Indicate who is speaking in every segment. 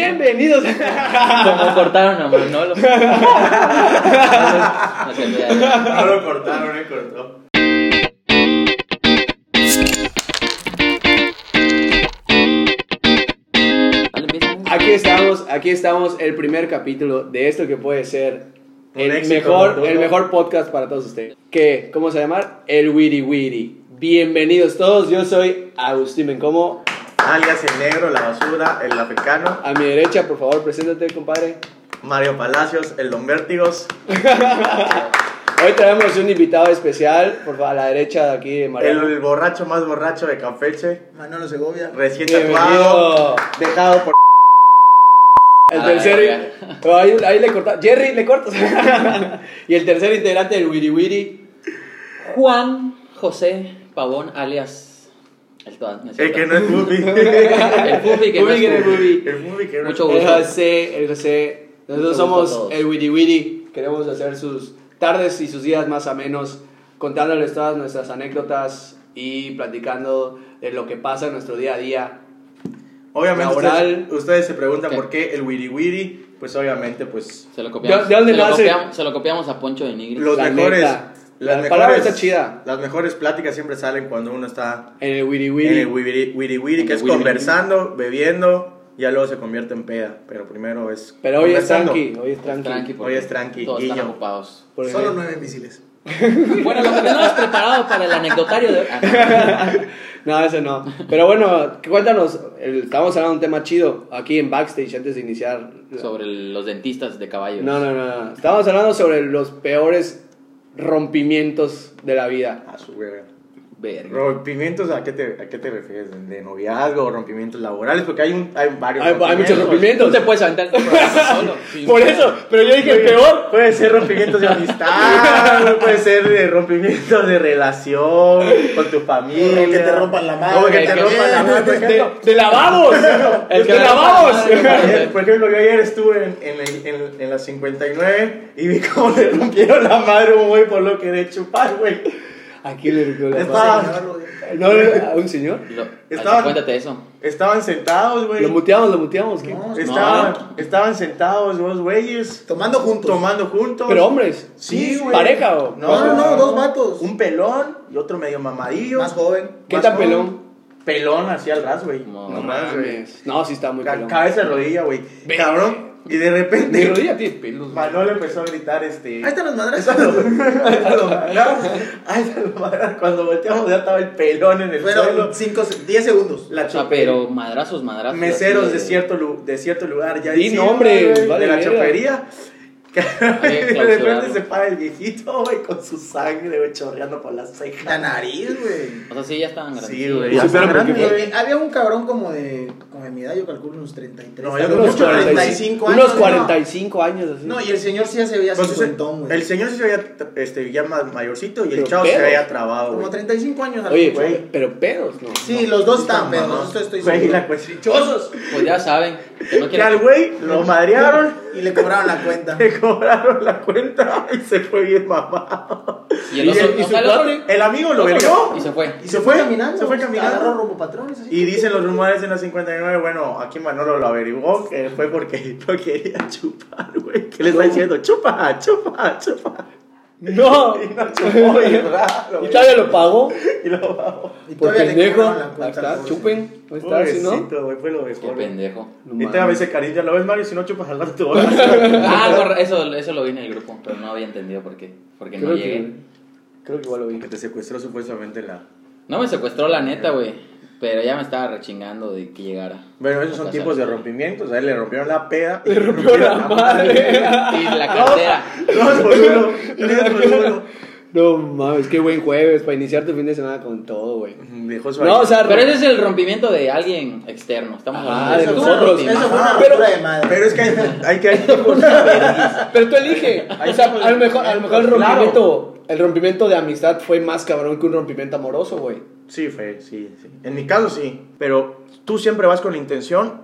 Speaker 1: Bienvenidos.
Speaker 2: Como cortaron a Manolo. No se- no se vea.
Speaker 3: No Ah, lo cortaron, no cortó.
Speaker 2: Vale, empieza.
Speaker 1: Aquí estamos, aquí estamos, el primer capítulo de esto que puede ser
Speaker 3: Un
Speaker 1: el
Speaker 3: éxito
Speaker 1: mejor,
Speaker 3: rotundo.
Speaker 1: el mejor podcast para todos ustedes. ¿Qué? ¿Cómo se llama? El Wiri Wiri. Bienvenidos todos, yo soy Agustín Bencomo.
Speaker 3: Alias el negro, la basura, el africano,
Speaker 1: A mi derecha, por favor, preséntate, compadre.
Speaker 3: Mario Palacios, el don Vértigos,
Speaker 1: Hoy traemos un invitado especial, por favor, a la derecha de aquí,
Speaker 3: el,
Speaker 1: Mariano.
Speaker 3: el borracho más borracho de Campeche,
Speaker 4: Manolo Segovia.
Speaker 3: recién tatuado,
Speaker 1: Bienvenido.
Speaker 3: dejado por.
Speaker 1: El
Speaker 2: Ah,
Speaker 1: tercer.
Speaker 2: ya,
Speaker 1: Pero ahí, ahí le corta. Jerry, le cortas. y el tercer integrante del Wiri Wiri.
Speaker 2: Juan José Pavón, alias. El, todas, no es
Speaker 3: El
Speaker 2: cierto.
Speaker 3: que no es Bubi.
Speaker 2: El Puffy que no
Speaker 1: Wiri
Speaker 2: es
Speaker 1: Wiri
Speaker 2: Puffy.
Speaker 1: Wiri.
Speaker 3: El Bubi que no
Speaker 2: Mucho
Speaker 3: es
Speaker 1: El
Speaker 2: gusto.
Speaker 1: José, el José. Nosotros
Speaker 2: Mucho gusto a
Speaker 1: somos
Speaker 2: todos.
Speaker 1: el Wiri Wiri. Queremos hacer sus tardes y sus días más amenos, contándoles todas nuestras anécdotas y platicando de lo que pasa en nuestro día a día.
Speaker 3: Obviamente,
Speaker 1: Laboral.
Speaker 3: ustedes, ustedes se preguntan
Speaker 2: ¿Qué?
Speaker 3: por qué el Wiri Wiri. Pues obviamente, pues
Speaker 2: Se lo copiamos.
Speaker 1: ¿De- de dónde
Speaker 2: se, lo
Speaker 1: nace?
Speaker 2: copiamos se lo copiamos a Poncho de Nigris.
Speaker 3: los
Speaker 1: La
Speaker 3: mejores.
Speaker 1: neta.
Speaker 3: Las
Speaker 1: La
Speaker 3: mejores,
Speaker 1: palabra está chida.
Speaker 3: Las mejores pláticas siempre salen cuando uno está
Speaker 1: En el Wiri
Speaker 3: en
Speaker 1: Wiri.
Speaker 3: el Wiri Wiri, wiri,
Speaker 2: En
Speaker 3: que
Speaker 2: el
Speaker 3: es
Speaker 2: wiri,
Speaker 3: conversando, bebiendo, ya luego se convierte en peda. Pero primero es.
Speaker 1: Pero hoy es
Speaker 3: conversando.
Speaker 1: tranqui, hoy es tranqui.
Speaker 2: Tranqui, porque
Speaker 3: Hoy es tranqui,
Speaker 2: Todos están
Speaker 3: guiño.
Speaker 2: ocupados.
Speaker 1: Porque-
Speaker 4: Solo nueve misiles.
Speaker 2: Bueno, lo que tenemos preparado para el anecdotario de.
Speaker 1: No, eso no. Pero bueno, cuéntanos, el- estábamos hablando de un tema chido aquí en backstage antes de iniciar. la-
Speaker 2: Sobre el- los dentistas de caballos.
Speaker 1: No, no, no, no. Estábamos hablando sobre los peores rompimientos de la vida.
Speaker 3: A Ah, su verga.
Speaker 2: Verga.
Speaker 3: ¿Rompimientos a qué te, a qué te refieres? ¿De noviazgo? ¿Rompimientos laborales? Porque hay, un, hay varios.
Speaker 1: Hay- hay muchos rompimientos.
Speaker 2: Tú te puedes aventar este programa solo. sin-
Speaker 1: Por eso, pero yo dije peor.
Speaker 3: Puede ser rompimientos de amistad, puede ser de rompimientos de relación con tu familia.
Speaker 4: O que te rompan la madre.
Speaker 3: O que te
Speaker 2: Que-
Speaker 3: rompan la madre. Ah, Por ejemplo,
Speaker 1: De, de lavados.
Speaker 2: El
Speaker 1: El
Speaker 2: que
Speaker 1: de lavados.
Speaker 2: la madre.
Speaker 3: ayer- por ejemplo, yo ayer estuve en, en, el- en- en la 59 y vi cómo le rompieron la madre a un güey por lo que de chupar, güey.
Speaker 1: Aquí le rompió la
Speaker 3: Es
Speaker 1: madre.
Speaker 3: Ah.
Speaker 4: Señor,
Speaker 1: No, no, a un señor.
Speaker 2: Lo, ay,
Speaker 3: Estaban-
Speaker 2: Cuéntate eso.
Speaker 3: Estaban sentados, güey.
Speaker 1: Lo muteamos, lo muteamos. ¿qué?
Speaker 4: No,
Speaker 3: Estaban, estaban sentados dos güeyes.
Speaker 4: Tomando juntos.
Speaker 3: Tomando juntos.
Speaker 1: Pero hombres.
Speaker 3: Sí, güey.
Speaker 1: ¿Pareja o?
Speaker 4: No, no, no, dos vatos.
Speaker 3: Un pelón y otro medio mamadillo.
Speaker 4: Más joven.
Speaker 1: ¿Qué
Speaker 3: Más
Speaker 1: tan
Speaker 3: joven.
Speaker 1: pelón?
Speaker 3: Pelón así al ras, güey.
Speaker 2: No
Speaker 3: mames,
Speaker 1: No, sí está muy
Speaker 3: Ca-
Speaker 1: pelón.
Speaker 3: Cabeza de rodilla, güey.
Speaker 1: Ve-
Speaker 3: Cabrón. Y de
Speaker 1: Mi
Speaker 3: repente
Speaker 1: rodilla tiene pelos. güey.
Speaker 3: Manolo empezó a gritar este.
Speaker 4: Ahí están los madres.
Speaker 3: Ay, se lo mandaron. Cuando volteamos ya estaba el pelón en el suelo.
Speaker 4: Fueron 5, 10 segundos.
Speaker 3: La
Speaker 2: O sea,
Speaker 1: Ah,
Speaker 3: chope-
Speaker 2: Ah, pero madrazos, madrazos.
Speaker 3: Meseros
Speaker 2: así
Speaker 3: de cierto, lu- de cierto lugar. Ya
Speaker 1: Di
Speaker 3: encima,
Speaker 1: nombres,
Speaker 3: güey,
Speaker 1: vale
Speaker 3: de la
Speaker 1: verga.
Speaker 3: chopería.
Speaker 2: Había que
Speaker 3: Y de
Speaker 2: clausurarlo.
Speaker 3: repente se para el viejito, güey, con su sangre, güey, chorreando por las cejas.
Speaker 4: La nariz, güey.
Speaker 2: O sea, sí, ya estaban grandes.
Speaker 3: Sí, güey.
Speaker 1: Sí,
Speaker 3: ya
Speaker 1: pero
Speaker 3: está
Speaker 1: ¿por qué
Speaker 3: grande,
Speaker 4: Eh,
Speaker 3: güey.
Speaker 4: eh, había un cabrón como de, como de mi edad, yo calculo unos 33.
Speaker 3: No, yo creo
Speaker 1: Unos
Speaker 3: Mucho,
Speaker 1: 45
Speaker 4: 45
Speaker 1: años. Unos
Speaker 4: años,
Speaker 1: 45 años. así.
Speaker 4: No, y el señor sí ya se veía
Speaker 3: Entonces,
Speaker 4: cincuentón, güey.
Speaker 3: el señor sí se veía este, ya más mayorcito y el
Speaker 1: Pero
Speaker 3: chavo se
Speaker 1: pedo.
Speaker 3: veía trabado,
Speaker 4: Como
Speaker 3: güey.
Speaker 4: 35 años. al
Speaker 1: Oye,
Speaker 4: güey.
Speaker 3: güey.
Speaker 1: pero pedos, ¿no?
Speaker 4: Sí, los dos estaban,
Speaker 3: Mamá.
Speaker 4: pero no estoy, estoy
Speaker 3: Güey,
Speaker 4: seguro.
Speaker 3: la cuestión- ¡Chosos!
Speaker 2: Pues ya saben. Que no
Speaker 3: Que
Speaker 2: quieren.
Speaker 3: al güey lo madrearon,
Speaker 4: Y le cobraron la cuenta.
Speaker 3: le cobraron la cuenta y se fue bien mamado.
Speaker 2: Y el otro.
Speaker 3: y
Speaker 2: o sea, el
Speaker 3: su
Speaker 2: otro-
Speaker 3: cuate, el amigo lo
Speaker 2: Y
Speaker 3: vio
Speaker 2: se fue.
Speaker 3: y se fue
Speaker 4: caminando.
Speaker 3: Se fue
Speaker 4: Agarró
Speaker 3: caminando.
Speaker 4: rumbo patrones. así.
Speaker 3: Y dicen los rumores en la 59, bueno, aquí Manolo lo averiguó, que fue porque no quería chupar, güey. Que le está diciendo, chupa, chupa, chupa.
Speaker 1: No.
Speaker 3: Y no chupó, y raro.
Speaker 1: ¿Y
Speaker 3: güey.
Speaker 1: todavía lo pagó?
Speaker 3: Y lo bajó.
Speaker 4: Y
Speaker 1: Por
Speaker 4: todavía le
Speaker 1: pendejo.
Speaker 4: cobraron la
Speaker 1: Ahí
Speaker 4: cuenta al
Speaker 1: está,
Speaker 4: pobre.
Speaker 1: chupen. Ahí Pues está, si no.
Speaker 3: Pobrecito, güey, fue lo
Speaker 2: Qué
Speaker 3: mejor.
Speaker 2: pendejo.
Speaker 1: No
Speaker 3: Y te a
Speaker 1: mames.
Speaker 3: veces cariño, ¿lo ves Mario? Si no chupas al rato te voy a-
Speaker 2: Ah, corre- eso, eso lo vi en el grupo, pero no había entendido por qué. Porque no
Speaker 1: Creo
Speaker 2: llegué.
Speaker 1: que, creo que igual lo vi.
Speaker 3: Que te secuestró supuestamente la...
Speaker 2: No me secuestró la neta, güey. Pero ya me estaba rechingando de que llegara.
Speaker 3: Bueno, esos son
Speaker 2: A casa.
Speaker 3: tipos de rompimientos. A él le rompieron la peda. y
Speaker 1: Le rompió la madre.
Speaker 2: Y la cartera.
Speaker 3: Dos por uno. Tres por uno.
Speaker 1: No mames, qué buen jueves para iniciar tu fin de semana con todo, güey.
Speaker 3: Dejó su
Speaker 1: No, o sea,
Speaker 2: Pero ese es el rompimiento de alguien externo. Estamos
Speaker 1: Ajá,
Speaker 2: hablando
Speaker 1: de
Speaker 2: Tú
Speaker 4: fue una-
Speaker 1: nosotros.
Speaker 2: rompiste.
Speaker 4: Eso fue una
Speaker 3: Ajá.
Speaker 4: ruptura
Speaker 1: Pero-
Speaker 4: de madre.
Speaker 3: Pero es que hay, hay que hay tipos.
Speaker 1: Pero tú elige. O sea, a lo mejor, a lo mejor el
Speaker 3: Claro.
Speaker 1: rompimiento, el rompimiento de amistad fue más cabrón que un rompimiento amoroso, güey.
Speaker 3: Sí, Fe, sí, sí. En mi caso sí. Pero tú siempre vas con la intención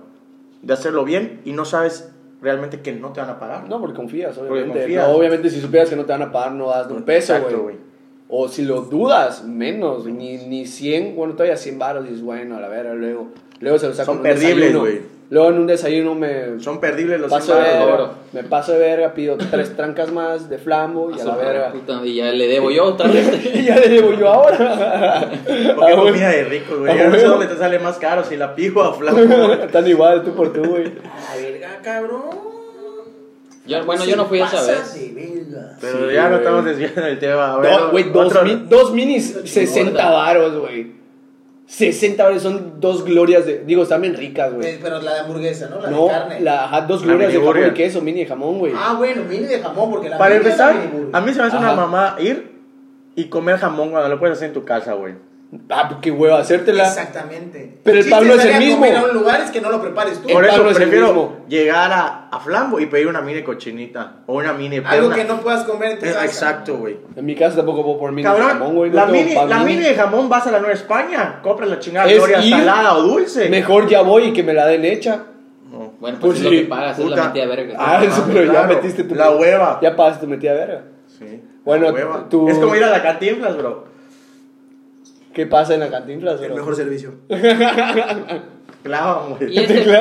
Speaker 3: de hacerlo bien y no sabes realmente que no te van a pagar.
Speaker 1: No, porque confías, obviamente.
Speaker 3: confías.
Speaker 1: No, obviamente, si supieras que no te van a pagar, no das ni un peso,
Speaker 3: Exacto,
Speaker 1: güey. O si lo dudas, menos, ni, ni 100, bueno, todavía 100 baros, dices, bueno, a la verga, luego, luego se los saco
Speaker 3: Son perdibles, güey.
Speaker 1: Luego en un desayuno me
Speaker 3: Son perdibles los
Speaker 1: paso de
Speaker 3: cinco
Speaker 2: de
Speaker 1: verga,
Speaker 2: oro.
Speaker 1: me paso de verga, pido tres trancas más de flambo y a la
Speaker 2: su
Speaker 1: verga.
Speaker 2: puta, y ya le debo yo otra vez.
Speaker 1: Y ya le digo yo ahora.
Speaker 3: ¿Por qué
Speaker 1: Ah, güey.
Speaker 3: comida de rico,
Speaker 1: Ah,
Speaker 3: güey? Yo no sé
Speaker 1: güey.
Speaker 3: dónde te sale más caro, si la pijo a flaco.
Speaker 1: Están igual tú por tú, güey.
Speaker 4: A verga, cabrón.
Speaker 2: Yo- bueno, yo no fui esa
Speaker 4: Pasas
Speaker 2: vez.
Speaker 4: de verga.
Speaker 3: Pero
Speaker 1: Sí,
Speaker 3: ya no
Speaker 1: güey.
Speaker 3: estamos desviando del tema. A ver,
Speaker 1: No, güey, dos,
Speaker 3: otro-
Speaker 1: mi- dos minis, 60 varos, güey. 60 varos son dos glorias de. Digo, están bien ricas,
Speaker 4: Pe-
Speaker 1: güey.
Speaker 4: Pero la de hamburguesa, ¿no? La
Speaker 1: No,
Speaker 4: de carne.
Speaker 1: la, ajá, dos
Speaker 3: La
Speaker 1: glorias de jamón
Speaker 3: miniburger.
Speaker 1: y queso, mini de jamón, güey.
Speaker 4: Ah, bueno, mini de jamón, porque la
Speaker 3: Para
Speaker 4: mini es la
Speaker 3: empezar,
Speaker 4: mini burger.
Speaker 3: a mí se me hace una
Speaker 1: Ajá.
Speaker 3: mamá ir y comer jamón cuando lo puedes hacer en tu casa, güey.
Speaker 1: Ah, pues qué hueva, hacértela.
Speaker 4: Exactamente.
Speaker 1: Pero el
Speaker 4: chiste
Speaker 1: Pablo
Speaker 4: de
Speaker 1: es el
Speaker 4: salir a comer
Speaker 1: mismo.
Speaker 4: a un lugar es que no lo prepares tú.
Speaker 1: El
Speaker 3: Por eso
Speaker 1: Pablo es el
Speaker 3: prefiero
Speaker 1: mismo.
Speaker 3: llegar a, a Flambo y pedir una mini cochinita o una mini
Speaker 4: Algo
Speaker 3: perna.
Speaker 4: que no puedas comer en tu
Speaker 3: Eh,
Speaker 4: casa.
Speaker 3: Exacto, güey.
Speaker 1: En mi casa tampoco puedo por mini de
Speaker 3: Cabrón,
Speaker 1: jamón, güey. no
Speaker 3: la,
Speaker 1: tengo
Speaker 3: mini,
Speaker 1: pan
Speaker 3: la mini de jamón vas a la Nueva España. Compra la chingada
Speaker 1: Es
Speaker 3: gloria
Speaker 1: ir-
Speaker 3: salada o dulce.
Speaker 1: Mejor ya voy y que me la den hecha.
Speaker 3: No.
Speaker 2: Bueno, pues,
Speaker 1: Pues
Speaker 2: es lo
Speaker 1: sí,
Speaker 2: que pagas, es
Speaker 3: puta.
Speaker 2: la metida de verga.
Speaker 1: Ah,
Speaker 3: Ah,
Speaker 1: eso, pero
Speaker 3: claro,
Speaker 1: ya metiste tu.
Speaker 3: la hueva.
Speaker 1: Ya pagaste tu metida verga.
Speaker 3: Sí.
Speaker 1: Bueno,
Speaker 3: La hueva.
Speaker 1: tú-
Speaker 3: Es como ir a la cantinflas, bro.
Speaker 1: ¿Qué pasa en la cantinflas,
Speaker 4: El
Speaker 1: bro?
Speaker 4: mejor servicio.
Speaker 2: Y
Speaker 3: Clava, güey.
Speaker 1: Claro.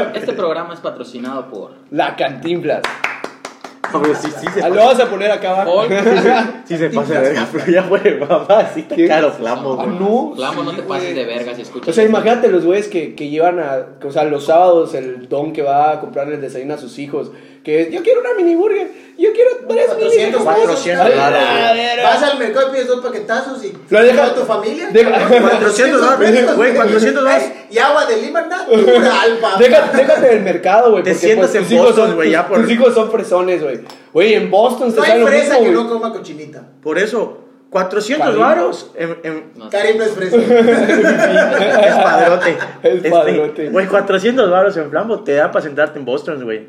Speaker 2: este, este programa es patrocinado por
Speaker 1: La cantinflas.
Speaker 3: Hombre, sí, sí, pues. se
Speaker 1: Ah, Lo
Speaker 3: pasa-
Speaker 1: vas a poner acá abajo.
Speaker 2: Paul.
Speaker 3: sí se pasa de verga, pero ya fue mamá, sí está
Speaker 1: ¿Qué?
Speaker 3: caro Flambo,
Speaker 1: Ah,
Speaker 3: güey.
Speaker 1: no.
Speaker 2: Flamo, no te pases de verga si escuchas.
Speaker 1: O sea, imagínate los güeyes que, que llevan a. que, O sea, los sábados el don que va a comprarle el desayuno a sus hijos. Que es, yo quiero una mini burger. Yo quiero tres mini
Speaker 4: 400
Speaker 1: hamburguesas".
Speaker 3: pesos.
Speaker 1: A la
Speaker 3: Claro, güey.
Speaker 1: verga.
Speaker 4: Vas al mercado y pides dos paquetazos y
Speaker 1: Lo deja-
Speaker 4: a tu familia.
Speaker 1: deja-
Speaker 3: 400 dólares, güey, 400 dólares.
Speaker 4: Ay, Y agua de lima, nada, pura alba.
Speaker 1: Deja- déjate del mercado, güey.
Speaker 3: Te
Speaker 1: porque, pues,
Speaker 3: sientas en
Speaker 1: tus hijos
Speaker 3: Boston,
Speaker 1: son-
Speaker 3: güey, ya
Speaker 1: tus-
Speaker 3: por-
Speaker 1: Tus hijos son fresones, güey. Güey, en Boston
Speaker 4: No
Speaker 1: se sale
Speaker 4: hay
Speaker 1: lo
Speaker 4: fresa
Speaker 1: mismo,
Speaker 4: que
Speaker 1: güey.
Speaker 4: no coma
Speaker 1: Ah.
Speaker 4: cochinita.
Speaker 3: Por eso, 400
Speaker 1: Karim.
Speaker 3: varos en, en-
Speaker 2: No sé.
Speaker 4: Karim no es fresa.
Speaker 3: es padrote.
Speaker 1: Es
Speaker 3: Este,
Speaker 1: padrote.
Speaker 3: Güey, 400 varos en Flambo te da para sentarte en Boston, güey.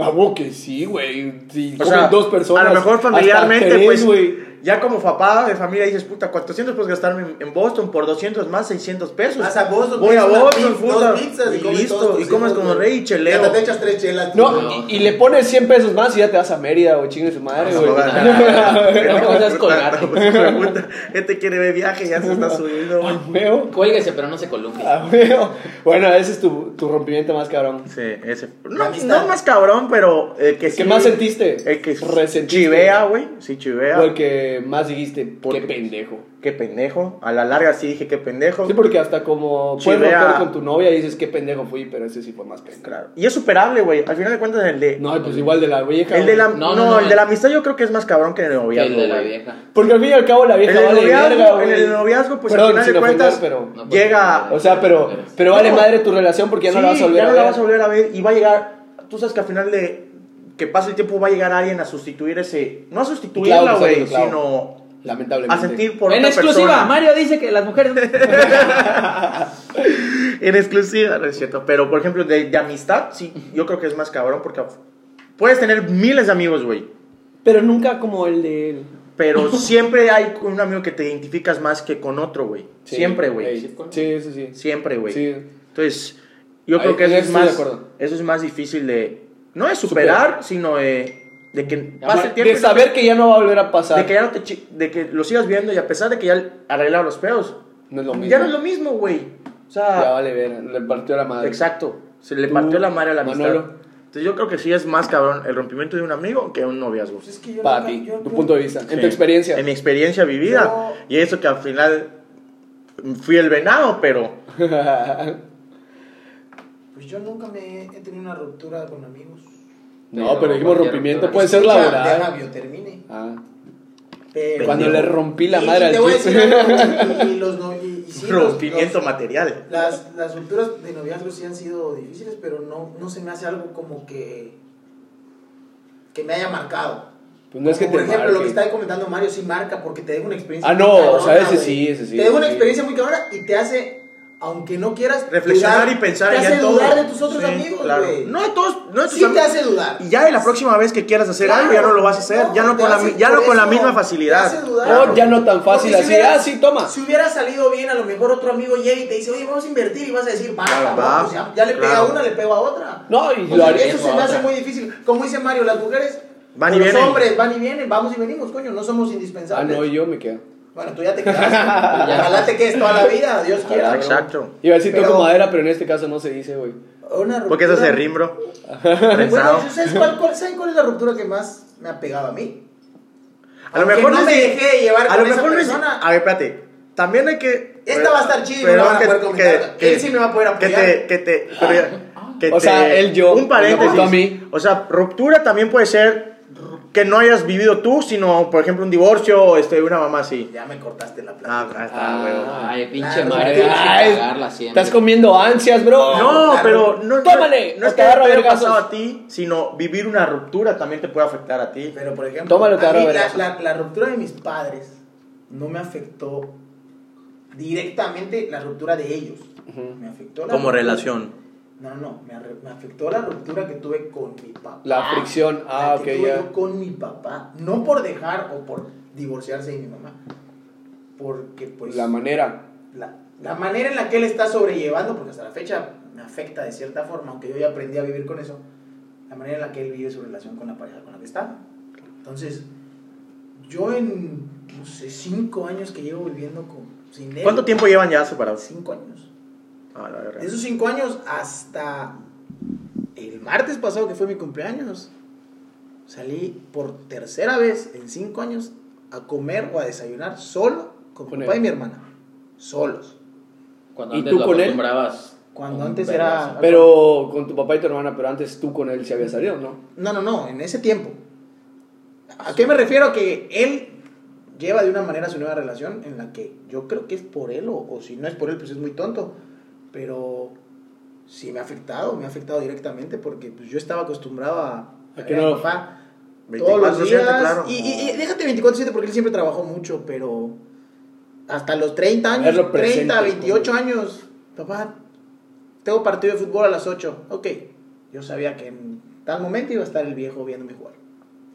Speaker 1: Ah, vos que sí, güey. Si
Speaker 3: O
Speaker 1: comen
Speaker 3: sea,
Speaker 1: dos personas.
Speaker 3: A lo mejor
Speaker 1: hasta
Speaker 3: familiarmente,
Speaker 1: tres,
Speaker 3: pues.
Speaker 1: güey.
Speaker 3: Ya como papá de familia dices, puta, 400 puedes gastarme en- en Boston, por 200 más, 600 pesos.
Speaker 4: Vas a Boston,
Speaker 3: Voy a
Speaker 4: pides una
Speaker 3: Boston,
Speaker 4: pi- dos
Speaker 3: puta.
Speaker 4: pizzas
Speaker 3: Y
Speaker 4: comes todos
Speaker 3: listo,
Speaker 4: tus
Speaker 3: y comes
Speaker 4: hijos,
Speaker 3: como
Speaker 4: güey.
Speaker 3: rey y
Speaker 4: Y hasta
Speaker 3: cheleo.
Speaker 4: te echas tres chelas. tú,
Speaker 1: No,
Speaker 4: güey.
Speaker 2: No.
Speaker 1: Y, y le pones 100 pesos más y ya te vas a Mérida, güey. Chingue su madre,
Speaker 3: No,
Speaker 1: güey.
Speaker 3: no,
Speaker 2: No me vas a colgar.
Speaker 3: Puta, puta, Este quiere ver viaje, ya se está subiendo, güey.
Speaker 1: A huevo,
Speaker 2: Cuélguese, pero no se columpie.
Speaker 1: a Ah, huevo. Bueno, ese es tu, tu rompimiento más cabrón.
Speaker 3: Sí, ese.
Speaker 4: La
Speaker 3: No,
Speaker 4: amistad.
Speaker 3: no más cabrón, pero el que
Speaker 1: ¿Qué
Speaker 3: sí.
Speaker 1: más sentiste?
Speaker 3: El que
Speaker 1: Resentiste.
Speaker 3: chivea, güey. Sí, chivea.
Speaker 1: O el que más dijiste, qué
Speaker 3: Porque-
Speaker 1: pendejo.
Speaker 3: Qué pendejo. A la larga sí dije qué pendejo.
Speaker 1: Sí, porque hasta como puedes
Speaker 3: Chivea.
Speaker 1: romper con tu novia y dices qué pendejo fui, pero ese sí fue más pendejo.
Speaker 3: Claro. Y es superable, güey. Al final de cuentas, el de.
Speaker 1: No, pues igual de la vieja.
Speaker 3: el de la,
Speaker 1: güey.
Speaker 3: no,
Speaker 2: No, no, no,
Speaker 3: el
Speaker 2: el-
Speaker 3: de la amistad yo creo que es más cabrón que el de
Speaker 2: Que el
Speaker 3: noviazgo.
Speaker 2: de la
Speaker 3: güey.
Speaker 2: vieja.
Speaker 1: Porque al fin y al cabo la vieja
Speaker 3: El del
Speaker 1: vale
Speaker 3: noviazgo,
Speaker 1: verga, güey.
Speaker 3: el del noviazgo, pues,
Speaker 1: Perdón,
Speaker 3: al final
Speaker 1: sin
Speaker 3: de cuentas-
Speaker 1: ofender, pero...
Speaker 2: No, pues,
Speaker 3: Llega-
Speaker 1: O sea, pero, pero vale
Speaker 3: No.
Speaker 1: madre tu relación porque ya no
Speaker 3: Sí,
Speaker 1: la vas a volver
Speaker 3: ya
Speaker 1: a
Speaker 3: no
Speaker 1: ver.
Speaker 3: la vas a volver a ver y va a llegar. Tú sabes que al final de que pasa el tiempo va a llegar alguien a sustituir ese. No a sustituirla,
Speaker 1: Claro,
Speaker 3: güey,
Speaker 1: claro.
Speaker 3: sino
Speaker 1: Lamentablemente.
Speaker 3: a sentir por
Speaker 2: en
Speaker 3: otra
Speaker 2: exclusiva,
Speaker 3: persona.
Speaker 2: Mario dice que las mujeres.
Speaker 3: En exclusiva, no es cierto. Pero por ejemplo, de, de amistad, sí, yo creo que es más cabrón porque puedes tener miles de amigos, güey.
Speaker 1: Pero nunca como el de él.
Speaker 3: Pero siempre hay un amigo que te identificas más que con otro, güey.
Speaker 1: Sí,
Speaker 3: siempre, güey.
Speaker 1: ey, Sí, sí, sí.
Speaker 3: Siempre, güey.
Speaker 1: Sí.
Speaker 3: Entonces, yo
Speaker 1: Ahí-
Speaker 3: creo que
Speaker 1: en
Speaker 3: eso es
Speaker 1: eso estoy
Speaker 3: más.
Speaker 1: de acuerdo.
Speaker 3: Eso es más difícil de. No de superar, sino de. De que pase el tiempo. y
Speaker 1: de
Speaker 3: no
Speaker 1: saber que ya no va a volver a
Speaker 3: te-
Speaker 1: pasar.
Speaker 3: de que ya no te. chi- De que lo sigas viendo y a pesar de que ya arreglaron los pedos.
Speaker 1: No es lo mismo.
Speaker 3: Ya no es lo mismo, güey. O sea.
Speaker 4: Ah,
Speaker 1: Ya vale ver, le partió la madre.
Speaker 3: Exacto. Se le
Speaker 1: Tú,
Speaker 3: partió la madre a la amistad.
Speaker 1: Manolo.
Speaker 3: Entonces yo creo que sí es más cabrón el rompimiento de un amigo que un noviazgo.
Speaker 4: Pues es que yo
Speaker 1: Para
Speaker 4: nunca-
Speaker 1: ti,
Speaker 4: yo-
Speaker 1: tu
Speaker 4: yo-
Speaker 1: punto de vista, en
Speaker 3: Sí.
Speaker 1: tu experiencia.
Speaker 3: En mi experiencia vivida.
Speaker 4: Yo-
Speaker 3: Y eso que al final fui el venado, pero
Speaker 4: Pues yo nunca me he tenido una ruptura con amigos. Pues
Speaker 1: no, pero dijimos
Speaker 2: cualquier
Speaker 1: rompimiento
Speaker 2: ruptura.
Speaker 1: puede ser
Speaker 4: Escucha,
Speaker 1: laboral.
Speaker 4: Deja, yo termine.
Speaker 1: Ah,
Speaker 4: Pero-
Speaker 1: cuando le rompí la
Speaker 4: Y-
Speaker 1: madre
Speaker 4: y te
Speaker 1: al
Speaker 4: voy a
Speaker 1: chip.
Speaker 4: decir algo, y- y los no- y- y sí, los-
Speaker 3: rompimiento
Speaker 4: los-
Speaker 3: material.
Speaker 4: Las, las rupturas de noviazgo sí han sido difíciles, pero no, no se me hace algo como que, que me haya marcado.
Speaker 1: Pues no es que
Speaker 4: Como
Speaker 1: te
Speaker 4: por ejemplo, lo que
Speaker 1: marque.
Speaker 4: está ahí comentando Mario sí marca porque te deja una experiencia
Speaker 1: Ah,
Speaker 4: muy
Speaker 1: no,
Speaker 4: cabrona,
Speaker 1: o sea, ese
Speaker 4: güey.
Speaker 1: sí, ese sí,
Speaker 4: Te deja una
Speaker 1: sí.
Speaker 4: experiencia muy cabrona y te hace, aunque no quieras,
Speaker 3: Reflexionar
Speaker 4: dudar-
Speaker 3: y pensar
Speaker 4: te
Speaker 3: ya
Speaker 4: hace
Speaker 3: en todo.
Speaker 4: dudar de tus otros
Speaker 3: Sí,
Speaker 4: amigos,
Speaker 3: claro.
Speaker 4: güey.
Speaker 3: No de todos, no de tus
Speaker 4: sí te
Speaker 3: amigos.
Speaker 4: hace dudar.
Speaker 3: Y ya de la próxima vez que quieras hacer algo ya no lo vas a hacer, ya no
Speaker 4: te
Speaker 3: con la
Speaker 4: hace-
Speaker 3: mi- ya no
Speaker 4: por
Speaker 3: con la
Speaker 4: eso,
Speaker 3: misma
Speaker 4: te hace
Speaker 3: facilidad.
Speaker 4: dudar.
Speaker 1: Oh, ya no tan fácil
Speaker 4: Porque
Speaker 1: así.
Speaker 4: hubiera-
Speaker 1: ah, sí, toma.
Speaker 4: Si hubiera salido bien, a lo mejor otro amigo llega y te dice, oye, vamos a invertir y vas a decir, basta,
Speaker 3: Claro,
Speaker 4: ¿no?
Speaker 3: va,
Speaker 4: Pues ya, ya le pega a
Speaker 3: claro.
Speaker 4: una, le pego a otra.
Speaker 1: No, y lo
Speaker 4: O sea,
Speaker 1: haré.
Speaker 4: eso se me hace muy difícil. Como dice Mario, las mujeres,
Speaker 3: Van
Speaker 4: o
Speaker 3: y
Speaker 4: los
Speaker 3: vienen.
Speaker 4: hombres van y vienen, vamos y venimos, coño, no somos
Speaker 1: Ah,
Speaker 4: indispensables.
Speaker 1: no, yo me quedo.
Speaker 4: Bueno, tú ya te quedaste. Ojalá te quedes toda la vida, Dios quiera.
Speaker 3: Exacto.
Speaker 1: Iba a decir
Speaker 4: Pero-
Speaker 1: toco madera, pero en este caso no se dice, güey.
Speaker 4: bro. Una
Speaker 3: Porque eso
Speaker 4: ruptura-
Speaker 3: es rimbro.
Speaker 4: Bueno,
Speaker 3: Prensado.
Speaker 4: ¿sabes cuál, cuál- ¿saben cuál es la ruptura que más me ha pegado a mí?
Speaker 3: A lo
Speaker 4: Aunque
Speaker 3: mejor
Speaker 4: no
Speaker 3: no
Speaker 4: me
Speaker 3: es-
Speaker 4: dejé llevar
Speaker 3: A lo
Speaker 4: con esa
Speaker 3: mejor no es-
Speaker 4: persona.
Speaker 3: A ver, espérate. También hay que.
Speaker 4: Esta va a estar chida y me
Speaker 3: pero
Speaker 4: la van a
Speaker 3: que-
Speaker 4: poder
Speaker 3: que-
Speaker 4: comentar.
Speaker 3: que-
Speaker 4: Él sí me va a poder
Speaker 3: Que
Speaker 4: apoyar. Ah.
Speaker 3: te. Que te pero ya- que
Speaker 1: O sea,
Speaker 3: te-
Speaker 1: él yo,
Speaker 3: Un paréntesis.
Speaker 1: me apuntó a mí.
Speaker 3: O sea, ruptura también puede ser que no hayas vivido tú, sino, por ejemplo, un divorcio o este, una mamá así.
Speaker 4: Ya me cortaste la plata.
Speaker 3: Ah, ah, está, huevo.
Speaker 2: Ah, Ay, pinche
Speaker 4: Claro,
Speaker 2: Mario.
Speaker 4: tienes que
Speaker 2: Ay,
Speaker 1: Ay,
Speaker 2: cagarla siempre.
Speaker 1: estás comiendo ansias, bro.
Speaker 3: No,
Speaker 4: claro.
Speaker 3: pero no,
Speaker 1: Tómale,
Speaker 3: no, no
Speaker 1: o
Speaker 3: es
Speaker 1: te
Speaker 3: que
Speaker 1: agarro
Speaker 3: te haya
Speaker 1: vergazos.
Speaker 3: pasado a ti, sino vivir una ruptura también te puede afectar a ti.
Speaker 4: Pero por ejemplo,
Speaker 1: Tómalo,
Speaker 4: a
Speaker 1: cabrón,
Speaker 4: mí la,
Speaker 1: verás.
Speaker 4: la- la ruptura de mis padres no me afectó directamente la ruptura de ellos.
Speaker 1: Ujú.
Speaker 4: Me afectó la
Speaker 3: Como
Speaker 4: ruptura-
Speaker 3: relación.
Speaker 4: No, no, no. Me, arre- me afectó la ruptura que tuve con mi papá.
Speaker 1: La fricción. Ah,
Speaker 4: La
Speaker 1: ok,
Speaker 4: que tuve
Speaker 1: ya.
Speaker 4: yo con mi papá. No por dejar o por divorciarse de mi mamá. Porque pues
Speaker 1: La manera.
Speaker 4: la, la manera en la que él está sobrellevando, porque hasta la fecha me afecta de cierta forma, aunque yo ya aprendí a vivir con eso, la manera en la que él vive su relación con la pareja con la que está. Entonces, yo en, no sé, cinco años que llevo viviendo con, sin él.
Speaker 3: ¿Cuánto tiempo llevan ya separados?
Speaker 4: Cinco años.
Speaker 3: Ah, la verga.
Speaker 4: De esos cinco años hasta el martes pasado que fue mi cumpleaños, salí por tercera vez en cinco años a comer o a desayunar solo con mi
Speaker 1: Con
Speaker 4: papá
Speaker 1: él.
Speaker 4: y mi hermana. Solos.
Speaker 2: Cuando
Speaker 1: ¿Y
Speaker 2: antes
Speaker 1: tú
Speaker 2: lo
Speaker 1: con él?
Speaker 2: acostumbrabas
Speaker 4: Cuando
Speaker 2: con
Speaker 4: antes
Speaker 2: vergas.
Speaker 4: era...
Speaker 1: Pero con tu papá y tu hermana, pero antes tú con él se había salido, ¿no?
Speaker 4: No, no, no, en ese tiempo. ¿A qué me refiero? Que él lleva de una manera su nueva relación en la que yo creo que es por él, o, o si no es por él, pues es muy tonto. Pero sí me ha afectado, me ha afectado directamente porque pues, yo estaba acostumbrado a,
Speaker 1: ¿A
Speaker 4: ver
Speaker 1: qué no?
Speaker 4: mi papá todos
Speaker 3: 24,
Speaker 4: los días.
Speaker 3: claro.
Speaker 4: Y, y- y déjate 24-7 porque él siempre trabajó mucho, pero hasta los 30 años,
Speaker 1: Verlo
Speaker 4: 30,
Speaker 1: presente,
Speaker 4: 28 años, papá, tengo partido de fútbol a las 8. Ok, yo sabía que en tal momento iba a estar el viejo viéndome jugar.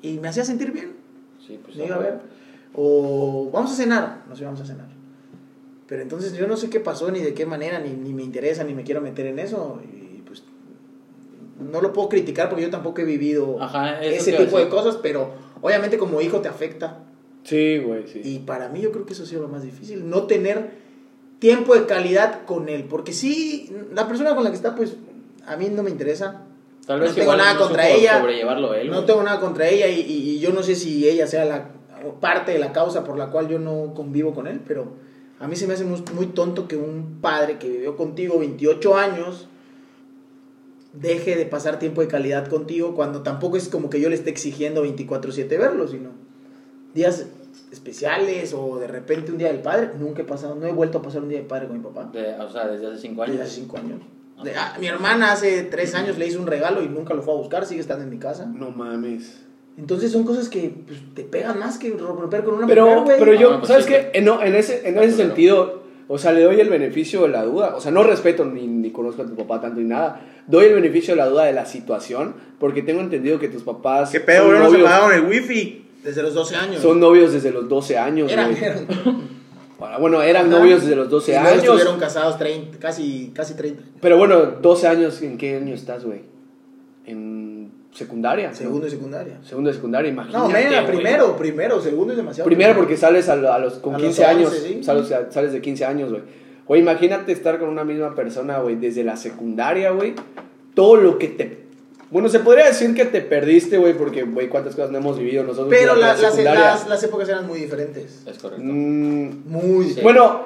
Speaker 4: Y me hacía sentir bien.
Speaker 2: Sí, pues.
Speaker 4: Me iba a ver. O vamos a cenar. Nos íbamos a cenar. Pero entonces yo no sé qué pasó, ni de qué manera, ni, ni me interesa, ni me quiero meter en eso. Y pues no lo puedo criticar porque yo tampoco he vivido
Speaker 2: Ajá, eso
Speaker 4: ese
Speaker 2: te iba a
Speaker 4: tipo de
Speaker 2: decir.
Speaker 4: cosas, pero obviamente como hijo te afecta.
Speaker 1: Sí, güey, sí.
Speaker 4: Y para mí yo creo que eso ha sido lo más difícil, no tener tiempo de calidad con él, porque sí, la persona con la que está, pues a mí no me interesa,
Speaker 2: Tal
Speaker 4: No
Speaker 2: vez
Speaker 4: tengo
Speaker 2: igual
Speaker 4: nada
Speaker 2: no
Speaker 4: contra
Speaker 2: supo
Speaker 4: ella.
Speaker 2: Sobrellevarlo él.
Speaker 4: no
Speaker 2: güey.
Speaker 4: tengo nada contra ella y, y- y yo no sé si ella sea la parte de la causa por la cual yo no convivo con él, pero a mí se me hace muy, muy tonto que un padre que vivió contigo 28 años deje de pasar tiempo de calidad contigo cuando tampoco es como que yo le esté exigiendo 24/7 verlo, sino días especiales o de repente un día del padre. Nunca he pasado, no he vuelto a pasar un día del padre con mi papá.
Speaker 2: De- o sea, desde hace cinco
Speaker 4: Desde
Speaker 2: años.
Speaker 4: hace 5 años. De- ah, mi hermana hace 3 años le hizo un regalo y nunca lo fue a buscar, sigue estando en mi casa.
Speaker 1: No mames.
Speaker 4: Entonces son cosas que pues, te pegan más que romper con una
Speaker 1: Pero,
Speaker 4: mujer, güey.
Speaker 1: pero
Speaker 2: Ah,
Speaker 1: yo,
Speaker 2: pues
Speaker 1: ¿sabes
Speaker 2: sí,
Speaker 1: qué? En, no, en ese, en
Speaker 2: Ah,
Speaker 1: ese
Speaker 2: claro.
Speaker 1: sentido, o sea, le doy el beneficio de la duda. O sea, no respeto ni, ni conozco a tu papá tanto ni nada. Doy el beneficio de la duda de la situación, porque tengo entendido que tus papás
Speaker 3: ¿Qué pedo,
Speaker 1: son,
Speaker 3: bro? Nos
Speaker 1: novios,
Speaker 3: apagaron el wifi.
Speaker 4: Desde los 12 años.
Speaker 1: son novios desde los 12 años.
Speaker 4: Eran-
Speaker 1: güey.
Speaker 4: eran-
Speaker 1: Ahora, Bueno, eran
Speaker 4: Ajá.
Speaker 1: novios desde los 12
Speaker 4: y luego
Speaker 1: años.
Speaker 4: estuvieron casados 30, casi, casi 30.
Speaker 1: Pero bueno, 12 años, ¿en qué año estás, güey? En secundaria. ¿no?
Speaker 4: Segundo y secundaria.
Speaker 1: Segundo de secundaria, imagínate.
Speaker 4: No, mira,
Speaker 1: güey.
Speaker 4: primero, primero, segundo es demasiado.
Speaker 1: Primero porque sales a, lo- a los con
Speaker 4: A los
Speaker 1: 15
Speaker 4: 11,
Speaker 1: años,
Speaker 4: sí.
Speaker 1: sales, sales de 15 años, güey. Güey, imagínate estar con una misma persona, güey, desde la secundaria, güey. Todo lo que te Bueno, se podría decir que te perdiste, güey, porque güey, cuántas cosas no hemos vivido nosotros
Speaker 4: Pero
Speaker 1: durante
Speaker 4: la- las,
Speaker 1: secundaria.
Speaker 4: las- las épocas eran muy diferentes.
Speaker 2: Es correcto.
Speaker 1: Mm,
Speaker 4: Muy
Speaker 2: Sí.
Speaker 4: diferentes.
Speaker 1: Bueno,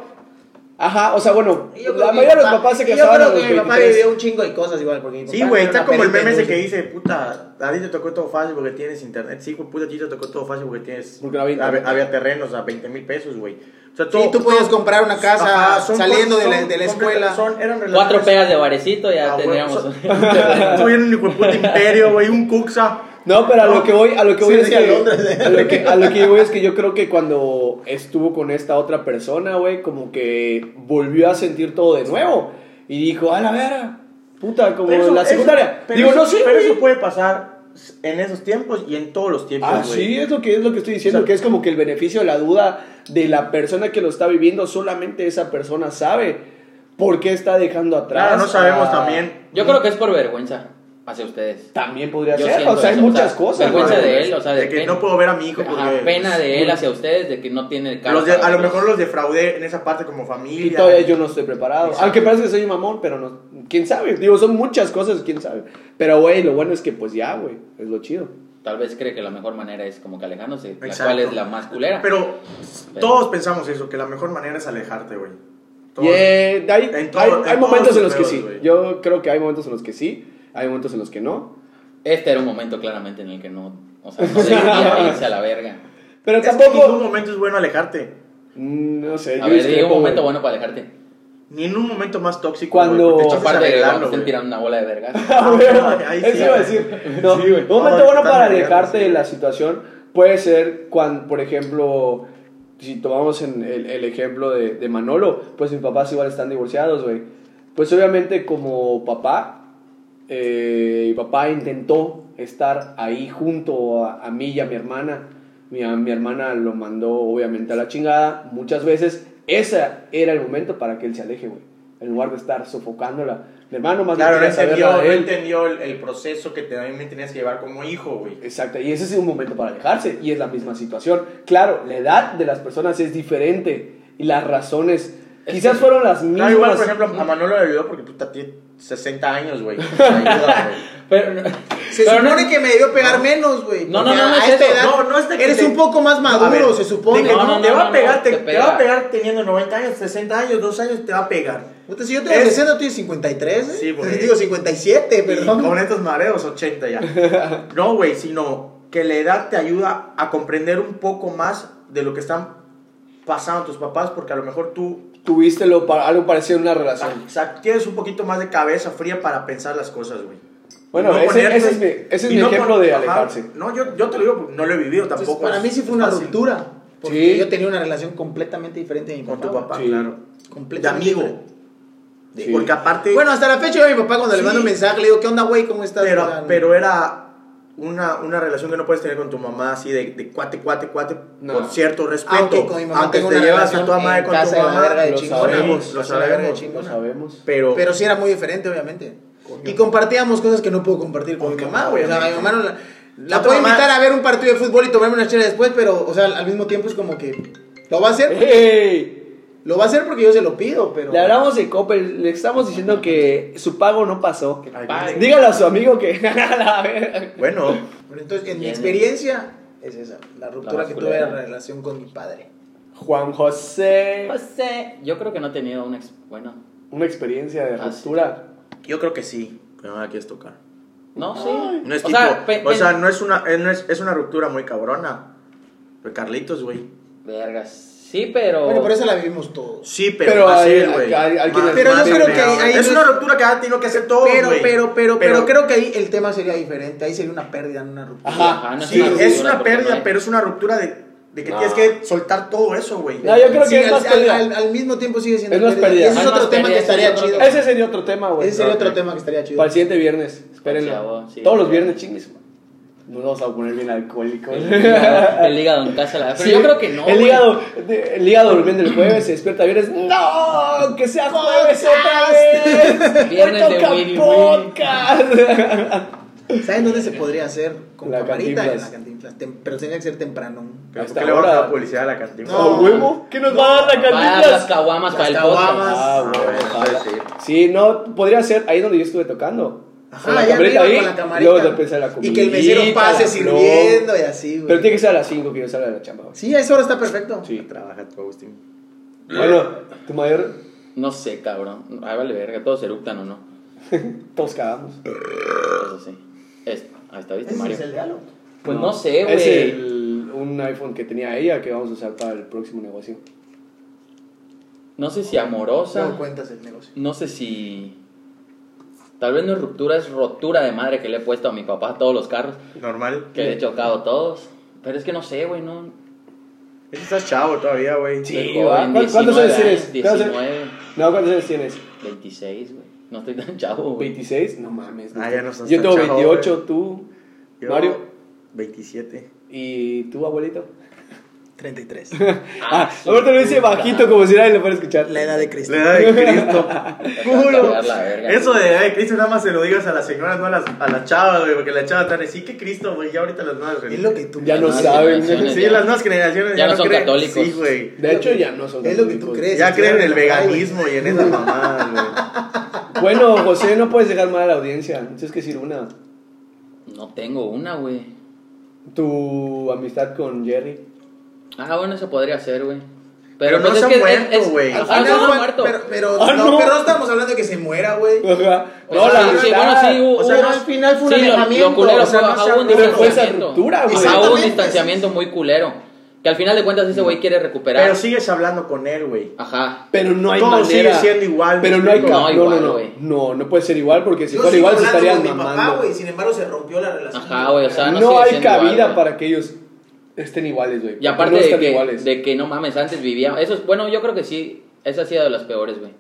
Speaker 1: ajá, o sea, bueno,
Speaker 4: Y yo creo
Speaker 1: la
Speaker 4: que
Speaker 1: mayoría
Speaker 4: mi
Speaker 1: de los
Speaker 4: papá-
Speaker 1: papás se
Speaker 4: y
Speaker 1: casaban
Speaker 4: Yo
Speaker 1: a
Speaker 4: creo
Speaker 1: los
Speaker 4: que mi papá
Speaker 1: 23.
Speaker 4: vivió un chingo de cosas igual. Porque mi papá
Speaker 3: Sí, güey,
Speaker 4: era
Speaker 3: está
Speaker 4: una
Speaker 3: como el meme
Speaker 4: perita
Speaker 3: ese que
Speaker 4: en dulce.
Speaker 3: dice, puta, a ti te tocó todo fácil porque tienes internet. Sí, güey, puta, a ti te tocó todo fácil porque tienes...
Speaker 1: Porque no había internet.
Speaker 3: había, había terrenos a 20 mil pesos, güey. O sea,
Speaker 4: Sí, tú podías comprar una casa
Speaker 3: Ajá, son
Speaker 4: saliendo
Speaker 3: cosas-
Speaker 4: de la,
Speaker 3: son
Speaker 4: de la
Speaker 3: completa-
Speaker 4: escuela.
Speaker 3: son- eran
Speaker 2: Cuatro
Speaker 3: relaciones-
Speaker 2: pegas de barecito ya
Speaker 3: Ah, güey,
Speaker 2: tendríamos.
Speaker 3: son- Soy un hijo de puta imperio, güey, un cuxa.
Speaker 1: No, pero a lo que voy, a lo que voy
Speaker 4: Sí,
Speaker 1: es
Speaker 4: sí,
Speaker 1: que,
Speaker 4: a Londres.
Speaker 1: a lo que a lo que yo voy es que yo creo que cuando estuvo con esta otra persona, güey, como que volvió a sentir todo de nuevo y dijo, "A la vera, puta, como
Speaker 3: Pero
Speaker 1: en la
Speaker 3: eso-
Speaker 1: secundaria."
Speaker 3: pero
Speaker 1: Digo,
Speaker 3: eso-
Speaker 1: no sé,
Speaker 3: Pero
Speaker 1: güey".
Speaker 3: eso puede pasar en esos tiempos y en todos los tiempos,
Speaker 1: Ah,
Speaker 3: güey.
Speaker 1: sí, es lo que es lo que estoy diciendo,
Speaker 3: O sea,
Speaker 1: que es como que el beneficio de la duda de la persona que lo está viviendo, solamente esa persona sabe por qué está dejando atrás. Ah,
Speaker 3: Claro, no sabemos
Speaker 1: a-
Speaker 3: también.
Speaker 2: Yo creo que es por vergüenza hacia ustedes.
Speaker 1: también podría
Speaker 2: Yo
Speaker 1: ser,
Speaker 2: siento
Speaker 1: o sea, hay
Speaker 2: eso, o
Speaker 1: muchas
Speaker 2: sea,
Speaker 1: cosas.
Speaker 2: Ah, vergüenza
Speaker 1: güey.
Speaker 2: de él, o sea, de
Speaker 3: de que
Speaker 2: pena.
Speaker 3: no puedo ver a mi hijo porque...
Speaker 2: Ajá, pena de él
Speaker 3: pues,
Speaker 2: hacia ustedes de que no tiene cara.
Speaker 3: los de-
Speaker 2: para
Speaker 3: a lo
Speaker 2: verlos.
Speaker 3: mejor los defraudé en esa parte como
Speaker 1: Y
Speaker 3: familia.
Speaker 1: todavía yo no estoy preparado.
Speaker 3: Exacto.
Speaker 1: Aunque parece que soy un mamón, pero no. quién sabe. Digo, son muchas cosas, quién sabe. Pero, güey, lo bueno es que, pues ya, güey, es lo chido.
Speaker 2: Tal vez cree que la mejor manera es como que alejándose, la
Speaker 3: Exacto.
Speaker 2: cual es la más culera.
Speaker 3: Pero
Speaker 2: Pero-
Speaker 3: todos pensamos eso, que la mejor manera es alejarte, güey.
Speaker 1: Y,
Speaker 3: Todos.
Speaker 1: eh, hay,
Speaker 3: en todo-
Speaker 1: hay-
Speaker 3: en
Speaker 1: hay
Speaker 3: todos
Speaker 1: momentos
Speaker 3: tus
Speaker 1: en los que
Speaker 3: pedos,
Speaker 1: sí.
Speaker 3: güey.
Speaker 1: Yo creo que hay momentos en los que sí, hay momentos en los que no.
Speaker 2: Este era un momento claramente en el que no. O sea, no debería irse a la verga.
Speaker 1: Pero
Speaker 3: Es que en ningún
Speaker 1: tampoco.
Speaker 3: momento es bueno alejarte.
Speaker 1: Mm, No sé.
Speaker 2: A ver,
Speaker 1: discrepo,
Speaker 2: llega un momento
Speaker 1: güey.
Speaker 2: bueno para alejarte.
Speaker 3: Ni en un momento más tóxico.
Speaker 1: Cuando-
Speaker 3: güey, porque estás
Speaker 2: Aparte de que cuando
Speaker 3: arreglando,
Speaker 2: estén
Speaker 3: güey.
Speaker 2: tirando una bola de verga.
Speaker 1: Ah, bueno,
Speaker 3: Ahí
Speaker 1: Eso
Speaker 3: sí,
Speaker 1: iba a
Speaker 3: güey.
Speaker 1: decir. No,
Speaker 3: Sí, güey.
Speaker 1: un momento
Speaker 3: No,
Speaker 1: bueno
Speaker 3: está
Speaker 1: para
Speaker 3: muy bien,
Speaker 1: alejarte
Speaker 3: sí.
Speaker 1: de la situación puede ser cuando, por ejemplo, si tomamos en el, el ejemplo de, de Manolo, pues mis papás igual están divorciados, güey. Pues obviamente como papá, eh, mi papá intentó estar ahí junto a, a mí y a mi hermana. Mi, a mi hermana lo mandó obviamente a la chingada muchas veces. Ese era el momento para que él se aleje, güey. En lugar de estar sofocándola. Mi hermano más
Speaker 3: Claro,
Speaker 1: bien
Speaker 3: no
Speaker 1: quería saberla
Speaker 3: entendió, no
Speaker 1: de él.
Speaker 3: entendió el, el proceso que también tenías que llevar como hijo, güey.
Speaker 1: Exacto, y ese es un momento para alejarse y es la misma situación. Claro, la edad de las personas es diferente y las razones quizás fueron las mismas.
Speaker 3: Claro, igual, por ejemplo, a Manolo le ayudó porque tú ta- tienes 60 años, güey. Te ayuda, güey.
Speaker 2: Pero no,
Speaker 4: Se
Speaker 2: pero no-
Speaker 4: supone que me debió pegar menos, güey.
Speaker 2: No, no,
Speaker 4: porque
Speaker 2: no, no
Speaker 4: a
Speaker 2: es
Speaker 4: esta
Speaker 2: eso.
Speaker 4: edad
Speaker 3: No, no es de que
Speaker 4: Eres
Speaker 3: te-
Speaker 4: un poco más
Speaker 3: A ver,
Speaker 4: maduro, se supone.
Speaker 3: de que
Speaker 2: No, no,
Speaker 3: te
Speaker 2: no,
Speaker 3: va
Speaker 2: no,
Speaker 3: a pegar,
Speaker 2: no,
Speaker 3: te,
Speaker 2: te
Speaker 3: te va
Speaker 2: pega.
Speaker 3: a pegar teniendo 90 años, 60 años, 2 años, te va a pegar.
Speaker 4: Puta, si yo tengo
Speaker 3: Es-
Speaker 4: 60, tú tienes 53, ¿eh?
Speaker 3: Sí, güey.
Speaker 4: Digo 57,
Speaker 3: Y
Speaker 4: perdón.
Speaker 3: con estos mareos, 80 ya. No, güey, sino que la edad te ayuda a comprender un poco más de lo que están pasando tus papás, porque a lo mejor tú
Speaker 1: Tuviste lo, pa- algo parecido en una relación.
Speaker 3: o sea, tienes un poquito más de cabeza fría para pensar las cosas, güey.
Speaker 1: Bueno, ese-
Speaker 3: ponerte-
Speaker 1: ese es mi- ese es
Speaker 3: y
Speaker 1: mi ejemplo
Speaker 3: pon-
Speaker 1: de
Speaker 3: ajá.
Speaker 1: alejarse.
Speaker 3: No, yo, yo te lo digo, no lo he vivido
Speaker 4: Entonces,
Speaker 3: tampoco.
Speaker 4: para
Speaker 3: es-
Speaker 4: mí sí
Speaker 3: es
Speaker 4: fue una
Speaker 3: fácil.
Speaker 4: ruptura. Porque
Speaker 1: Sí.
Speaker 4: yo tenía una relación completamente diferente de mi
Speaker 3: Con
Speaker 4: papá.
Speaker 3: tu
Speaker 4: güey.
Speaker 3: papá,
Speaker 1: Sí.
Speaker 3: claro. De
Speaker 4: Completamente
Speaker 3: amigo.
Speaker 4: diferente.
Speaker 1: Sí.
Speaker 3: Porque aparte.
Speaker 4: Bueno, hasta la fecha yo a mi papá cuando
Speaker 3: Sí.
Speaker 4: le mando un mensaje le digo, ¿qué onda, güey? ¿Cómo estás?
Speaker 3: pero,
Speaker 4: O sea,
Speaker 3: pero era una, una relación que no puedes tener con tu mamá así de, de cuate, cuate, cuate,
Speaker 1: No.
Speaker 3: con cierto respeto.
Speaker 4: Aunque con mi mamá
Speaker 3: Aunque
Speaker 4: tengo
Speaker 3: te
Speaker 4: una
Speaker 3: llevas a
Speaker 4: relación
Speaker 3: tu mamá
Speaker 4: en
Speaker 3: con tu
Speaker 4: casa de la
Speaker 3: mamá.
Speaker 4: verga de
Speaker 1: lo
Speaker 4: chingona,
Speaker 1: sabemos,
Speaker 4: güey.
Speaker 3: lo
Speaker 4: Casa de la verga de
Speaker 3: sabemos,
Speaker 1: Lo
Speaker 4: chingona.
Speaker 1: sabemos.
Speaker 3: Pero,
Speaker 4: Pero sí era muy diferente, obviamente. Y compartíamos cosas que no puedo compartir con
Speaker 3: Con
Speaker 4: mi
Speaker 3: tu
Speaker 4: mamá,
Speaker 3: mamá,
Speaker 4: güey. O sea, mi
Speaker 3: obviamente.
Speaker 4: mamá no la, la
Speaker 3: tu
Speaker 4: puedo
Speaker 3: mamá-
Speaker 4: invitar a ver un partido de fútbol y tomarme una chela después, pero, o sea, al mismo tiempo es como que. ¿Lo va a hacer?
Speaker 1: Eh. ¡Ey!
Speaker 4: Lo va a hacer porque yo se lo pido, pero.
Speaker 1: Le hablamos de Coppel, le estamos diciendo que su pago no pasó.
Speaker 3: Ay,
Speaker 2: Padre.
Speaker 1: Dígale a su amigo que. La verga.
Speaker 3: bueno,
Speaker 4: Pero entonces, en mi
Speaker 2: Bien.
Speaker 4: experiencia, es esa. La ruptura
Speaker 2: más
Speaker 4: que tuve
Speaker 2: culera.
Speaker 4: en la relación con mi padre.
Speaker 1: Juan José.
Speaker 2: José, pues, yo creo que no he tenido una. ex- Bueno,
Speaker 1: Una experiencia de
Speaker 2: Ah, sí.
Speaker 1: ruptura.
Speaker 3: yo creo que sí. Pero no la quieres tocar.
Speaker 2: no, sí.
Speaker 3: No es
Speaker 2: o
Speaker 3: tipo-
Speaker 2: sea, pe-
Speaker 3: o sea,
Speaker 2: pe-
Speaker 3: no es una, eh, no es, es una ruptura muy cabrona. Pero Carlitos, güey.
Speaker 2: Vergas. Sí, pero.
Speaker 4: Bueno, por eso la vivimos todos.
Speaker 3: Sí, pero,
Speaker 1: Pero
Speaker 3: más
Speaker 1: hay-
Speaker 3: él, güey.
Speaker 1: hay- alguien
Speaker 3: Más-
Speaker 4: Pero yo
Speaker 3: más
Speaker 4: creo que
Speaker 3: pegado.
Speaker 4: ahí- ahí
Speaker 3: es
Speaker 4: no
Speaker 3: una
Speaker 4: es-
Speaker 3: ruptura que ha tenido que hacer todo,
Speaker 4: Pero,
Speaker 3: güey.
Speaker 4: pero, pero, pero, creo que ahí el tema sería diferente. Ahí sería una pérdida, no una ruptura.
Speaker 2: Ajá, no
Speaker 3: Sí,
Speaker 2: ruptura
Speaker 3: es una
Speaker 2: porque
Speaker 3: pérdida,
Speaker 2: no hay-
Speaker 3: pero es una ruptura de, de que
Speaker 2: No.
Speaker 3: tienes que soltar todo eso, güey.
Speaker 1: No, yo creo que
Speaker 4: Sí,
Speaker 1: es
Speaker 4: al,
Speaker 1: más
Speaker 4: al,
Speaker 1: pérdida.
Speaker 4: al- al mismo tiempo sigue siendo
Speaker 1: Es más pérdida.
Speaker 4: Ese
Speaker 1: Hay
Speaker 4: es
Speaker 2: más
Speaker 4: otro tema
Speaker 2: pérdida,
Speaker 4: que
Speaker 2: ese es
Speaker 4: estaría
Speaker 2: otro
Speaker 4: chido.
Speaker 2: tema.
Speaker 4: Ese
Speaker 1: Ese sería otro tema, güey.
Speaker 4: sería otro
Speaker 3: ok.
Speaker 4: tema que estaría chido.
Speaker 1: Para el siguiente viernes, espérenlo.
Speaker 2: Chavo, sí.
Speaker 1: Todos los viernes, chingues. Nos vamos a poner bien alcohólicos.
Speaker 2: El hígado, el hígado en casa. La... Pero
Speaker 1: Sí,
Speaker 2: yo creo que no.
Speaker 1: El
Speaker 2: güey.
Speaker 1: hígado, de- el hígado durmiendo el jueves, se despierta viernes. ¡No! ¡Que sea jueves otra vez!
Speaker 2: Viernes
Speaker 1: Hoy
Speaker 2: de
Speaker 1: toca
Speaker 2: Winnie
Speaker 1: podcast.
Speaker 4: ¿Saben dónde se podría hacer? Con
Speaker 1: La
Speaker 4: camarita en la
Speaker 1: Cantinflas.
Speaker 4: cantinflas. Tem- pero tenía que ser temprano.
Speaker 3: Pero ¿por
Speaker 1: Hasta
Speaker 3: qué le va a
Speaker 1: ahora-
Speaker 3: dar publicidad a la Oh, cantina?
Speaker 4: No.
Speaker 1: ¿A huevo? ¿Qué nos va a dar la
Speaker 2: Va a dar las
Speaker 1: cantinflas?
Speaker 2: caguamas para el
Speaker 4: Las
Speaker 2: podcast.
Speaker 4: caguamas.
Speaker 1: Ah,
Speaker 3: Ah,
Speaker 1: güey,
Speaker 3: bueno,
Speaker 1: ojalá.
Speaker 3: sí.
Speaker 1: Sí, no, podría ser ahí donde yo estuve tocando.
Speaker 4: Ajá,
Speaker 1: Con la
Speaker 4: allá
Speaker 1: camarita
Speaker 4: arriba
Speaker 1: ahí.
Speaker 4: con la camarita.
Speaker 1: Luego después a la comida.
Speaker 4: y que el mesero pase sirviendo y así,
Speaker 1: Pero
Speaker 4: güey.
Speaker 1: tiene que ser a las 5 que yo salga de la chamba. güey.
Speaker 4: Sí, a esa hora está perfecto.
Speaker 1: Sí.
Speaker 3: Trabaja tú, Agustín.
Speaker 1: Bueno, tu mayor.
Speaker 2: No sé, cabrón. Ay, vale, verga. Todos eructan o no.
Speaker 1: Todos cagamos.
Speaker 2: Eso sí. Esto. Ahí está, ¿viste,
Speaker 4: Ese
Speaker 2: Mario?
Speaker 4: es el diálogo.
Speaker 2: Pues no, sé, güey.
Speaker 1: Es el- un iPhone que tenía ella que vamos a usar para el próximo negocio.
Speaker 2: No sé si amorosa.
Speaker 4: No pues. cuentas el negocio.
Speaker 2: No sé si. Tal vez no es ruptura, es rotura de madre que le he puesto a mi papá a todos los carros.
Speaker 3: Normal.
Speaker 2: Que le he chocado todos. Pero es que no sé, güey, no.
Speaker 3: Es que estás chavo todavía, güey.
Speaker 1: Sí,
Speaker 2: Soy
Speaker 1: va.
Speaker 2: joven,
Speaker 1: ¿Cuán- cuántos años
Speaker 2: 19,
Speaker 1: tienes? ¿Cuántos años-
Speaker 2: 19,
Speaker 1: No, ¿cuántos años tienes?
Speaker 2: 26, güey. No estoy tan chavo, güey.
Speaker 1: ¿26? No mames.
Speaker 3: Ah, ya no estás
Speaker 1: Yo
Speaker 3: tan
Speaker 1: tengo
Speaker 3: chavo,
Speaker 1: 28, tú,
Speaker 3: Yo,
Speaker 1: Mario,
Speaker 3: 27.
Speaker 1: y tu abuelito.
Speaker 4: 33.
Speaker 1: Ah, ahorita lo dice bajito como si nadie lo fuera a escuchar.
Speaker 4: La edad de
Speaker 2: Este.
Speaker 4: Cristo.
Speaker 3: La edad de Cristo.
Speaker 1: Ah,
Speaker 3: Culo. Eso
Speaker 2: Eso.
Speaker 3: de edad de Cristo nada más se lo digas a las señoras, no a las, a las chavas, güey. Porque las chavas están así que Cristo, güey. Ya ahorita las nuevas
Speaker 4: Es
Speaker 3: religiones.
Speaker 4: lo que tú
Speaker 1: Ya no
Speaker 2: Las
Speaker 1: saben.
Speaker 2: generaciones.
Speaker 3: Sí, las nuevas generaciones
Speaker 2: Ya no son
Speaker 3: creen-
Speaker 2: católicos.
Speaker 3: Sí, güey.
Speaker 1: De hecho, ya no son
Speaker 4: Es lo que tú
Speaker 1: católicos.
Speaker 4: crees.
Speaker 3: Ya creen en el
Speaker 4: Ay, güey.
Speaker 3: veganismo y en esa mamada, güey.
Speaker 1: Bueno, José, no puedes dejar mal a la audiencia. Tienes que decir una.
Speaker 2: No tengo una, güey.
Speaker 1: Tu amistad con Jerry.
Speaker 2: Ah, bueno, eso podría ser, güey.
Speaker 3: Pero no
Speaker 2: pues
Speaker 3: se
Speaker 2: es
Speaker 3: ha
Speaker 2: que es-
Speaker 3: muerto,
Speaker 2: es-
Speaker 3: güey.
Speaker 2: Ah,
Speaker 3: Al
Speaker 2: no,
Speaker 4: Pero-
Speaker 2: no, muerto.
Speaker 4: Pero, pero,
Speaker 1: Ah,
Speaker 4: no,
Speaker 1: no.
Speaker 4: pero no estamos hablando de que se muera, güey.
Speaker 1: Ajá. No,
Speaker 2: O sea,
Speaker 1: la
Speaker 2: Pues, sí, bueno,
Speaker 1: amistad.
Speaker 2: sí, hubo,
Speaker 3: O sea, no,
Speaker 2: hubo-
Speaker 3: al final fue un
Speaker 2: sí, lo-
Speaker 3: alejamiento.
Speaker 2: Lo, culero,
Speaker 3: O sea,
Speaker 2: fue-
Speaker 3: no se
Speaker 2: ajá, hubo un
Speaker 3: abrió,
Speaker 1: pero fue esa
Speaker 2: distanciamiento.
Speaker 1: ruptura, güey.
Speaker 2: Ajá, hubo un
Speaker 4: Exactamente.
Speaker 2: distanciamiento muy culero. Que al final de cuentas ese güey quiere recuperar.
Speaker 3: Pero sigues hablando con él, güey.
Speaker 2: Ajá.
Speaker 1: Pero no hay
Speaker 3: Todo
Speaker 1: manera.
Speaker 3: sigue siendo igual,
Speaker 1: Pero
Speaker 3: me
Speaker 1: no hay
Speaker 3: explico.
Speaker 1: ca-
Speaker 2: No,
Speaker 1: No,
Speaker 2: igual,
Speaker 1: no, no,
Speaker 2: güey.
Speaker 1: no. No puede ser igual porque si
Speaker 4: Yo
Speaker 1: fuera
Speaker 4: sigo
Speaker 1: igual se
Speaker 4: hablando
Speaker 1: estarían
Speaker 4: con mi papá,
Speaker 1: mamando.
Speaker 4: güey. Sin embargo, se rompió la relación.
Speaker 2: Ajá, güey, o sea, no,
Speaker 1: no
Speaker 2: sigue
Speaker 1: hay
Speaker 2: siendo
Speaker 1: cabida
Speaker 2: igual, güey.
Speaker 1: para que ellos estén iguales, güey.
Speaker 2: Y aparte
Speaker 1: no
Speaker 2: de
Speaker 1: están
Speaker 2: que,
Speaker 1: iguales.
Speaker 2: de que no mames, antes vivíamos. Eso es, bueno, yo creo que sí, esa ha sido de las peores, güey.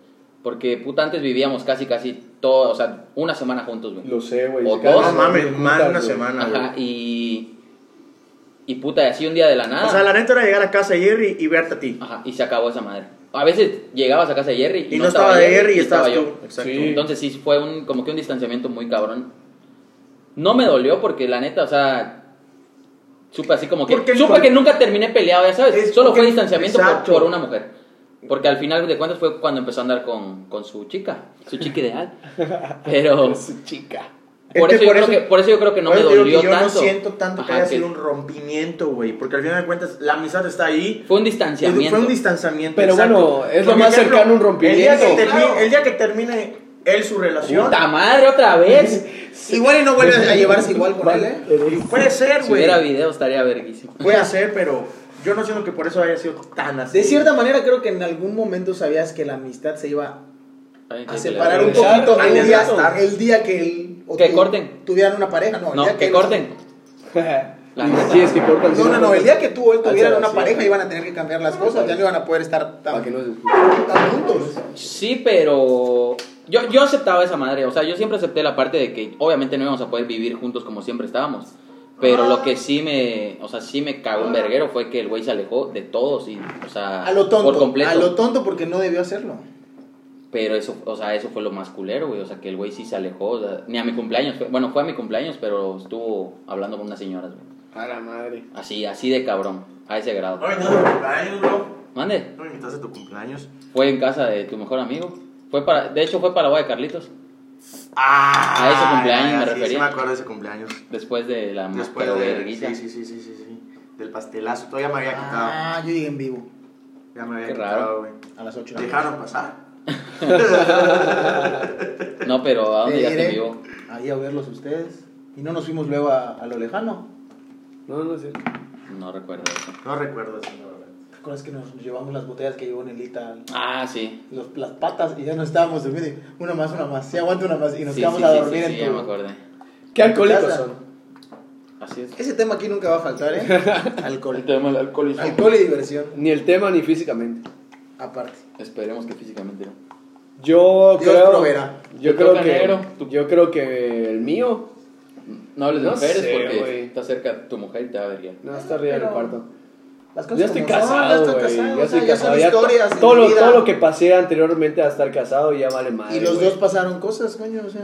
Speaker 2: Porque puta, antes vivíamos casi, casi todo, o sea, una semana juntos, güey.
Speaker 1: Lo sé, güey.
Speaker 2: O
Speaker 1: se quedan
Speaker 2: dos.
Speaker 3: No
Speaker 1: hablando
Speaker 3: mames, más de
Speaker 1: juntas,
Speaker 3: una
Speaker 1: güey.
Speaker 3: semana,
Speaker 2: Ajá,
Speaker 3: güey.
Speaker 2: y. Y puta, y así un día de la nada.
Speaker 3: O sea, la neta era llegar a casa de Jerry y verte a ti.
Speaker 2: Ajá, y se acabó esa madre. A veces llegabas a casa de Jerry
Speaker 3: Y, no, estaba de Jerry y estabas
Speaker 2: estaba
Speaker 3: tú. Exacto.
Speaker 1: Sí.
Speaker 2: Entonces sí fue un, como que un distanciamiento muy cabrón. No me dolió porque la neta, o sea, supe así como que...
Speaker 3: Porque el-
Speaker 2: supe que nunca terminé peleado, ya sabes.
Speaker 3: Es
Speaker 2: Solo
Speaker 3: porque-
Speaker 2: fue distanciamiento por,
Speaker 3: exacto.
Speaker 2: por una mujer. Porque al final de cuentas fue cuando empezó a andar con, con su chica, su chica ideal. Pero
Speaker 1: Con su chica.
Speaker 3: Es
Speaker 2: por
Speaker 3: que
Speaker 2: eso, yo
Speaker 3: por
Speaker 2: creo
Speaker 3: eso-
Speaker 2: que, por eso yo creo que no
Speaker 3: Por
Speaker 2: me
Speaker 3: eso te digo que
Speaker 2: dolió
Speaker 3: yo
Speaker 2: tanto.
Speaker 3: no siento tanto que
Speaker 2: Ajá,
Speaker 3: haya sido un rompimiento, güey. Porque al final de cuentas, la amistad está ahí.
Speaker 2: Fue un
Speaker 3: Fue
Speaker 2: distanciamiento.
Speaker 3: un distanciamiento.
Speaker 1: Pero bueno, es lo más cercano a un rompimiento.
Speaker 3: El día, que termine,
Speaker 4: Claro.
Speaker 3: el día que termine él su relación.
Speaker 2: ¡Puta madre, otra vez!
Speaker 4: Igual y no vuelve a llevarse igual con él, ¿eh?
Speaker 3: Puede ser,
Speaker 2: si
Speaker 3: güey.
Speaker 2: hubiera video estaría verguísimo.
Speaker 3: Puede ser, pero yo no siento que por eso haya sido tan así.
Speaker 4: De cierta manera, creo que en algún momento sabías que la amistad se iba a separar un
Speaker 1: Claro.
Speaker 4: poquito
Speaker 3: Ahí
Speaker 4: el
Speaker 3: les va a estar.
Speaker 4: día, el día que él o
Speaker 2: Ah, Que
Speaker 4: tú
Speaker 2: corten.
Speaker 4: tuvieran una pareja. No, el
Speaker 2: No,
Speaker 4: día
Speaker 2: que
Speaker 4: él-
Speaker 2: corten. neta.
Speaker 1: sí, es que cortan. sí,
Speaker 4: eh? No, no, no, el día que tú o él
Speaker 1: Ah,
Speaker 4: tuvieran
Speaker 1: sí,
Speaker 4: una
Speaker 1: sí,
Speaker 4: pareja
Speaker 1: sí.
Speaker 4: iban a tener que cambiar
Speaker 2: Ah,
Speaker 4: las cosas, ya no iban a poder estar
Speaker 1: Para
Speaker 4: tan,
Speaker 1: que no se escuche.
Speaker 4: tan juntos.
Speaker 2: Sí, pero yo, yo aceptaba esa madre, o sea, yo siempre acepté la parte de que obviamente no íbamos a poder vivir juntos como siempre estábamos. Pero lo que sí me, o sea, sí me cagó un verguero fue que el güey se alejó de todos y, o sea,
Speaker 4: A
Speaker 2: Ah,
Speaker 4: lo
Speaker 2: por
Speaker 4: tonto,
Speaker 2: completo.
Speaker 4: a lo tonto porque no debió hacerlo.
Speaker 2: Pero eso, o sea, eso fue lo más culero, güey, o sea, que el güey sí se alejó, o sea, ni a mi cumpleaños, fue- bueno, fue a mi cumpleaños, pero estuvo hablando con unas señoras, güey.
Speaker 1: A la madre.
Speaker 2: Así, así de cabrón, a ese grado.
Speaker 3: me invitas a tu cumpleaños, bro.
Speaker 2: Mande,
Speaker 3: No me invitas a tu cumpleaños.
Speaker 2: fue en casa de tu mejor amigo. Fue para, de hecho fue para la boda de Carlitos,
Speaker 3: Ah,
Speaker 2: A ese cumpleaños
Speaker 3: ya,
Speaker 2: me
Speaker 3: sí,
Speaker 2: refería.
Speaker 3: Sí, me acuerdo de ese cumpleaños.
Speaker 2: después de la más
Speaker 3: Después
Speaker 2: pero
Speaker 3: de.
Speaker 2: verguiza.
Speaker 3: Sí, sí, sí, sí, sí, sí. Del pastelazo. Todavía me había quitado.
Speaker 4: Ah, yo llegué en vivo
Speaker 3: ya me había
Speaker 2: qué
Speaker 3: quitado,
Speaker 2: raro.
Speaker 3: güey.
Speaker 4: a las 8 de la
Speaker 3: Dejaron pasar.
Speaker 2: No, pero ¿a dónde
Speaker 4: Te
Speaker 2: llegaste en
Speaker 4: diré.
Speaker 2: vivo?
Speaker 4: Ahí a verlos ustedes. Y no nos fuimos luego a, a lo lejano.
Speaker 1: No, no es cierto.
Speaker 2: No recuerdo eso.
Speaker 3: No recuerdo eso, la verdad.
Speaker 4: ¿Te acuerdas que nos llevamos las botellas que llevó Nelita?
Speaker 2: Ah, sí.
Speaker 4: Los, las patas y ya no estábamos durmiendo. y Una más, una más. Sí, aguanta una más. Y nos
Speaker 2: Sí,
Speaker 4: quedamos
Speaker 2: sí,
Speaker 4: a
Speaker 2: sí, sí,
Speaker 4: dormir en
Speaker 2: sí,
Speaker 4: tu-
Speaker 2: ya me acordé.
Speaker 1: ¿Qué
Speaker 4: En tu
Speaker 1: alcohólicos
Speaker 4: casa.
Speaker 1: son?
Speaker 2: Así es.
Speaker 4: Ese tema aquí nunca va a faltar, ¿eh? Alcohol.
Speaker 2: tema del alcoholismo.
Speaker 4: Alcohol y diversión,
Speaker 1: Ni el tema ni físicamente.
Speaker 4: aparte.
Speaker 2: Esperemos que físicamente no.
Speaker 1: Yo
Speaker 4: Dios
Speaker 1: creo.
Speaker 4: proveerá.
Speaker 1: Yo
Speaker 2: Te
Speaker 1: creo
Speaker 2: toca
Speaker 1: que.
Speaker 2: negro.
Speaker 1: Yo creo que el mío.
Speaker 2: No hables de
Speaker 1: No
Speaker 2: mujeres
Speaker 1: sé,
Speaker 2: porque
Speaker 1: güey.
Speaker 2: está cerca tu mujer y te va a verguiar.
Speaker 1: No, está arriba del
Speaker 4: Pero-
Speaker 1: cuarto.
Speaker 4: Las cosas
Speaker 1: Ya estoy
Speaker 4: como son,
Speaker 1: casado,
Speaker 4: ya
Speaker 1: güey.
Speaker 4: estoy casado.
Speaker 1: Ya
Speaker 4: o sea,
Speaker 1: estoy
Speaker 4: ya son
Speaker 1: casado. Ya
Speaker 4: historias. de
Speaker 1: todo, lo,
Speaker 4: vida.
Speaker 1: todo lo que pasé anteriormente a estar casado ya vale madre.
Speaker 4: Y los
Speaker 1: güey.
Speaker 4: dos pasaron cosas, coño, o sea.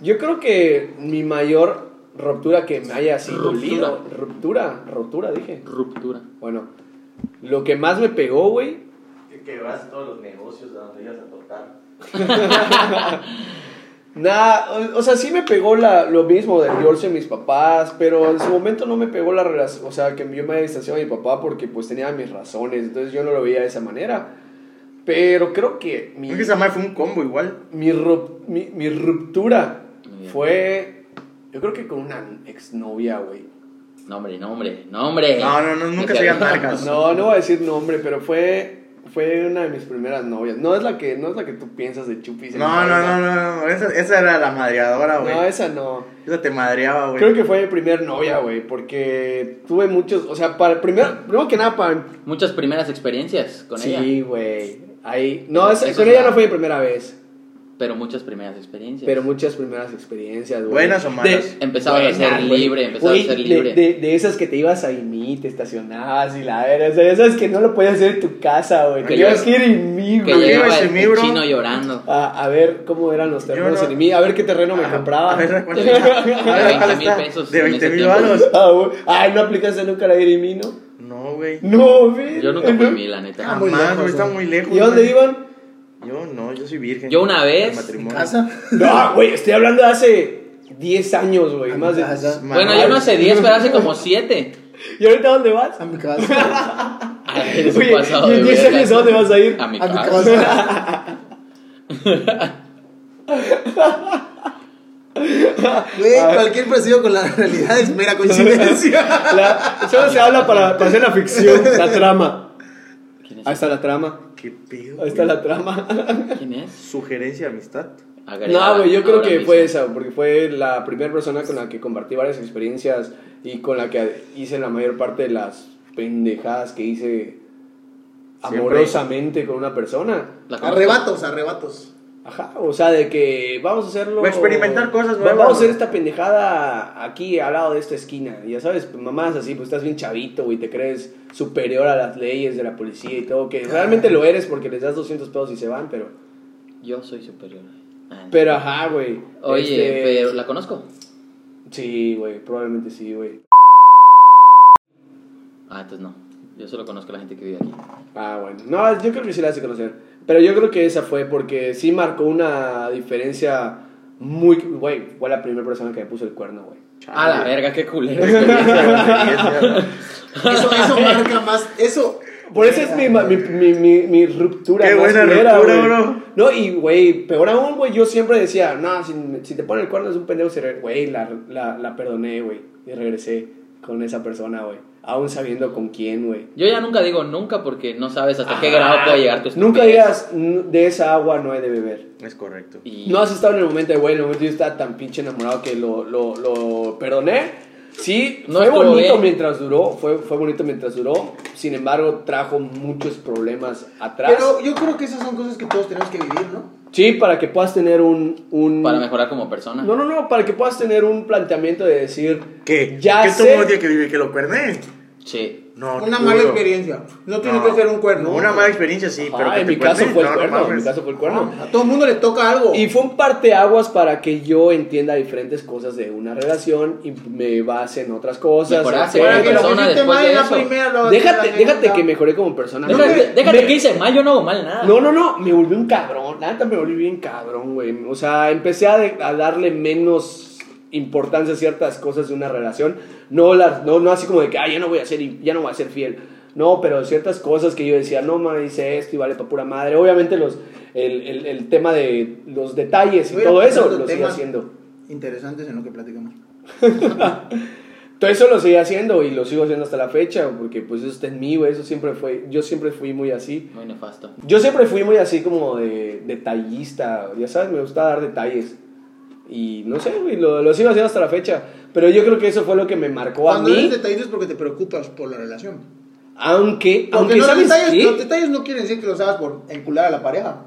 Speaker 1: Yo creo que mi mayor ruptura que me haya sido dolido. Ruptura, ruptura, dije.
Speaker 2: Ruptura.
Speaker 1: Bueno, lo que más me pegó, güey,
Speaker 3: Que vas a todos los negocios a donde ibas a tocar.
Speaker 1: Nada, o, o sea, sí me pegó la, lo mismo del divorcio de mis papás, pero en su momento no me pegó la relación, o sea, que yo me distanciaba de mi papá porque pues tenía mis razones, entonces yo no lo veía de esa manera. Pero creo que mi,
Speaker 3: Es que esa madre fue un combo igual.
Speaker 1: mi, rup- mi, mi ruptura
Speaker 2: Muy bien.
Speaker 1: fue, yo creo que con una exnovia, güey.
Speaker 2: No, hombre, no, hombre, no, hombre.
Speaker 3: No, no, no, nunca se
Speaker 2: se
Speaker 3: digan marcas.
Speaker 1: No, no voy a decir nombre, pero fue, fue una de mis primeras novias. No es la que, no es la que tú piensas de chupis. en
Speaker 3: No,
Speaker 1: la
Speaker 3: no,
Speaker 1: vida.
Speaker 3: no, no, no. Esa, esa era la madreadora, güey.
Speaker 1: No, esa no.
Speaker 3: Esa te madreaba, güey.
Speaker 1: Creo que fue mi primer novia, güey, porque tuve muchos, o sea, para primero, primero que nada para
Speaker 2: Muchas primeras experiencias con ella.
Speaker 1: Sí, güey. Ahí no, esa-
Speaker 2: Eso
Speaker 1: con
Speaker 2: es
Speaker 1: ella
Speaker 2: la-
Speaker 1: no fue mi primera vez,
Speaker 2: Pero muchas primeras experiencias.
Speaker 1: pero muchas primeras experiencias, güey.
Speaker 3: Buenas o malas.
Speaker 2: Empezabas a ser
Speaker 1: Buenas, güey.
Speaker 2: libre, empezabas
Speaker 1: Güey,
Speaker 2: a ser
Speaker 1: de-
Speaker 2: libre.
Speaker 1: De, de esas que te ibas a mí, te estacionabas y la era, o sea, esas que no lo podías hacer en tu casa, güey.
Speaker 2: Que
Speaker 1: Te ibas a
Speaker 2: yo-
Speaker 1: ir en mí, güey.
Speaker 2: que
Speaker 3: Yo
Speaker 2: llegaba
Speaker 3: iba a
Speaker 2: el,
Speaker 3: decir,
Speaker 2: el
Speaker 3: bro.
Speaker 2: chino llorando.
Speaker 1: A, a ver cómo eran los terrenos
Speaker 3: no-
Speaker 1: en mí, a ver qué terreno me compraba.
Speaker 3: A ver, ¿cuál
Speaker 2: De
Speaker 3: está?
Speaker 2: veinte-
Speaker 3: A ver,
Speaker 2: de
Speaker 3: ¿cuál
Speaker 2: 20,000
Speaker 3: está?
Speaker 2: pesos
Speaker 3: De
Speaker 2: en
Speaker 3: 20
Speaker 2: ese
Speaker 3: mil
Speaker 2: tiempo.
Speaker 3: balos.
Speaker 1: Ah, güey. Ay, no aplicaste nunca la de mí, ¿no?
Speaker 3: No, güey.
Speaker 1: No, güey.
Speaker 2: Yo nunca fui mí, la neta.
Speaker 4: Ah, muy
Speaker 3: Jamás,
Speaker 4: lejos,
Speaker 3: güey. Está
Speaker 4: güey.
Speaker 3: muy lejos.
Speaker 1: ¿Y a dónde
Speaker 3: güey.
Speaker 1: iban?
Speaker 3: Yo no, yo soy virgen.
Speaker 2: Yo una vez-
Speaker 3: El matrimonio.
Speaker 4: ¿Casa?
Speaker 1: No, güey, estoy hablando de hace 10 años, güey.
Speaker 4: A
Speaker 1: Más
Speaker 4: mi
Speaker 1: de...
Speaker 4: casa.
Speaker 3: Ma-
Speaker 2: Bueno, yo no hace 10, pero hace como 7.
Speaker 1: ¿Y ahorita dónde vas?
Speaker 4: A mi casa.
Speaker 2: Ay, eres un
Speaker 1: Oye,
Speaker 2: pasado
Speaker 1: ¿y
Speaker 2: de
Speaker 1: en 10
Speaker 2: verga.
Speaker 1: años a dónde vas a ir?
Speaker 2: A mi
Speaker 4: A mi
Speaker 2: casa.
Speaker 4: casa. Güey, cualquier parecido con la realidad es mera coincidencia.
Speaker 1: La- solo se habla para, para hacer la ficción, la trama.
Speaker 2: ¿Quién
Speaker 1: Ahí
Speaker 2: es?
Speaker 1: está la trama.
Speaker 3: ¿Qué pido?
Speaker 1: Ahí está la trama.
Speaker 2: ¿Quién es?
Speaker 3: Sugerencia de amistad.
Speaker 2: Agrega
Speaker 1: No, güey, yo creo
Speaker 2: ahora
Speaker 1: que
Speaker 2: mismo.
Speaker 1: fue esa, porque fue la primera persona con la que compartí varias experiencias y con la que hice la mayor parte de las pendejadas que hice
Speaker 3: Siempre.
Speaker 1: amorosamente con una persona.
Speaker 2: La conozco.
Speaker 4: Arrebatos, arrebatos.
Speaker 1: Ajá, o sea, de que vamos a hacerlo.
Speaker 3: O experimentar cosas
Speaker 1: Va-
Speaker 3: nuevas,
Speaker 1: Vamos a hacer
Speaker 3: güey.
Speaker 1: esta pendejada aquí al lado de esta esquina. Ya sabes, pues, mamás así, pues estás bien chavito, güey, te crees superior a las leyes de la policía y todo,
Speaker 3: Ah.
Speaker 1: que realmente lo eres porque les das 200 pesos y se van, pero.
Speaker 2: Yo soy superior. Ah, no.
Speaker 1: Pero ajá, güey.
Speaker 2: Oye,
Speaker 1: este,
Speaker 2: pero ¿la conozco?
Speaker 1: Sí, güey, probablemente sí, güey.
Speaker 2: Ah, entonces no. Yo solo conozco a la gente que vive aquí.
Speaker 1: Ah, bueno. No, yo creo que sí la hace conocer. Pero yo creo que esa fue porque sí marcó una diferencia muy. Güey, fue la primera persona que me puso el cuerno, güey.
Speaker 2: A la verga, qué culero.
Speaker 4: Eso, eso marca más. Eso.
Speaker 1: Por eso es mi, ma- mi, mi, mi, mi ruptura.
Speaker 3: Qué
Speaker 1: más
Speaker 3: buena
Speaker 1: culera,
Speaker 3: ruptura,
Speaker 1: güey.
Speaker 3: bro.
Speaker 1: No, y güey, peor aún, güey, yo siempre decía, no, si, si te ponen el cuerno es un pendejo, se re- güey, la, la, la perdoné, güey, y regresé con esa persona, güey, aún sabiendo con quién, güey.
Speaker 2: Yo ya nunca digo nunca porque no sabes hasta qué grado puede llegar tu estupidez.
Speaker 1: Nunca digas, "N- de esa agua no he de beber.
Speaker 3: Es correcto.
Speaker 2: Y-
Speaker 1: No has estado en el momento de, güey, en el momento yo estaba tan pinche enamorado que lo, lo, lo perdoné. Sí,
Speaker 2: No
Speaker 1: fue
Speaker 2: estuvo
Speaker 1: bonito
Speaker 2: bien.
Speaker 1: mientras duró, fue, fue bonito mientras duró, sin embargo, trajo muchos problemas atrás.
Speaker 4: Pero yo creo que esas son cosas que todos tenemos que vivir, ¿no?
Speaker 1: Sí, para que puedas tener un... un...
Speaker 2: Para mejorar como persona.
Speaker 1: No, no, no, para que puedas tener un planteamiento de decir...
Speaker 3: ¿Qué?
Speaker 1: Ya
Speaker 3: ¿Qué
Speaker 1: sé...
Speaker 3: todo que vive que lo cuerné?
Speaker 2: Sí.
Speaker 3: No,
Speaker 4: Una
Speaker 3: te
Speaker 4: mala
Speaker 3: juro.
Speaker 4: experiencia. No tiene
Speaker 3: No.
Speaker 4: que ser un cuerno.
Speaker 3: Una mala experiencia, sí,
Speaker 1: Ah,
Speaker 3: pero que
Speaker 1: en
Speaker 3: te
Speaker 1: mi caso
Speaker 3: cuernen,
Speaker 1: fue el
Speaker 3: no, no
Speaker 1: cuerno, en
Speaker 3: mames.
Speaker 1: mi caso fue el cuerno.
Speaker 4: Ah, A todo el mundo le toca algo.
Speaker 1: Y fue un parteaguas para que yo entienda diferentes cosas de una relación y me base en otras cosas.
Speaker 2: Mejoraste
Speaker 1: etcétera.
Speaker 4: Para que lo que
Speaker 2: persona
Speaker 4: hiciste
Speaker 2: después
Speaker 4: mal
Speaker 2: de
Speaker 4: en la
Speaker 2: eso.
Speaker 4: primera lo hagas en la
Speaker 1: Déjate,
Speaker 4: segunda.
Speaker 1: déjate que mejoré como persona.
Speaker 2: Déjate,
Speaker 1: Me-
Speaker 2: déjate
Speaker 1: me-
Speaker 2: que hice mal, yo no hago mal nada.
Speaker 1: No, no, no, me volví un cabrón. La neta me volví bien cabrón, güey. O sea, empecé a, de- a darle menos importancia a ciertas cosas de una relación. No, las, no, no así como de que, ah, ya no voy a ser, in- ya no voy a ser fiel. No, pero ciertas cosas que yo decía, no, me hice esto y vale para pura madre. Obviamente los, el, el- el tema de los detalles y
Speaker 4: Mira,
Speaker 1: todo eso
Speaker 4: hablando de
Speaker 1: lo sigo
Speaker 4: temas
Speaker 1: haciendo.
Speaker 4: Interesantes en lo que platicamos.
Speaker 1: Todo eso lo seguí haciendo y lo sigo haciendo hasta la fecha, porque pues eso está en mí, güey. Eso siempre fue, yo siempre fui muy así.
Speaker 2: Muy nefasto.
Speaker 1: Yo siempre fui muy así como de detallista, ya sabes, me gusta dar detalles. Y no sé, güey, lo, lo sigo haciendo hasta la fecha. Pero yo creo que eso fue lo que me marcó a
Speaker 4: Cuando
Speaker 1: mí.
Speaker 4: eres detallista es porque te preocupas por la relación.
Speaker 1: Aunque,
Speaker 4: Porque
Speaker 1: aunque
Speaker 4: no, los,
Speaker 1: sabes
Speaker 4: detalles,
Speaker 1: qué?
Speaker 4: los detalles no quieren decir que los hagas por encular a la pareja.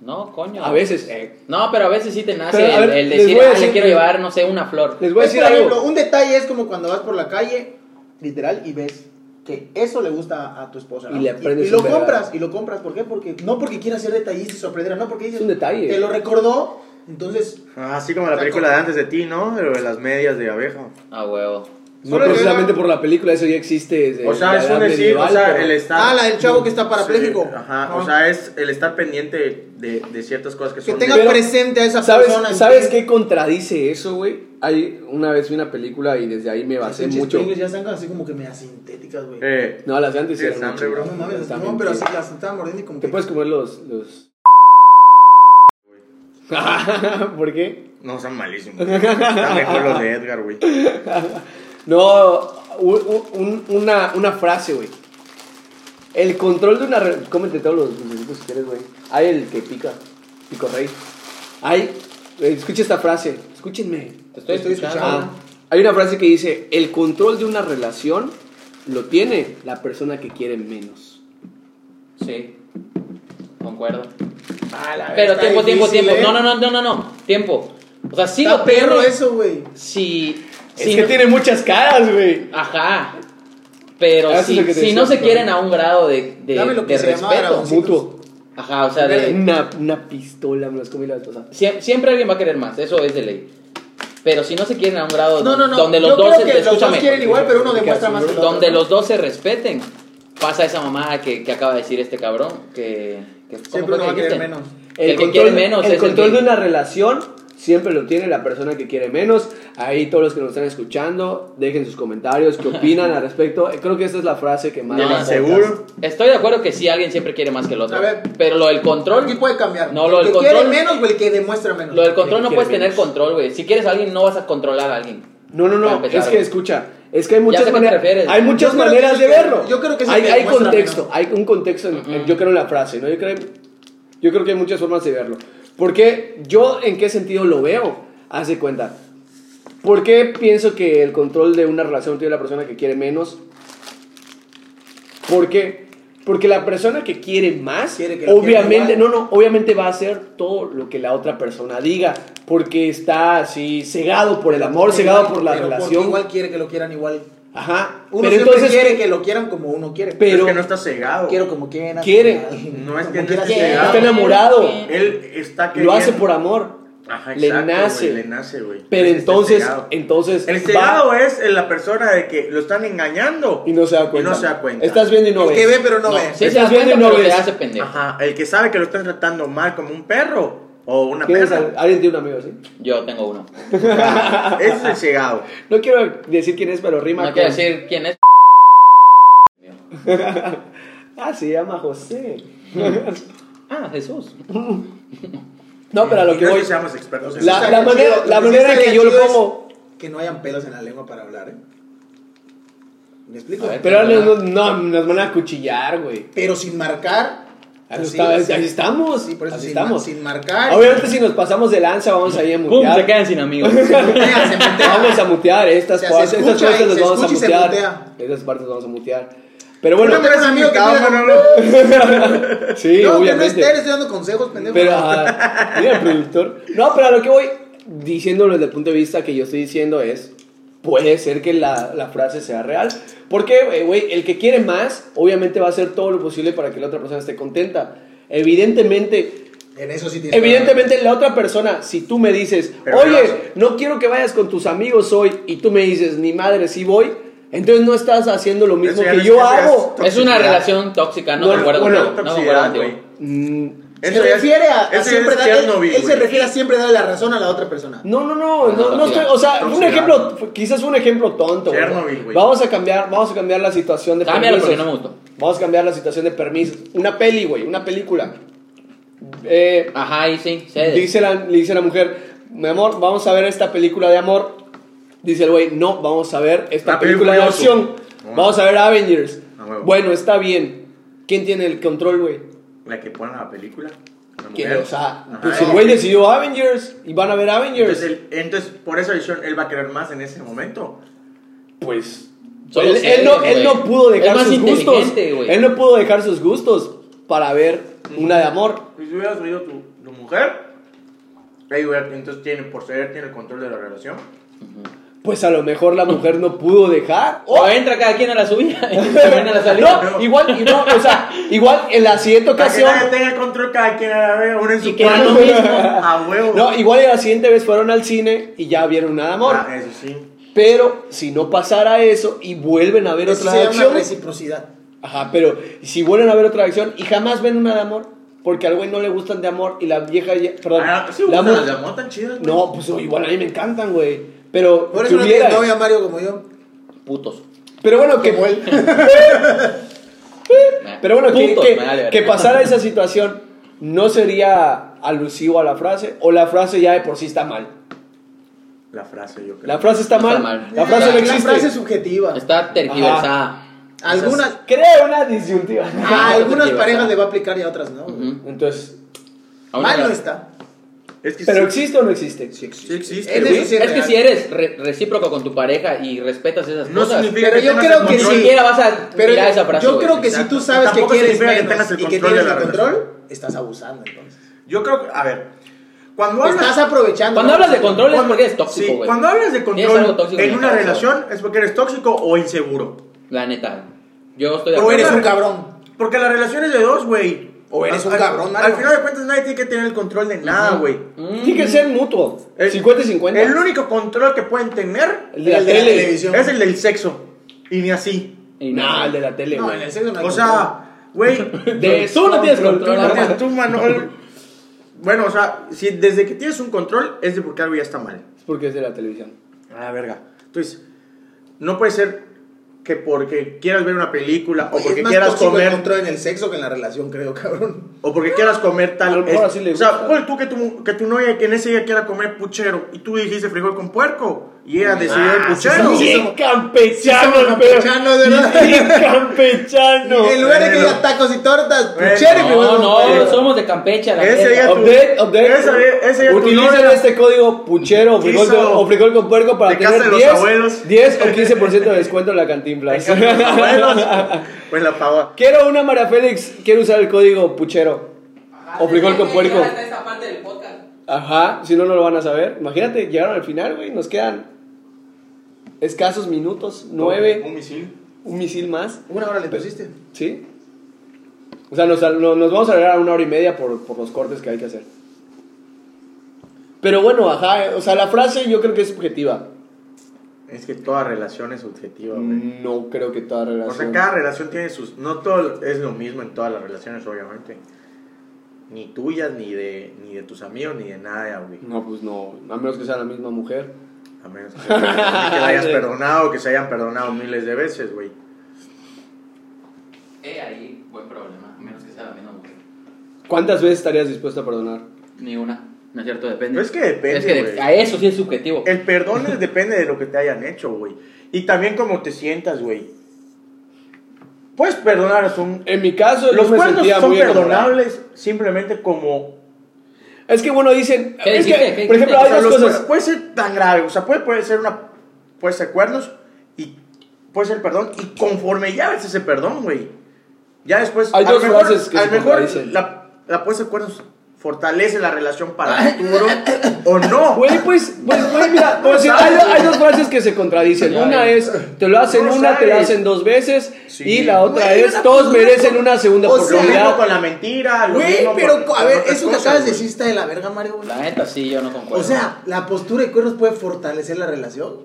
Speaker 2: No, coño.
Speaker 1: A veces, eh,
Speaker 2: No, pero a veces sí te nace
Speaker 1: Pero, a
Speaker 2: el,
Speaker 1: ver,
Speaker 2: el
Speaker 1: les
Speaker 2: decir,
Speaker 1: voy a
Speaker 2: ah,
Speaker 1: decir
Speaker 2: le quiero
Speaker 1: que-
Speaker 2: llevar, no sé, una flor.
Speaker 1: les voy a
Speaker 4: Es,
Speaker 1: decir
Speaker 4: Pues, por ejemplo,
Speaker 1: algo.
Speaker 4: un detalle es como cuando vas por la calle, literal, y ves que eso le gusta a tu esposa. ¿no?
Speaker 1: Y le aprendes
Speaker 4: y lo
Speaker 1: un vergal.
Speaker 4: compras, y lo compras. ¿Por qué? Porque, no porque quieras ser detallista y sorprender, no porque dices,
Speaker 1: Es un detalle.
Speaker 4: te lo recordó, entonces
Speaker 3: Ah, Así como la película de antes de ti, ¿no? Pero de las medias de abeja.
Speaker 2: A huevo.
Speaker 1: No
Speaker 4: solo
Speaker 1: precisamente
Speaker 4: llega-
Speaker 1: por la película, eso ya existe desde
Speaker 3: O sea,
Speaker 1: la
Speaker 3: es
Speaker 1: edad
Speaker 3: un decir, o
Speaker 1: medieval,
Speaker 3: sea,
Speaker 1: pero-
Speaker 3: el estar...
Speaker 4: Ah, la del chavo que está parapléjico.
Speaker 3: Sí, ajá,
Speaker 4: Ah.
Speaker 3: o sea, es el estar pendiente de, de ciertas cosas que
Speaker 4: que
Speaker 3: son...
Speaker 4: tenga
Speaker 1: Pero,
Speaker 4: presente a esa
Speaker 1: ¿Sabes,
Speaker 4: persona.
Speaker 1: ¿sabes qué contradice eso, güey? Hay una vez vi una película y desde ahí me basé
Speaker 4: Pinches
Speaker 1: mucho.
Speaker 4: Pringles ya están así como que medio sintéticas, güey.
Speaker 3: Eh,
Speaker 1: No, las de antes
Speaker 3: Sí,
Speaker 1: eran
Speaker 3: es hambre,
Speaker 1: mucho.
Speaker 3: bro.
Speaker 4: no mames,
Speaker 1: Están
Speaker 4: no,
Speaker 1: bien
Speaker 4: pero
Speaker 1: chidas.
Speaker 4: así las estaban mordiendo y como
Speaker 1: Te
Speaker 4: que.
Speaker 1: puedes comer los. los... ¿Por qué?
Speaker 3: no, son malísimos. Están mejor los de Edgar, güey.
Speaker 1: No, u- u- un- una, una frase, güey. El control de una. re- Cómete todos los dulcecitos si quieres, güey. Hay el que pica, pico rey. Hay. eh, Escucha esta frase, escúchenme.
Speaker 2: Te estoy,
Speaker 4: Estoy
Speaker 2: escuchando.
Speaker 1: Ah, hay una frase que dice: El control de una relación lo tiene la persona que quiere menos.
Speaker 2: Sí. Concuerdo.
Speaker 4: Ah, la
Speaker 2: Pero
Speaker 4: está
Speaker 2: tiempo, tiempo,
Speaker 4: difícil,
Speaker 2: tiempo. No,
Speaker 4: ¿eh?
Speaker 2: no, no, no, no, no. Tiempo. O sea, sí
Speaker 4: Está
Speaker 2: lo
Speaker 4: perro
Speaker 2: tiene.
Speaker 4: eso, güey.
Speaker 2: Si.
Speaker 1: Es
Speaker 2: si
Speaker 1: que
Speaker 2: no-
Speaker 1: tiene muchas caras, güey.
Speaker 2: Ajá. Pero
Speaker 1: Ah, Eso es
Speaker 2: si,
Speaker 1: lo que te
Speaker 2: si
Speaker 1: decía,
Speaker 2: no se
Speaker 1: pero-
Speaker 2: quieren a un grado de, de,
Speaker 4: Dame lo que
Speaker 2: de
Speaker 4: se llamaba
Speaker 2: respeto.
Speaker 4: dragoncito.
Speaker 1: Mutuo.
Speaker 2: Ajá, o sea, de,
Speaker 1: Una, una pistola me las comí la vez pasada.
Speaker 2: Sie- siempre alguien va a querer más, eso es de ley. Pero si no se quieren a un grado
Speaker 4: No, no, no.
Speaker 2: donde los
Speaker 4: Yo
Speaker 2: dos
Speaker 4: creo
Speaker 2: se,
Speaker 4: que los dos
Speaker 2: escúchame,
Speaker 4: quieren igual, pero uno
Speaker 1: Porque
Speaker 4: demuestra
Speaker 1: así,
Speaker 4: más que el otro.
Speaker 2: donde los dos se respeten, pasa esa mamada que, que acaba de decir este cabrón, que, que- ¿cómo fue
Speaker 4: Siempre uno
Speaker 2: que
Speaker 4: va a querer
Speaker 2: dijiste?
Speaker 4: menos.
Speaker 2: El, que quiere menos
Speaker 1: el
Speaker 2: es
Speaker 1: control
Speaker 2: el que...
Speaker 1: de una relación siempre lo tiene la persona que quiere menos. Ahí todos los que nos están escuchando, dejen sus comentarios, qué opinan al respecto. Eh, Creo que esta es la frase que más...
Speaker 2: No,
Speaker 1: nos
Speaker 3: seguro.
Speaker 2: Estoy de acuerdo que sí, alguien siempre quiere más que el otro.
Speaker 4: A ver.
Speaker 2: pero lo del control...
Speaker 4: Aquí puede cambiar.
Speaker 2: No, lo
Speaker 4: el
Speaker 2: del
Speaker 4: que
Speaker 2: control-
Speaker 4: quiere menos o el que demuestra menos.
Speaker 2: Lo del control no
Speaker 1: Quiere
Speaker 2: puedes tener
Speaker 1: menos.
Speaker 2: control, güey. Si quieres a alguien, no vas a controlar a alguien.
Speaker 1: No, no,
Speaker 2: Para
Speaker 1: no,
Speaker 2: empezar,
Speaker 1: es que
Speaker 2: güey.
Speaker 1: escucha, es que hay
Speaker 2: sé a
Speaker 1: muchas
Speaker 2: qué te
Speaker 1: maneras,
Speaker 2: refieres.
Speaker 1: hay muchas
Speaker 4: Yo creo que
Speaker 1: maneras
Speaker 4: sí
Speaker 1: de
Speaker 4: que-
Speaker 1: verlo.
Speaker 4: yo creo que sí
Speaker 1: hay,
Speaker 4: que
Speaker 1: hay
Speaker 4: demuestra
Speaker 1: contexto, hay un contexto, en- en- yo creo en la frase, ¿no? Yo creo, yo creo que hay muchas formas de verlo. Porque yo en qué sentido lo veo, haz de cuenta. ¿Por qué pienso que el control de una relación tiene la persona que quiere menos? ¿Por qué? Porque la persona que quiere más,
Speaker 4: Quiere que lo
Speaker 1: obviamente,
Speaker 4: quiera igual.
Speaker 1: no, no, obviamente va a hacer todo lo que la otra persona diga, porque está así cegado por el amor, cegado por la
Speaker 4: Pero porque
Speaker 1: relación.
Speaker 4: Igual quiere que lo quieran igual.
Speaker 1: Ajá.
Speaker 4: Uno
Speaker 1: pero
Speaker 4: siempre
Speaker 1: entonces
Speaker 4: quiere que lo quieran como uno quiere.
Speaker 1: Pero-
Speaker 3: es que no está cegado.
Speaker 4: quiero como quiera.
Speaker 1: Quiere.
Speaker 3: No es que
Speaker 4: como
Speaker 3: no
Speaker 4: quiera
Speaker 3: esté
Speaker 4: sea.
Speaker 3: cegado.
Speaker 1: está enamorado,
Speaker 3: Él está queriendo.
Speaker 1: lo hace por amor.
Speaker 3: Ajá,
Speaker 1: le
Speaker 3: exacto,
Speaker 1: nace.
Speaker 3: güey, le nace, güey.
Speaker 1: Pero
Speaker 3: Ese está
Speaker 1: entonces,
Speaker 3: cegado.
Speaker 1: entonces
Speaker 3: El
Speaker 1: va
Speaker 3: cegado es la persona de que lo están engañando.
Speaker 1: y no se da cuenta.
Speaker 3: Y no se da cuenta.
Speaker 1: Estás viendo y no
Speaker 4: El
Speaker 1: ves.
Speaker 4: que ve pero no,
Speaker 2: No,
Speaker 4: ve.
Speaker 2: sí se
Speaker 1: Estás
Speaker 2: da
Speaker 1: viendo
Speaker 2: cuenta,
Speaker 1: y no
Speaker 2: pero te
Speaker 1: ves.
Speaker 2: hace pendejo.
Speaker 3: Ajá, el que sabe que lo están tratando mal como un perro o una
Speaker 1: ¿Tienes
Speaker 3: perra.
Speaker 1: al- alguien tiene un amigo así?
Speaker 2: Yo tengo uno.
Speaker 1: Ah,
Speaker 3: Ese es el cegado.
Speaker 1: No quiero decir quién es, pero rima
Speaker 2: No
Speaker 1: con-
Speaker 2: quiero decir quién es.
Speaker 1: Ah, se llama José.
Speaker 2: Ah, Jesús.
Speaker 1: No, pero a lo
Speaker 3: Y
Speaker 1: que
Speaker 3: no es
Speaker 1: voy.
Speaker 3: seamos expertos en
Speaker 1: La-
Speaker 3: eso.
Speaker 4: Estaría
Speaker 1: manera-
Speaker 4: chido,
Speaker 1: la
Speaker 4: que sí
Speaker 1: manera en
Speaker 4: estaría
Speaker 1: que yo lo
Speaker 4: chido es
Speaker 1: como-
Speaker 4: Que no hayan pelos en la lengua para hablar, ¿eh? ¿Me explico?
Speaker 2: A ver.
Speaker 1: Pero ahora nos- no, nos van a cuchillar, güey.
Speaker 4: Pero sin marcar.
Speaker 1: Ahí,
Speaker 4: así,
Speaker 1: está-
Speaker 4: así.
Speaker 1: ahí estamos.
Speaker 4: Sí, por eso
Speaker 1: ahí
Speaker 4: sin,
Speaker 1: estamos.
Speaker 4: ma- sin marcar.
Speaker 1: Obviamente, si nos pasamos de lanza, vamos a ir a
Speaker 2: ¡Pum!
Speaker 1: mutear.
Speaker 2: Se quedan sin amigos.
Speaker 4: Mira, se mutea.
Speaker 1: Vamos a mutear eh, estas
Speaker 4: O sea,
Speaker 1: partes.
Speaker 4: se
Speaker 1: Estas
Speaker 4: escucha
Speaker 1: partes
Speaker 4: y-
Speaker 1: las
Speaker 4: se
Speaker 1: vamos a
Speaker 4: escucha y se
Speaker 1: mutear.
Speaker 4: mutea.
Speaker 1: Estas partes las vamos a mutear. Pero
Speaker 4: Yo
Speaker 1: bueno,
Speaker 4: no tengo un amigo que
Speaker 3: Invitado,
Speaker 4: diga,
Speaker 3: Manolo.
Speaker 1: sí,
Speaker 4: no, que no
Speaker 1: obviamente.
Speaker 4: esté, le estoy dando consejos, pendejo.
Speaker 1: Pero, ajá, mira, productor. No, pero a lo que voy diciéndolo desde el punto de vista que yo estoy diciendo es, puede ser que la, la frase sea real. Porque, eh, güey, el que quiere más, obviamente va a hacer todo lo posible para que la otra persona esté contenta. Evidentemente,
Speaker 4: en eso sí tienes
Speaker 1: evidentemente la otra persona, si tú me dices,
Speaker 3: Pero no lo
Speaker 1: oye,
Speaker 3: hace.
Speaker 1: no quiero que vayas con tus amigos hoy, y tú me dices, ni madre, sí voy, entonces no estás haciendo lo mismo
Speaker 3: Eso ya
Speaker 1: que
Speaker 3: no es
Speaker 1: yo
Speaker 3: que seas
Speaker 1: hago.
Speaker 3: to-
Speaker 2: es una
Speaker 3: Toxicidad.
Speaker 2: relación tóxica, no,
Speaker 1: Ah, No,
Speaker 2: me acuerdo.
Speaker 1: bueno,
Speaker 2: contigo, no me acuerdo
Speaker 3: toxicidad,
Speaker 2: contigo.
Speaker 3: güey.
Speaker 1: Mm,
Speaker 4: Se
Speaker 3: Eso ya es-
Speaker 4: refiere a, a
Speaker 3: eso ya
Speaker 4: siempre
Speaker 3: es
Speaker 4: dar, él,
Speaker 3: Chernobyl,
Speaker 4: él se
Speaker 3: güey.
Speaker 4: refiere a siempre darle la razón a la otra persona.
Speaker 1: No, no, no,
Speaker 3: Pues
Speaker 1: no, no estoy, o sea, fue un ejemplo, fue- quizás fue un ejemplo tonto. güey.
Speaker 3: Chernobyl, güey.
Speaker 1: Vamos a cambiar, vamos a cambiar la situación de
Speaker 2: Cámbialo porque no me
Speaker 1: permisos.
Speaker 2: gustó.
Speaker 1: Vamos a cambiar la situación de permisos. Una peli, güey, una película. Eh,
Speaker 2: Ajá, y sí, sé.
Speaker 1: dice la, le dice la mujer, mi amor, vamos a ver esta película de amor. Dice el güey, no, vamos a ver esta
Speaker 3: La
Speaker 1: película
Speaker 3: película
Speaker 1: de
Speaker 3: de oso.
Speaker 1: acción.
Speaker 3: Ah.
Speaker 1: Vamos a ver Avengers.
Speaker 3: Ah, huevo.
Speaker 1: Bueno, está bien. ¿Quién tiene el control, güey?
Speaker 3: La que pone la película. la
Speaker 1: ¿Quién?
Speaker 3: mujer.
Speaker 1: O sea,
Speaker 3: Ajá.
Speaker 1: pues el güey decidió Avengers y van a ver Avengers.
Speaker 3: Entonces, él- entonces, por esa visión, él va a querer más en ese momento.
Speaker 1: pues
Speaker 2: Solo
Speaker 1: él,
Speaker 2: sé,
Speaker 1: él no, él
Speaker 2: güey.
Speaker 1: no pudo dejar
Speaker 2: Es más
Speaker 1: sus gustos.
Speaker 2: inteligente, güey.
Speaker 1: Él no pudo dejar sus gustos para ver una de amor.
Speaker 3: Y Si hubieras oído tu, tu mujer, ahí hubiera- entonces tiene, por ser, tiene el control de la relación.
Speaker 1: Pues a lo mejor la mujer no pudo dejar.
Speaker 2: O entra cada quien a la subida y termina la salida.
Speaker 1: No, igual, y no, o sea, igual en la siguiente
Speaker 3: Para que
Speaker 1: ocasión.
Speaker 3: nadie tenga el control, cada quien a la vez, uno en su
Speaker 2: Y que era
Speaker 3: cuarto.
Speaker 2: lo mismo.
Speaker 3: A huevo.
Speaker 1: No, igual en la siguiente vez fueron al cine y ya vieron una de amor.
Speaker 3: Ah, eso sí.
Speaker 1: Pero si no pasara eso y vuelven a ver
Speaker 4: Eso
Speaker 1: otra
Speaker 4: se llama
Speaker 1: acción.
Speaker 4: reciprocidad.
Speaker 1: Ajá, pero si vuelven a ver otra acción y jamás ven una de amor, porque al güey no le gustan de amor y la vieja ya- perdón,
Speaker 3: Ah, sí,
Speaker 1: la
Speaker 3: la
Speaker 1: mu-
Speaker 3: las de amor tan chidas. güey.
Speaker 1: No, pues igual a mí me encantan, güey. Pero
Speaker 4: Por
Speaker 1: que
Speaker 4: eso no
Speaker 1: hubiera-
Speaker 4: tienes novia, Mario, como yo.
Speaker 2: Putos.
Speaker 1: Pero bueno, que
Speaker 4: Como él.
Speaker 1: pero bueno, que,
Speaker 2: Putos,
Speaker 1: que-
Speaker 2: me vale verga.
Speaker 1: que pasara esa situación no sería alusivo a la frase o la frase ya de por sí está mal.
Speaker 3: La frase, yo creo.
Speaker 1: La frase está,
Speaker 2: Está
Speaker 1: mal,
Speaker 2: mal.
Speaker 1: La frase no
Speaker 4: La
Speaker 1: existe.
Speaker 4: frase es subjetiva.
Speaker 2: Está tergiversada.
Speaker 4: Algunas,
Speaker 1: Crea una disyuntiva.
Speaker 4: a
Speaker 2: Ah,
Speaker 4: algunas
Speaker 2: subjetiva,
Speaker 4: parejas
Speaker 2: ajá.
Speaker 4: le va a aplicar y a otras no. güey.
Speaker 2: Ujú.
Speaker 1: Entonces,
Speaker 2: A una
Speaker 4: Mal no
Speaker 2: gra-
Speaker 4: está.
Speaker 3: Es que
Speaker 1: pero
Speaker 3: sí,
Speaker 1: existe o no existe?
Speaker 4: Sí
Speaker 3: sí existe.
Speaker 4: En
Speaker 3: güey.
Speaker 4: eso sí
Speaker 2: Es que
Speaker 4: real.
Speaker 2: si eres re- recíproco con tu pareja y respetas esas
Speaker 3: No
Speaker 2: cosas,
Speaker 3: significa
Speaker 4: Pero
Speaker 3: que
Speaker 4: yo
Speaker 3: tengas
Speaker 4: creo
Speaker 3: el
Speaker 4: que
Speaker 2: ni
Speaker 3: control.
Speaker 4: sí.
Speaker 2: siquiera vas a
Speaker 4: Pero
Speaker 2: mirar esa frase.
Speaker 4: yo
Speaker 2: güey.
Speaker 4: creo que si
Speaker 3: exacto.
Speaker 4: tú sabes que
Speaker 3: Tampoco
Speaker 4: quieres
Speaker 3: significa que
Speaker 4: menos
Speaker 3: tengas el
Speaker 4: y que
Speaker 3: control
Speaker 4: tienes
Speaker 3: de
Speaker 4: el
Speaker 3: la
Speaker 4: control, estás abusando entonces.
Speaker 3: Yo creo que, a ver, cuando hablas,
Speaker 4: Estás aprovechando.
Speaker 2: Cuando
Speaker 4: ¿no?
Speaker 2: hablas de control es
Speaker 3: cuando-
Speaker 2: porque eres
Speaker 3: sí,
Speaker 2: tóxico, güey.
Speaker 3: cuando hablas de
Speaker 2: Tienes algo
Speaker 3: control
Speaker 2: tóxico en
Speaker 3: en
Speaker 2: la
Speaker 3: una
Speaker 2: cabeza,
Speaker 3: relación es porque eres tóxico o inseguro.
Speaker 2: La neta. Yo estoy de
Speaker 4: O
Speaker 2: acuerdo.
Speaker 4: eres un cabrón.
Speaker 3: Porque la relación es de dos, güey.
Speaker 4: O eres un
Speaker 3: Al-
Speaker 4: cabrón,
Speaker 3: Al,
Speaker 4: Mario.
Speaker 3: final de cuentas nadie tiene que tener el control de nada, güey.
Speaker 2: Mm.
Speaker 1: Tiene que ser mutuo.
Speaker 3: El-
Speaker 1: 50 y 50.
Speaker 3: El único control que pueden tener
Speaker 1: El de la
Speaker 4: El de la
Speaker 1: tele.
Speaker 4: televisión.
Speaker 3: es el del sexo. Y ni así.
Speaker 2: Y
Speaker 1: Nah,
Speaker 2: nada.
Speaker 1: el de la tele.
Speaker 4: No,
Speaker 1: güey.
Speaker 4: en el sexo no hay
Speaker 3: O
Speaker 4: control.
Speaker 3: sea, Güey,
Speaker 2: De eso no tienes control,
Speaker 3: tú no
Speaker 2: hermano.
Speaker 3: tienes- tú, Manuel. Bueno, o sea, si desde que tienes un control es de porque algo ya está mal.
Speaker 1: Es porque es de la televisión.
Speaker 3: Ah, verga. Entonces, no puede ser que porque quieras ver una película o
Speaker 4: Oye,
Speaker 3: porque
Speaker 4: es más
Speaker 3: quieras
Speaker 4: tóxico el
Speaker 3: comer
Speaker 4: control en el sexo que en la relación, creo, cabrón.
Speaker 3: o porque quieras comer
Speaker 1: A lo
Speaker 3: tal.
Speaker 1: mejor así le
Speaker 3: o sea,
Speaker 1: gusta.
Speaker 3: pues tú que tu, que tu novia que en ese día quiera comer puchero y tú dijiste frijol con puerco y ella decidió el puchero.
Speaker 4: somos- Ah, sí somos-
Speaker 1: campechano,
Speaker 4: somos campechanos, de verdad.
Speaker 1: Bien campechano.
Speaker 4: en lugar de que
Speaker 3: pero-
Speaker 4: diga tacos y tortas,
Speaker 3: Bueno,
Speaker 4: puchero y frijol
Speaker 2: No,
Speaker 4: con
Speaker 2: no,
Speaker 4: pollo.
Speaker 2: somos de Campeche. La
Speaker 3: Ese
Speaker 2: verga.
Speaker 3: día-
Speaker 1: Update, update.
Speaker 3: Esa ya- esa ya tu
Speaker 1: Utilicen
Speaker 3: novia.
Speaker 1: este código puchero o frijol,
Speaker 3: Quiso-
Speaker 1: o frijol con puerco para
Speaker 3: de casa
Speaker 1: tener
Speaker 3: de los
Speaker 1: 10,
Speaker 3: abuelos.
Speaker 1: 10 o 15% de descuento en la cantinflas.
Speaker 3: Bueno, pues la pava.
Speaker 1: quiero una Mara Félix, quiero usar el código puchero o frijol con puerco.
Speaker 2: esta parte del podcast.
Speaker 1: Ajá, si no, no lo van a saber. Imagínate, llegaron al final, güey, nos quedan escasos minutos,
Speaker 3: Un
Speaker 1: 9,
Speaker 3: misil.
Speaker 1: un misil más,
Speaker 4: Una hora le pusiste.
Speaker 1: ¿sí? O sea, nos, nos- nos vamos a alargar a una hora y media por, por los cortes que hay que hacer. Pero bueno, ajá, eh, o sea, la frase yo creo que es subjetiva.
Speaker 3: Es que toda relación es subjetiva, güey.
Speaker 1: No creo que toda relación.
Speaker 3: O sea, cada relación tiene sus. No todo es lo mismo en todas las relaciones, obviamente. Ni tuyas, ni de, ni de tus amigos, ni de nada, güey.
Speaker 1: No, pues no, a menos que sea la misma mujer.
Speaker 3: A menos que, que la hayas perdonado, que se hayan perdonado miles de veces, güey.
Speaker 2: Eh, ahí, buen problema. A menos que sea la misma mujer.
Speaker 1: ¿Cuántas veces estarías dispuesto a perdonar?
Speaker 2: Ni una. No es cierto, depende.
Speaker 3: Pero es que depende,
Speaker 2: Es que de-
Speaker 3: güey. Eh,
Speaker 2: a eso sí es subjetivo.
Speaker 3: El perdón es- depende de lo que te hayan hecho, güey. Y también cómo te sientas, güey. Puedes perdonar a un.
Speaker 1: En mi caso, yo
Speaker 3: Los
Speaker 1: me
Speaker 3: cuernos
Speaker 1: sentía
Speaker 3: son
Speaker 1: muy enamorado.
Speaker 3: perdonables simplemente como
Speaker 1: Es que bueno, dicen.
Speaker 2: ¿Qué
Speaker 1: es
Speaker 2: dijiste?
Speaker 1: que,
Speaker 2: ¿Qué
Speaker 1: por ejemplo,
Speaker 2: dijiste?
Speaker 1: hay
Speaker 3: O sea,
Speaker 1: dos
Speaker 3: los
Speaker 1: cosas.
Speaker 3: cuer- Puede ser tan grave, o sea, puede, puede ser una. Puede ser cuernos y puede ser perdón. Y conforme ya ves ese perdón, güey. Ya después.
Speaker 1: Hay
Speaker 3: a
Speaker 1: dos
Speaker 3: lo mejor,
Speaker 1: frases que
Speaker 3: a
Speaker 1: se
Speaker 3: lo mejor
Speaker 1: contradicen.
Speaker 3: la, la puesta de cuernos fortalece la relación para el futuro o no.
Speaker 1: Güey, pues, pues, güey, mira, te voy a decir, hay, hay dos frases que se contradicen.
Speaker 2: Ya,
Speaker 1: Una
Speaker 2: ya.
Speaker 1: es, te lo hacen
Speaker 3: No
Speaker 1: una, te lo
Speaker 3: sabes.
Speaker 1: hacen dos veces.
Speaker 3: Sí.
Speaker 1: Y la otra
Speaker 4: Güey,
Speaker 1: es,
Speaker 4: una
Speaker 1: todos
Speaker 4: cosa-
Speaker 1: merecen una segunda
Speaker 4: o sea,
Speaker 3: lo mismo
Speaker 1: oportunidad.
Speaker 3: con la
Speaker 2: Ah,
Speaker 3: mentira. lo
Speaker 4: Güey,
Speaker 3: mismo
Speaker 4: pero
Speaker 3: con-
Speaker 4: co- a
Speaker 3: con
Speaker 4: ver,
Speaker 3: otras
Speaker 4: eso que
Speaker 3: cosas,
Speaker 4: acabas de
Speaker 3: güey.
Speaker 4: decir está de la verga, Mario. güey.
Speaker 2: La neta, sí, yo no concuerdo.
Speaker 4: O sea, la postura de cuernos puede fortalecer la relación.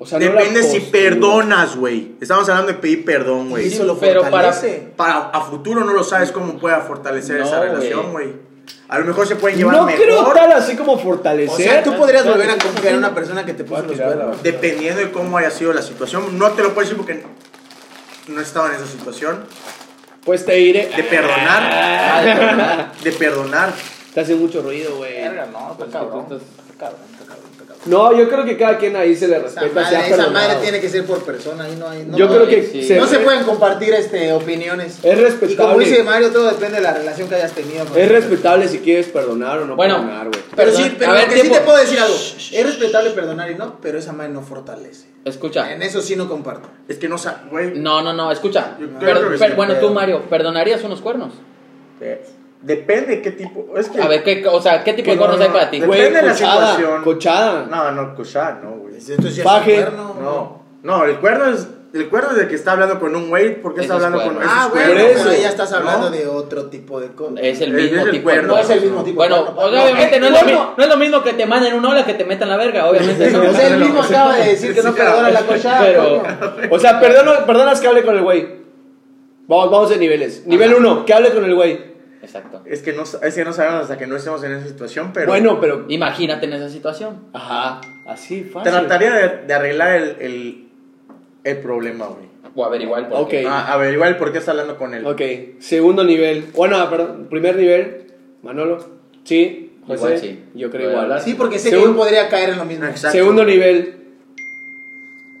Speaker 1: O sea, no la
Speaker 3: Depende si
Speaker 1: postura.
Speaker 3: perdonas, güey. Estamos hablando de pedir perdón,
Speaker 4: y
Speaker 3: güey.
Speaker 4: eso lo
Speaker 2: pero para-
Speaker 4: fortalece.
Speaker 3: Para a futuro no lo sabes cómo pueda fortalecer
Speaker 2: No,
Speaker 3: esa
Speaker 2: güey.
Speaker 3: relación, güey. A lo mejor se pueden llevar
Speaker 1: No
Speaker 3: mejor.
Speaker 1: creo tal así como
Speaker 4: O
Speaker 1: fortalecer.
Speaker 4: sea, tú podrías volver a
Speaker 1: Espérate,
Speaker 4: confiar en una persona que te puso
Speaker 1: Voy a
Speaker 4: los
Speaker 1: tirar la-
Speaker 4: cuernos.
Speaker 3: Dependiendo de cómo haya sido la situación, no te lo puedo decir porque no estaba en esa situación.
Speaker 1: Pues te iré.
Speaker 3: De perdonar,
Speaker 2: Ah, de verdad.
Speaker 3: de perdonar.
Speaker 1: Te hace mucho ruido, güey.
Speaker 2: Verga, no, pues cabrón.
Speaker 1: No, yo creo que cada quien ahí se le
Speaker 4: Esa
Speaker 1: respeta. se ha
Speaker 4: madre, esa madre
Speaker 1: perdonado.
Speaker 4: tiene que ser por persona, ahí no hay. No,
Speaker 1: Yo
Speaker 4: no,
Speaker 1: creo
Speaker 4: hay-
Speaker 1: que
Speaker 2: sí.
Speaker 1: se-
Speaker 4: no se pueden compartir este, opiniones.
Speaker 1: es
Speaker 4: Y como dice
Speaker 1: respetable.
Speaker 4: Mario, todo depende de la relación que hayas tenido. con-
Speaker 1: Es respetable si quieres perdonar o no
Speaker 2: Bueno.
Speaker 1: perdonar, güey.
Speaker 4: Pero
Speaker 2: Perdón.
Speaker 4: sí, pero
Speaker 2: A ver,
Speaker 4: lo que sí
Speaker 2: tiempo.
Speaker 4: te puedo decir algo. Es respetable perdonar y no, pero esa madre no fortalece.
Speaker 2: Escucha.
Speaker 4: En eso sí no comparto.
Speaker 3: Es que no sa- güey.
Speaker 2: No, no, no, escucha.
Speaker 3: Yo creo
Speaker 2: Pero-
Speaker 3: que sí,
Speaker 2: pero- bueno,
Speaker 3: pero-
Speaker 2: tú, Mario, ¿perdonarías unos cuernos?
Speaker 3: eh, Depende qué tipo. Es que.
Speaker 2: A ver, ¿qué, o sea, ¿qué tipo de
Speaker 3: Que no,
Speaker 2: cuernos
Speaker 3: no,
Speaker 2: hay para
Speaker 3: no.
Speaker 2: ti?
Speaker 1: Güey,
Speaker 3: Depende de la
Speaker 1: cochada,
Speaker 3: situación.
Speaker 1: Cochada.
Speaker 3: No, no, cuchar, no, güey.
Speaker 4: Entonces ya
Speaker 1: Faje.
Speaker 4: es un cuerno.
Speaker 3: No, no, el cuerno es. El cuerno es de que está hablando con un güey. ¿Por qué está
Speaker 2: Ese es
Speaker 3: hablando
Speaker 2: cuerno.
Speaker 3: con
Speaker 4: Ah,
Speaker 3: ese
Speaker 4: bueno,
Speaker 1: Por
Speaker 4: pero
Speaker 1: eso.
Speaker 4: ahí ya estás
Speaker 3: ¿No?
Speaker 4: hablando de otro tipo de cosa.
Speaker 2: Es el
Speaker 3: Es-
Speaker 2: mismo
Speaker 3: es el
Speaker 2: tipo
Speaker 3: cuerno.
Speaker 4: No es el mismo
Speaker 3: no.
Speaker 4: tipo. de
Speaker 2: Bueno,
Speaker 4: cuerno, papá.
Speaker 2: obviamente no es, lo
Speaker 4: Cuerno.
Speaker 2: mismo, no es lo mismo que te manden una ola que te metan la verga, obviamente. eso
Speaker 4: O sea, él mismo
Speaker 2: no.
Speaker 4: acaba de decir que no
Speaker 3: Sí,
Speaker 4: perdona
Speaker 3: claro.
Speaker 4: la cochada.
Speaker 2: Pero-
Speaker 4: coño.
Speaker 1: O sea, perdono, perdonas que hable con el güey. Vamos, vamos de niveles. Nivel 1, que hable con el güey.
Speaker 2: Exacto.
Speaker 3: Es que, no, es que no sabemos hasta que no estemos en esa situación, pero.
Speaker 1: Bueno, pero.
Speaker 2: Imagínate en esa situación.
Speaker 1: Ajá, así, fácil.
Speaker 3: Trataría de, de arreglar el, el, el problema, güey. Ah,
Speaker 2: O averiguar el por qué.
Speaker 1: Ok.
Speaker 3: A- averiguar el por qué está hablando con él.
Speaker 1: Ok, segundo nivel. Bueno, ah, perdón, primer nivel. Manolo. Sí, José.
Speaker 2: Igual sí.
Speaker 1: Yo creo
Speaker 2: Voy a
Speaker 1: igual.
Speaker 2: hablar.
Speaker 4: Sí, porque sé que
Speaker 1: Segun-
Speaker 4: yo podría caer en lo mismo.
Speaker 3: Exacto.
Speaker 1: Segundo nivel.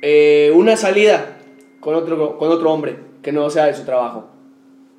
Speaker 1: Eh, una salida con otro, con otro hombre que no sea de su trabajo.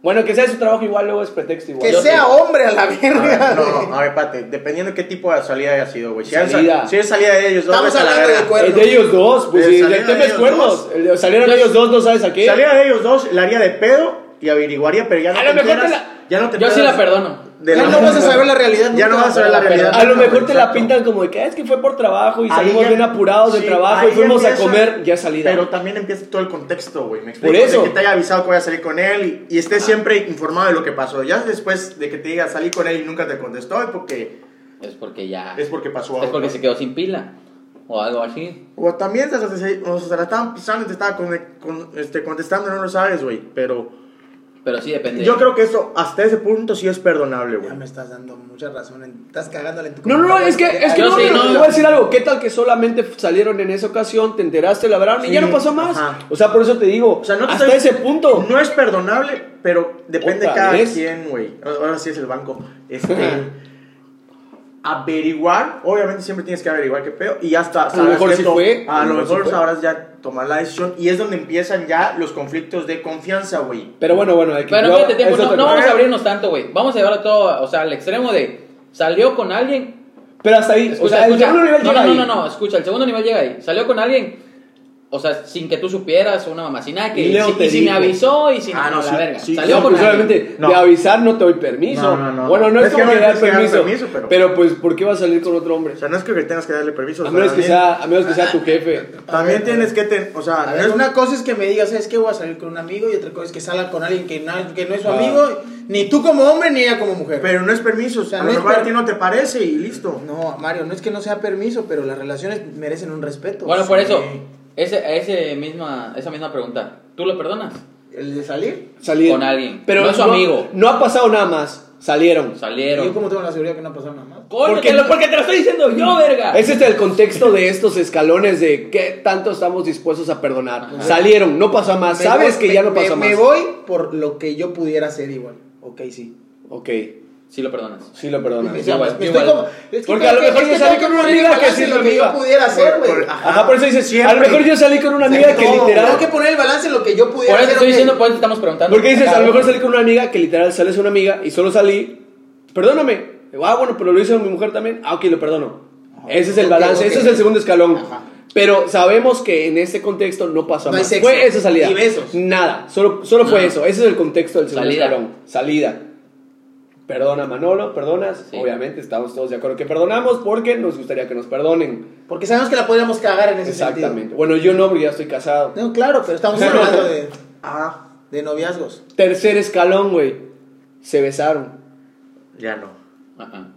Speaker 1: Bueno, que sea de su trabajo igual luego es pretexto igual.
Speaker 4: Que
Speaker 2: Yo sé.
Speaker 4: sea hombre a la
Speaker 3: A ver,
Speaker 4: verga.
Speaker 3: Ah, no,
Speaker 4: güey.
Speaker 3: no, a ver, espérate, dependiendo de qué tipo de salida haya sido, güey. Si, hay
Speaker 1: Salida.
Speaker 3: sal- si es salida de ellos, dos,
Speaker 4: Estamos
Speaker 3: vete a la
Speaker 4: hablando de
Speaker 3: verga.
Speaker 4: cuer-
Speaker 1: El de ellos dos, pues
Speaker 3: El
Speaker 1: si
Speaker 3: salir
Speaker 1: el
Speaker 3: de
Speaker 1: tema es
Speaker 3: Eh, ellos
Speaker 1: cuernos.
Speaker 3: dos. Pues,
Speaker 1: El de- salieron ellos dos, no sabes a qué.
Speaker 3: Salida de ellos dos, la haría de pedo y averiguaría, pero ya no
Speaker 1: A
Speaker 3: te
Speaker 1: lo mejor te
Speaker 3: enteras-
Speaker 1: la-
Speaker 3: ya no te
Speaker 2: Yo sí
Speaker 3: enteras
Speaker 2: la perdono.
Speaker 3: de
Speaker 4: ya
Speaker 3: la-
Speaker 4: no vas a saber la realidad.
Speaker 3: Ya no
Speaker 4: nunca.
Speaker 3: vas a saber la realidad.
Speaker 1: A lo mejor te la
Speaker 3: Exacto.
Speaker 1: pintan como de que "Ah, es que fue por trabajo y
Speaker 3: Ahí
Speaker 1: salimos
Speaker 3: ya-
Speaker 1: bien apurados del
Speaker 3: sí,
Speaker 1: trabajo y
Speaker 3: ahí
Speaker 1: fuimos a
Speaker 3: empieza-
Speaker 1: comer, ya salida.
Speaker 3: Pero también empieza todo el contexto, güey. Me explico.
Speaker 1: Por eso.
Speaker 3: De que te haya avisado que voy a salir con él y, y estés siempre informado de lo que pasó. Ya después de que te diga salí con él y nunca te contestó, es porque,
Speaker 2: Es porque ya.
Speaker 3: es porque pasó
Speaker 2: Es
Speaker 3: algo.
Speaker 2: porque se quedó sin pila. O algo así.
Speaker 3: O también se, se- se- o se la estaban pisando y te estaba con- con- este, contestando, no lo sabes, güey. Pero
Speaker 2: Pero sí depende.
Speaker 3: Yo creo que eso, hasta ese punto, sí es perdonable, güey.
Speaker 4: Ya me estás dando mucha razón. en- Estás cagándole en tu
Speaker 1: No, no, no,
Speaker 4: comentario.
Speaker 1: es que, es que
Speaker 2: Yo
Speaker 1: no,
Speaker 2: sí,
Speaker 1: pero
Speaker 2: no,
Speaker 1: te
Speaker 2: no.
Speaker 1: voy a decir algo. ¿Qué tal que solamente salieron en esa ocasión, te enteraste, la verdad, y
Speaker 3: Sí,
Speaker 1: ya no pasó más?
Speaker 3: ajá.
Speaker 1: O sea, por eso te digo,
Speaker 3: O sea, no te
Speaker 1: hasta
Speaker 3: estoy-
Speaker 1: ese punto.
Speaker 3: No es perdonable, pero depende
Speaker 1: Otra
Speaker 3: de cada
Speaker 1: vez.
Speaker 3: quien, güey. Ahora sí es el banco. Este. averiguar, obviamente siempre tienes que averiguar qué pedo. Y hasta
Speaker 1: lo mejor sí
Speaker 3: esto.
Speaker 1: fue,
Speaker 3: A lo mejor sabrás ya tomar la decisión. Y es donde empiezan ya los conflictos de confianza, güey.
Speaker 1: Pero bueno, bueno, hay que
Speaker 2: Pero
Speaker 1: yo-
Speaker 2: espérate, tiempo,
Speaker 1: eso
Speaker 2: no,
Speaker 1: te-
Speaker 2: no vamos a abrirnos tanto, güey. Vamos a llevarlo todo, o sea, al extremo de salió con alguien.
Speaker 1: Pero hasta ahí, o
Speaker 2: Escucha,
Speaker 1: sea, el
Speaker 2: escucha.
Speaker 1: segundo nivel
Speaker 2: no,
Speaker 1: llega
Speaker 2: no,
Speaker 1: ahí.
Speaker 2: no, no, no, escucha, el segundo nivel llega ahí. Salió con alguien, o sea, sin que tú supieras, una mamacina que
Speaker 1: Y Leo
Speaker 2: si- y,
Speaker 1: te
Speaker 2: si me
Speaker 1: dijo.
Speaker 2: avisó y si
Speaker 3: Ah, no,
Speaker 2: la
Speaker 3: sí,
Speaker 2: verga.
Speaker 3: sí,
Speaker 2: Salió
Speaker 1: No,
Speaker 2: con
Speaker 1: pues
Speaker 2: alguien.
Speaker 1: obviamente
Speaker 3: No.
Speaker 1: de avisar no te doy permiso.
Speaker 3: No, no, no.
Speaker 1: Bueno, no es,
Speaker 3: Es que
Speaker 1: como
Speaker 3: no
Speaker 1: que,
Speaker 3: le
Speaker 1: dar
Speaker 3: tienes que dar
Speaker 1: permiso,
Speaker 3: permiso,
Speaker 1: pero...
Speaker 3: pero-
Speaker 1: pues ¿por qué vas a salir con otro hombre?
Speaker 3: O sea, no es que tengas que darle permiso.
Speaker 1: A
Speaker 3: o sea,
Speaker 1: menos que
Speaker 3: también-
Speaker 1: sea, a menos que sea tu jefe.
Speaker 3: También tienes que. ten- o sea,
Speaker 4: A
Speaker 3: no
Speaker 4: ver,
Speaker 3: es una.
Speaker 4: una cosa es que me digas, ¿sabes qué? Voy a salir con un amigo y otra cosa es que salga con alguien que no, que no es su
Speaker 1: Ah.
Speaker 4: amigo, ni tú como hombre ni ella como mujer.
Speaker 3: Pero no es permiso. O sea,
Speaker 4: sea,
Speaker 3: a
Speaker 4: no
Speaker 3: lo
Speaker 4: es
Speaker 3: mejor
Speaker 4: per-
Speaker 3: a ti no te parece y listo.
Speaker 4: No, Mario, no es que no sea permiso, pero las relaciones merecen un respeto.
Speaker 2: Bueno, por
Speaker 4: Sí.
Speaker 2: eso, ese, ese misma, esa misma pregunta, ¿tú lo perdonas?
Speaker 4: ¿El de salir?
Speaker 1: Salir.
Speaker 2: Con alguien.
Speaker 1: Pero
Speaker 2: No es su amigo.
Speaker 1: No ha pasado nada más. Salieron.
Speaker 2: Salieron.
Speaker 4: Yo como tengo la seguridad que no ha pasado nada más.
Speaker 2: Coño,
Speaker 1: Porque-
Speaker 2: te lo- porque te lo estoy diciendo yo, verga.
Speaker 1: Ese Mm. es este el contexto de estos escalones de qué tanto estamos dispuestos a perdonar. Salieron, no pasa más.
Speaker 4: Me
Speaker 1: Sabes
Speaker 4: voy-
Speaker 1: que ya
Speaker 4: me-
Speaker 1: no pasa
Speaker 4: me-
Speaker 1: más.
Speaker 4: Me voy por lo que yo pudiera hacer igual. Ok, sí.
Speaker 1: Ok,
Speaker 2: Sí lo perdonas.
Speaker 1: sí lo perdonas.
Speaker 4: O sea,
Speaker 2: igual,
Speaker 4: me
Speaker 2: igual.
Speaker 4: estoy como- es que
Speaker 1: Porque a
Speaker 4: tengo
Speaker 1: lo
Speaker 4: que-
Speaker 1: mejor
Speaker 4: es
Speaker 1: yo
Speaker 4: que
Speaker 1: salí
Speaker 4: tengo
Speaker 1: con una
Speaker 4: poner en
Speaker 1: amiga que
Speaker 4: balance
Speaker 1: sí
Speaker 4: lo
Speaker 1: lo
Speaker 4: que yo
Speaker 1: iba.
Speaker 4: pudiera hacer,
Speaker 3: Por-
Speaker 4: güey.
Speaker 3: por-
Speaker 1: Ajá, por eso dices,
Speaker 3: Siempre.
Speaker 1: a lo mejor yo salí con una amiga que
Speaker 3: Todo.
Speaker 1: literal...
Speaker 4: Tengo que poner el balance en lo que yo pudiera
Speaker 2: Por eso te
Speaker 4: hacer.
Speaker 2: estoy
Speaker 4: ok.
Speaker 2: diciendo, por eso te estamos preguntando.
Speaker 1: Porque dices, a
Speaker 2: Cabrón.
Speaker 1: lo mejor salí con una amiga que literal sales con una amiga y solo salí, perdóname. Digo, Ah, bueno, pero lo hice con mi mujer también. Ah, ok, lo perdono. Ese es el
Speaker 4: Ok,
Speaker 1: balance,
Speaker 4: ok.
Speaker 1: ese es el segundo escalón.
Speaker 4: Ajá.
Speaker 1: Pero sabemos que en este contexto no pasó
Speaker 4: No hay
Speaker 1: más.
Speaker 4: sexo,
Speaker 1: fue esa salida.
Speaker 4: ni besos.
Speaker 1: Nada, solo, solo fue
Speaker 2: Nada.
Speaker 1: eso. Ese es el contexto del segundo
Speaker 2: Salida.
Speaker 1: escalón. Salida. Perdona Manolo, perdonas.
Speaker 2: Sí.
Speaker 1: Obviamente estamos todos de acuerdo que perdonamos porque nos gustaría que nos perdonen.
Speaker 4: Porque sabemos que la podríamos cagar en ese sentido.
Speaker 1: Exactamente. Bueno, yo no, porque ya estoy casado.
Speaker 4: No, claro, pero estamos hablando de,
Speaker 3: Ah,
Speaker 4: de noviazgos.
Speaker 1: Tercer escalón, güey. Se besaron.
Speaker 3: ya no.
Speaker 2: Ajá.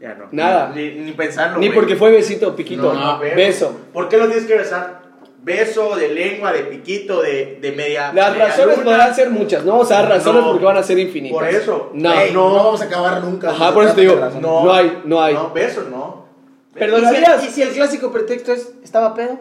Speaker 3: Ya no.
Speaker 1: Nada.
Speaker 3: Ni, ni pensarlo.
Speaker 1: Ni
Speaker 3: güey.
Speaker 1: porque fue besito, piquito.
Speaker 2: No, no,
Speaker 3: pero-
Speaker 1: Ah, beso.
Speaker 3: ¿Por qué lo tienes que besar? Beso, de lengua, de piquito, de, de media.
Speaker 1: Las
Speaker 3: media
Speaker 1: razones
Speaker 3: luna.
Speaker 1: podrán ser muchas, ¿no? O sea, razones
Speaker 3: No,
Speaker 1: porque van a ser infinitas.
Speaker 3: por eso.
Speaker 1: No.
Speaker 4: Ey,
Speaker 3: no.
Speaker 4: vamos a acabar nunca.
Speaker 1: Ajá, por eso te digo.
Speaker 4: Razón.
Speaker 1: No hay, no hay.
Speaker 3: No, besos no.
Speaker 4: ¿Y si,
Speaker 1: ¿Perdonarías?
Speaker 4: y si el clásico pretexto es, estaba pedo?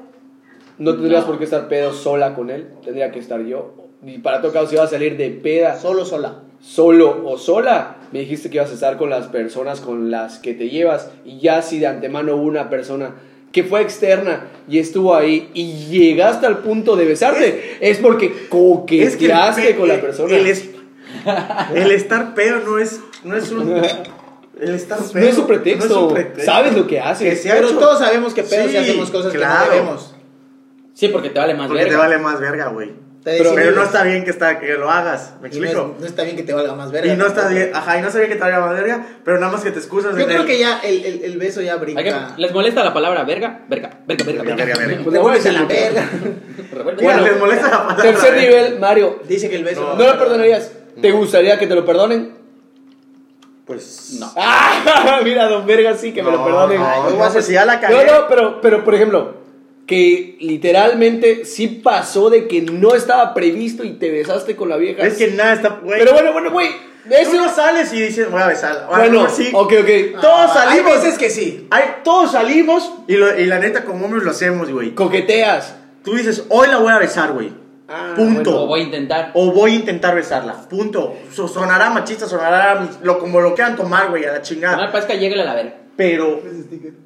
Speaker 1: No tendrías por qué estar pedo sola con él. Tendría que estar yo. Y para tocar si vas a salir de peda
Speaker 4: Solo, sola.
Speaker 1: solo o sola, me dijiste que ibas a estar con las personas con las que te llevas. Y ya si de antemano hubo una persona que fue externa y estuvo ahí y llegaste al punto de besarte, es, porque
Speaker 3: el
Speaker 1: coqueteaste
Speaker 3: pe-
Speaker 1: con la
Speaker 3: el-
Speaker 1: persona.
Speaker 3: El, es- el estar pedo no es, no es un. El estar pedo.
Speaker 1: no es su pretexto.
Speaker 3: no es un pretexto.
Speaker 1: Sabes lo que haces.
Speaker 3: Que se ha
Speaker 4: Pero
Speaker 3: hecho-
Speaker 4: todos sabemos que pedo si
Speaker 3: Sí,
Speaker 4: hacemos cosas que
Speaker 3: claro.
Speaker 4: no debemos.
Speaker 2: Sí, porque te vale más
Speaker 3: Porque te
Speaker 2: verga.
Speaker 3: vale más verga, güey.
Speaker 4: Te
Speaker 1: Pero-
Speaker 4: decidimos.
Speaker 3: Pero no está bien que, está, que lo hagas. ¿Me
Speaker 4: Y no, es-
Speaker 3: explico?
Speaker 4: no está bien que te valga más verga.
Speaker 3: Y no está
Speaker 4: tampoco.
Speaker 3: bien, ah, ajá, y no sabía que te valga más verga, pero nada más que te excusas
Speaker 4: Yo
Speaker 3: en
Speaker 4: creo
Speaker 3: el-
Speaker 4: que ya el, el- el beso ya
Speaker 2: Hay que-
Speaker 4: brinca.
Speaker 2: ¿Les molesta la palabra verga? Verga, verga, verga,
Speaker 3: Verga,
Speaker 2: verga.
Speaker 3: verga,
Speaker 1: Pues te voy a decir
Speaker 4: la
Speaker 1: lo que-
Speaker 4: verga.
Speaker 2: Revuelve.
Speaker 3: Mira,
Speaker 1: Bueno,
Speaker 3: les molesta la palabra. ¿eh?
Speaker 1: Tercer
Speaker 3: verga.
Speaker 1: nivel, Mario.
Speaker 4: Dice que el beso.
Speaker 1: No lo perdonarías. ¿Te gustaría que te lo perdonen?
Speaker 3: Pues.
Speaker 2: No.
Speaker 1: ¡Ah! Mira, don Verga, sí, que me lo
Speaker 3: No,
Speaker 1: perdonen.
Speaker 3: no,
Speaker 1: No,
Speaker 3: yo voy a hacer- si ya la
Speaker 1: no,
Speaker 3: cagué.
Speaker 1: pero, pero por ejemplo, que literalmente sí pasó de que no estaba previsto y te besaste con la vieja.
Speaker 3: Es que nada está, güey.
Speaker 1: Pero bueno, bueno, güey. de
Speaker 3: Tú
Speaker 1: Eso
Speaker 3: no sales y dices, voy a besarla. O a lo
Speaker 1: Bueno,
Speaker 3: mejor sí.
Speaker 1: ok, ok.
Speaker 3: Todos
Speaker 4: Ah,
Speaker 3: salimos.
Speaker 4: Hay veces que sí.
Speaker 3: Ay, todos salimos y, lo- y la neta, como hombres lo hacemos, güey.
Speaker 1: Coqueteas.
Speaker 3: Tú dices, hoy la voy a besar, güey.
Speaker 1: Ah,
Speaker 3: punto.
Speaker 2: O voy a intentar.
Speaker 3: O voy a intentar besarla. Punto. So- sonará machista, sonará mis- lo, como lo quieran tomar, güey, a la
Speaker 2: Una
Speaker 3: chingada.
Speaker 2: pazca, lléguele a la verga.
Speaker 3: Pero,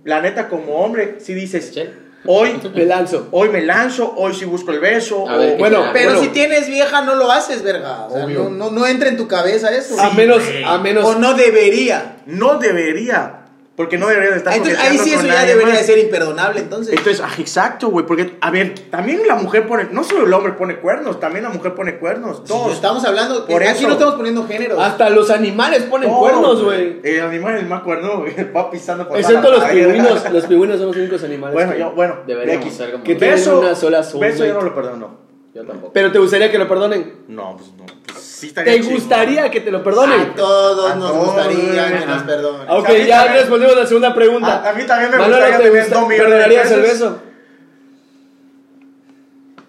Speaker 3: la neta, como hombre, si dices,
Speaker 2: Sí.
Speaker 3: hoy,
Speaker 1: Me lanzo.
Speaker 3: hoy me lanzo, hoy sí busco el beso.
Speaker 2: A ver,
Speaker 3: o-
Speaker 2: ¿qué
Speaker 1: Bueno,
Speaker 2: será?
Speaker 4: Pero
Speaker 1: bueno,
Speaker 4: si tienes vieja, no lo haces, verga. O sea,
Speaker 3: Obvio.
Speaker 4: no, no, no entra en tu cabeza eso.
Speaker 1: a menos,
Speaker 3: güey.
Speaker 1: a menos.
Speaker 4: O no debería.
Speaker 3: No debería. Porque no debería de estar
Speaker 4: Ah, Entonces, ahí
Speaker 3: coqueteando
Speaker 4: sí
Speaker 3: con
Speaker 4: eso ya
Speaker 3: nadie
Speaker 4: debería
Speaker 3: más.
Speaker 4: de ser imperdonable, entonces.
Speaker 3: Entonces, ah, exacto, güey. Porque, a ver, también la mujer pone. No solo el hombre pone cuernos, también la mujer pone cuernos.
Speaker 4: Si
Speaker 3: Todos.
Speaker 4: estamos hablando,
Speaker 3: Por
Speaker 4: aquí
Speaker 3: eso.
Speaker 4: no estamos poniendo género.
Speaker 1: Hasta los animales ponen
Speaker 3: Todos,
Speaker 1: cuernos, güey.
Speaker 3: El animal es el más cuerno, güey. Va pisando por
Speaker 1: Excepto
Speaker 3: toda
Speaker 1: los
Speaker 3: la pared.
Speaker 1: pingüinos. Los pingüinos son los únicos animales.
Speaker 3: Bueno,
Speaker 1: que-
Speaker 3: yo, bueno.
Speaker 2: Deberíamos
Speaker 3: X.
Speaker 2: ser como-
Speaker 1: Que tienen
Speaker 3: beso,
Speaker 1: una sola sombra
Speaker 3: Beso
Speaker 1: y-
Speaker 3: yo no lo perdono.
Speaker 2: Yo tampoco.
Speaker 1: Pero te gustaría que lo perdonen.
Speaker 3: No, pues no. Pues, sí estaría
Speaker 1: ¿Te
Speaker 3: chido.
Speaker 1: gustaría que te lo perdonen?
Speaker 4: A todos
Speaker 3: A
Speaker 4: nos
Speaker 3: todos,
Speaker 4: gustaría que
Speaker 3: ajá.
Speaker 4: nos perdonen.
Speaker 1: Ok,
Speaker 3: O sea, a mí
Speaker 1: ya
Speaker 3: también-
Speaker 1: respondimos la segunda pregunta.
Speaker 3: Ah, A- a mí también me
Speaker 1: Manolo,
Speaker 3: gustaría
Speaker 1: ¿te
Speaker 3: tener
Speaker 1: gusta-
Speaker 3: dos millones de
Speaker 1: ¿Perdonarías el
Speaker 3: pesos?
Speaker 1: beso?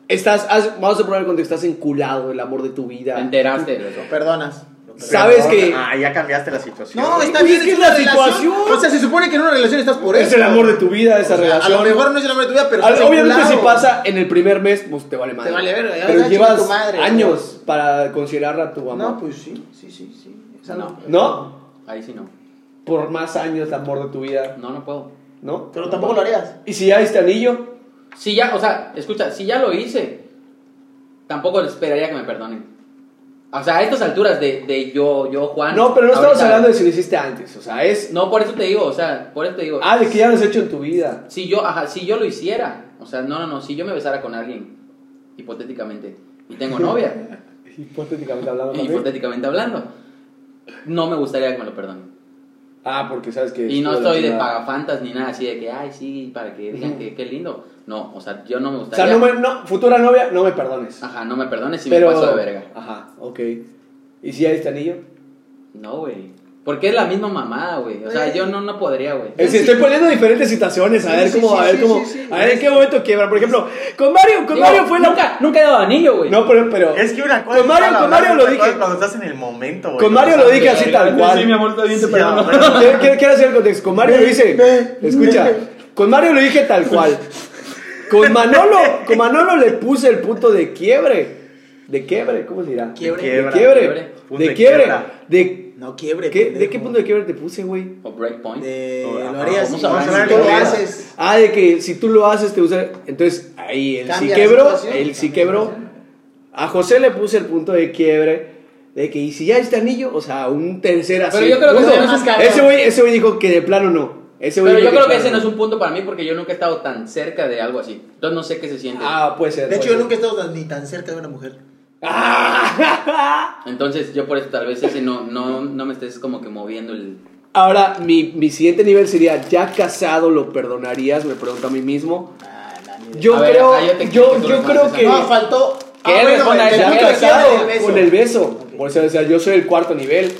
Speaker 1: Estás, has- vamos a poner el contexto, estás enculado del amor de tu vida.
Speaker 2: Te enteraste de eso.
Speaker 4: Perdonas.
Speaker 1: Sabes
Speaker 3: Perdón,
Speaker 1: que-
Speaker 3: Ah, ya cambiaste la situación.
Speaker 4: No, está
Speaker 1: Oye,
Speaker 4: bien,
Speaker 1: es que es la
Speaker 4: relación.
Speaker 1: situación.
Speaker 4: O sea, se supone que en una relación estás por eso.
Speaker 1: es el amor de tu vida, esa
Speaker 4: O sea,
Speaker 1: relación.
Speaker 4: A lo mejor no es el amor de tu vida, pero.
Speaker 1: Al-
Speaker 4: estás
Speaker 1: Obviamente
Speaker 4: vinculado.
Speaker 1: si pasa en el primer mes, pues te vale madre.
Speaker 4: vale verga, ya,
Speaker 1: Pero
Speaker 4: ya,
Speaker 1: llevas
Speaker 4: chinga tu madre,
Speaker 1: años para considerarla tu amor.
Speaker 4: No,
Speaker 1: No,
Speaker 4: pues sí, sí, sí, sí. Es algo-
Speaker 2: Ahí sí no.
Speaker 1: Por más años el amor de tu vida,
Speaker 2: No, no puedo.
Speaker 1: ¿no?
Speaker 4: Pero tampoco lo harías.
Speaker 1: Y si ya este anillo,
Speaker 2: Si ya, o sea, escucha, si ya lo hice, tampoco esperaría que me perdonen. O sea, a estas alturas de, de yo, yo, Juan.
Speaker 1: no, pero no estamos
Speaker 2: ahorita-
Speaker 1: hablando de si lo hiciste antes, o sea, es...
Speaker 2: No, por eso te digo, o sea, por eso te digo.
Speaker 1: Ah, de que ya lo has hecho en tu vida.
Speaker 2: Si yo, ajá, si yo lo hiciera, o sea, no, no, no, si yo me besara con alguien, hipotéticamente, y tengo novia,
Speaker 1: Hipotéticamente hablando también.
Speaker 2: hipotéticamente hablando, no me gustaría que me lo perdonen.
Speaker 1: Ah, porque sabes que...
Speaker 2: Y no
Speaker 1: estuvo la
Speaker 2: estoy de
Speaker 1: chingada.
Speaker 2: pagafantas ni nada así de que, ay, sí, para que digan que qué lindo. No, o sea, yo no me
Speaker 1: O sea,
Speaker 2: gustaría.
Speaker 1: no me, no, futura novia, no me perdones.
Speaker 2: Ajá, no me perdones si
Speaker 1: pero...
Speaker 2: Ah, me paso de verga.
Speaker 1: Ajá, ok. ¿Y si ya este anillo?
Speaker 2: No, güey. Porque es la misma mamada, güey. O
Speaker 1: Eh,
Speaker 2: sea,
Speaker 4: Güey.
Speaker 2: yo no, no podría, güey.
Speaker 1: Es
Speaker 4: Sí.
Speaker 1: que estoy poniendo diferentes situaciones, a
Speaker 4: Sí,
Speaker 1: ver
Speaker 4: sí,
Speaker 1: cómo,
Speaker 4: sí,
Speaker 1: a ver
Speaker 4: sí,
Speaker 1: cómo,
Speaker 4: sí, sí.
Speaker 1: a ver en qué momento quiebra. Por ejemplo, con Mario, con
Speaker 2: Digo,
Speaker 1: Mario fue la...
Speaker 2: nunca, nunca he dado anillo, güey.
Speaker 1: No, pero, pero
Speaker 3: Es que una cosa.
Speaker 1: Con Mario-
Speaker 3: es
Speaker 1: con Mario
Speaker 3: hablar,
Speaker 1: lo
Speaker 3: otra cosa
Speaker 1: dije.
Speaker 3: es Cuando estás en el momento, güey.
Speaker 1: con Mario lo dije así tal cual.
Speaker 5: Sí, mi amor, está bien, te
Speaker 3: Sí,
Speaker 5: perdono.
Speaker 3: ah, bueno.
Speaker 1: Quiero- Quiero, quiero hacer el contexto. Con Mario lo hice.
Speaker 4: ve,
Speaker 1: Escucha,
Speaker 4: ve.
Speaker 1: con Mario lo dije tal cual. Con Manolo, con Manolo le puse el punto de quiebre. ¿De quiebre? ¿Cómo se dirá?
Speaker 4: Quiebre.
Speaker 1: De
Speaker 3: Quiebra.
Speaker 1: quiebre.
Speaker 3: Punto
Speaker 1: De
Speaker 3: de
Speaker 1: quiebre.
Speaker 3: quiebra.
Speaker 1: ¿De
Speaker 4: No quiebre.
Speaker 1: qué,
Speaker 4: pendejo.
Speaker 1: ¿De qué punto de quiebre te puse, güey?
Speaker 2: O breakpoint.
Speaker 1: eh,
Speaker 4: De-
Speaker 3: Ahora,
Speaker 4: Lo harías.
Speaker 2: vamos
Speaker 4: sí,
Speaker 2: a hablar
Speaker 4: si
Speaker 2: de
Speaker 4: tú lo
Speaker 2: quiebre.
Speaker 4: haces.
Speaker 1: Ah, de que si tú lo haces te usa. Entonces ahí el sí
Speaker 4: Cambia la
Speaker 1: quebró,
Speaker 4: situación.
Speaker 1: el sí
Speaker 4: Cambia
Speaker 1: quebró.
Speaker 4: la situación.
Speaker 1: A José le puse el punto de quiebre. De que, y si ya este anillo, o sea, un tercer así.
Speaker 2: yo creo que
Speaker 1: punto.
Speaker 2: ese no es más
Speaker 4: cabrón.
Speaker 1: ese güey ese güey dijo que de plano no. Ese güey
Speaker 2: Pero yo
Speaker 1: dijo
Speaker 2: creo
Speaker 1: de
Speaker 2: que ese no
Speaker 1: plano
Speaker 2: es un punto para mí porque yo nunca he estado tan cerca de algo así. Entonces no sé qué se siente.
Speaker 1: Ah, puede ser. puede
Speaker 4: De hecho, yo
Speaker 1: ser.
Speaker 4: nunca he estado tan- ni tan cerca de una mujer.
Speaker 1: Ah,
Speaker 2: Entonces yo por eso tal vez ese no, no, no me estés como que moviendo el...
Speaker 1: Ahora, mi, mi siguiente nivel sería: ¿ya casado lo perdonarías? Me pregunto a mí mismo. Yo
Speaker 2: A ver,
Speaker 1: creo,
Speaker 2: ah, yo te-
Speaker 1: yo,
Speaker 2: tú
Speaker 1: yo
Speaker 2: respondes
Speaker 1: creo
Speaker 2: esa.
Speaker 1: que.
Speaker 4: No, faltó. Ah,
Speaker 2: Que él responda
Speaker 4: el
Speaker 2: esa.
Speaker 1: Ya
Speaker 4: punto
Speaker 2: Él
Speaker 4: de
Speaker 1: casado
Speaker 4: quiebre, el beso.
Speaker 1: con el beso.
Speaker 4: Ok.
Speaker 1: Por eso, o sea, yo soy el cuarto nivel.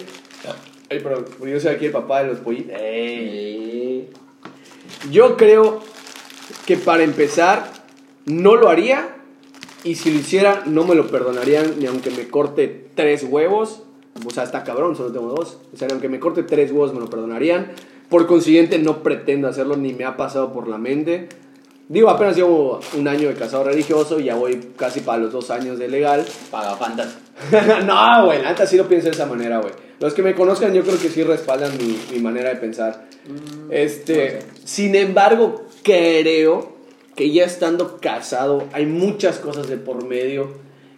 Speaker 1: Ay, perdón, yo soy aquí el papá de los pollitos.
Speaker 2: Eh,
Speaker 1: Yo creo que para empezar, no lo haría. Y si lo hiciera, no me lo perdonarían ni aunque me corte tres huevos. O sea, está cabrón, solo tengo dos. O sea, ni aunque me corte tres huevos, me lo perdonarían. Por consiguiente, no pretendo hacerlo ni me ha pasado por la mente. Digo, apenas llevo un año de casado religioso y ya voy casi para los dos años de legal.
Speaker 2: Pagafantas.
Speaker 1: no, güey, la neta sí lo pienso de esa manera, güey. Los que me conozcan yo creo que sí respaldan mi, mi manera de pensar.
Speaker 3: Mm,
Speaker 1: este, sin embargo, creo que ya estando casado hay muchas cosas de por medio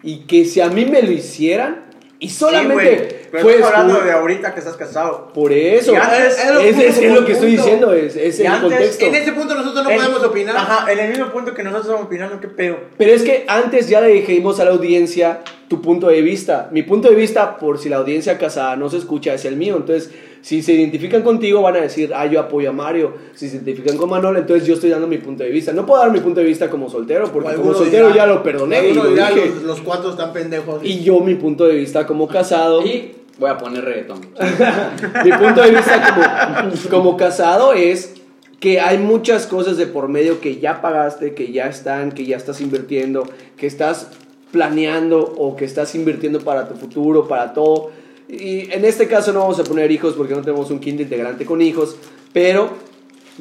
Speaker 1: y que si a mí me lo hicieran y solamente
Speaker 3: Sí, güey, pero
Speaker 1: fue
Speaker 3: estamos hablando
Speaker 1: excusa-
Speaker 3: de ahorita que estás casado.
Speaker 1: por eso,
Speaker 3: Y antes-
Speaker 1: es, es- es lo que estoy diciendo, es, es
Speaker 3: Y
Speaker 1: el
Speaker 3: antes,
Speaker 1: contexto.
Speaker 4: En ese punto nosotros no
Speaker 3: En-
Speaker 4: podemos opinar.
Speaker 3: Ajá, en el mismo punto que nosotros estamos opinando, qué pedo.
Speaker 1: Pero es que antes ya le dijimos a la audiencia tu punto de vista. Mi punto de vista, por si la audiencia casada no se escucha, es el mío. Entonces, si se identifican contigo, van a decir, ah, yo apoyo a Mario. Si se identifican con Manuel, entonces yo estoy dando mi punto de vista. No puedo dar mi punto de vista como soltero, porque como
Speaker 4: Alguno
Speaker 1: soltero
Speaker 4: dirá-
Speaker 1: ya lo perdoné y
Speaker 4: alguno
Speaker 1: lo
Speaker 4: dirá,
Speaker 1: dije.
Speaker 4: Los, los cuatro están pendejos.
Speaker 1: Y yo mi punto de vista como casado.
Speaker 2: Y voy a poner reggaetón.
Speaker 1: Mi punto de vista como, como casado es que hay muchas cosas de por medio que ya pagaste, que ya están, que ya estás invirtiendo, que estás planeando o que estás invirtiendo para tu futuro, para todo. Y en este caso no vamos a poner hijos porque no tenemos un quinto integrante con hijos, pero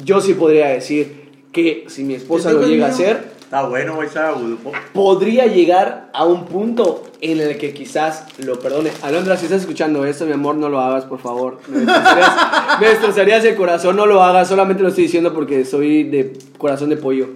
Speaker 1: yo sí podría decir que si mi esposa
Speaker 4: Yo
Speaker 1: lo
Speaker 4: tengo el
Speaker 1: llega a
Speaker 4: mío.
Speaker 1: hacer,
Speaker 3: Está bueno, güey, está grupo.
Speaker 1: podría llegar a un punto en el que quizás lo perdone. Alondra, si estás escuchando esto, mi amor, no lo hagas, por favor. Me destrozarías, me destrozarías el corazón, no lo hagas. Solamente lo estoy diciendo porque soy de corazón de pollo.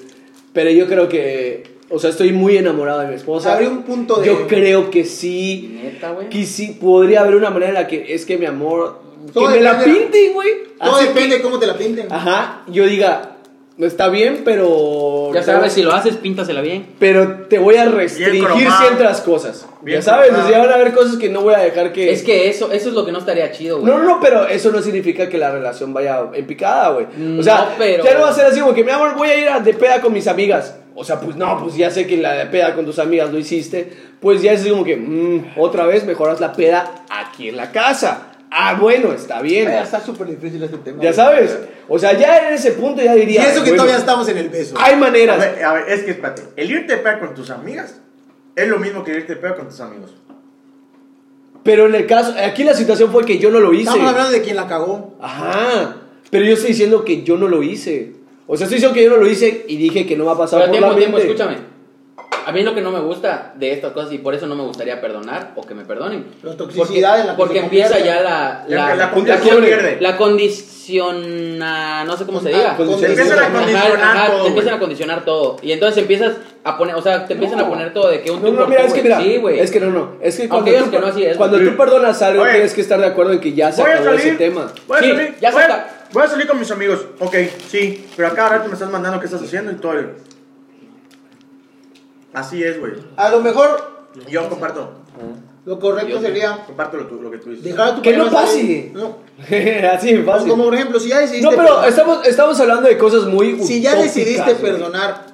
Speaker 1: Pero yo creo que, o sea, estoy muy enamorado de mi esposa.
Speaker 4: Habría un punto de-
Speaker 1: Yo creo que sí.
Speaker 2: Neta, güey.
Speaker 1: Que sí, podría haber una manera en la que es que mi amor.
Speaker 4: Todo
Speaker 1: que me la
Speaker 4: depende-
Speaker 1: pinten, güey.
Speaker 4: Todo
Speaker 1: Así
Speaker 4: depende de
Speaker 1: que-
Speaker 4: cómo te la pinten.
Speaker 1: Ajá, yo diga, no está bien, pero.
Speaker 2: Ya sabes, si lo haces, píntasela bien.
Speaker 1: Pero te voy a restringir
Speaker 3: cromado.
Speaker 1: ciertas cosas.
Speaker 3: Bien
Speaker 1: ya sabes,
Speaker 3: cromado.
Speaker 1: o sea, van a haber cosas que no voy a dejar que.
Speaker 2: Es que eso, eso es lo que no estaría chido, güey.
Speaker 1: No, no, no, pero eso no significa que la relación vaya en picada, güey.
Speaker 2: No,
Speaker 1: O sea,
Speaker 2: pero-
Speaker 1: ya no va a ser así como que, mi amor, voy a ir a de peda con mis amigas. O sea, pues no, pues ya sé que la de peda con tus amigas lo hiciste. Pues ya es como que, mm, otra vez mejoras la peda aquí en la casa. Ah, bueno, está bien.
Speaker 5: Ya está súper difícil este tema.
Speaker 1: Ya
Speaker 5: güey.
Speaker 1: sabes. O sea, ya en ese punto ya
Speaker 4: Y
Speaker 1: diría.
Speaker 4: eso que
Speaker 1: bueno,
Speaker 4: todavía estamos en el beso.
Speaker 1: Hay
Speaker 3: A
Speaker 1: maneras.
Speaker 3: ver, a ver, es que espérate. El irte a pegar con tus amigas es lo mismo que irte a pegar con tus amigos.
Speaker 1: Pero en el caso, aquí la situación fue que yo no lo hice.
Speaker 4: Estamos hablando de quien la cagó.
Speaker 1: Ajá. Pero yo estoy diciendo que yo no lo hice. O sea, estoy diciendo que yo no lo hice y dije que no va a pasar por
Speaker 2: Pero tiempo,
Speaker 1: la
Speaker 2: tiempo,
Speaker 1: mente.
Speaker 2: escúchame. A mí lo que no me gusta de estas cosas y por eso no me gustaría perdonar o que me perdonen.
Speaker 1: Pues
Speaker 4: La toxicidad
Speaker 2: Porque,
Speaker 4: en la que
Speaker 2: porque
Speaker 4: se
Speaker 2: empieza
Speaker 4: convierte.
Speaker 2: ya la.
Speaker 3: La-
Speaker 2: La,
Speaker 3: la condición
Speaker 2: condi-
Speaker 3: pierde.
Speaker 2: la condiciona. No sé cómo se
Speaker 4: Con-
Speaker 2: diga.
Speaker 4: con-
Speaker 1: Pues,
Speaker 4: Se
Speaker 3: empiezan a
Speaker 2: Ajá,
Speaker 3: condicionar
Speaker 2: ajá,
Speaker 3: todo,
Speaker 2: Te empiezan
Speaker 3: güey.
Speaker 2: a condicionar todo. Y entonces empiezas a poner. O sea, te empiezan a poner todo de que un
Speaker 1: No,
Speaker 2: tú
Speaker 1: no,
Speaker 2: por
Speaker 1: mira,
Speaker 2: tú,
Speaker 1: es que
Speaker 2: güey.
Speaker 1: mira,
Speaker 2: Sí, güey.
Speaker 1: es que no, no, es que cuando,
Speaker 2: Aunque digas
Speaker 1: tú,
Speaker 2: que no, sí es,
Speaker 1: cuando
Speaker 2: güey.
Speaker 1: tú perdonas algo
Speaker 3: Oye.
Speaker 1: tienes que estar de acuerdo en que ya se
Speaker 3: Voy a
Speaker 1: acabó ese
Speaker 3: salir.
Speaker 1: tema.
Speaker 3: Voy a
Speaker 2: Sí,
Speaker 3: salir.
Speaker 2: ya se
Speaker 3: voy,
Speaker 2: acabó.
Speaker 3: a, voy a salir con mis amigos. Ok, sí. Pero a cada rato me estás mandando qué estás haciendo y todo. el- Así es, güey.
Speaker 4: A lo mejor
Speaker 3: Yo comparto.
Speaker 4: lo correcto
Speaker 2: Yo-
Speaker 4: sería
Speaker 3: Comparto lo, tu- lo que tú dices.
Speaker 4: dejar a tu
Speaker 1: Que no
Speaker 4: pareja
Speaker 1: pase.
Speaker 4: salir. No.
Speaker 1: Así de fácil.
Speaker 4: Como por ejemplo, si ya decidiste.
Speaker 1: No, pero
Speaker 4: perdonar-
Speaker 1: estamos, estamos hablando de cosas muy
Speaker 4: Si ya
Speaker 1: utópicas,
Speaker 4: decidiste
Speaker 1: güey.
Speaker 4: perdonar.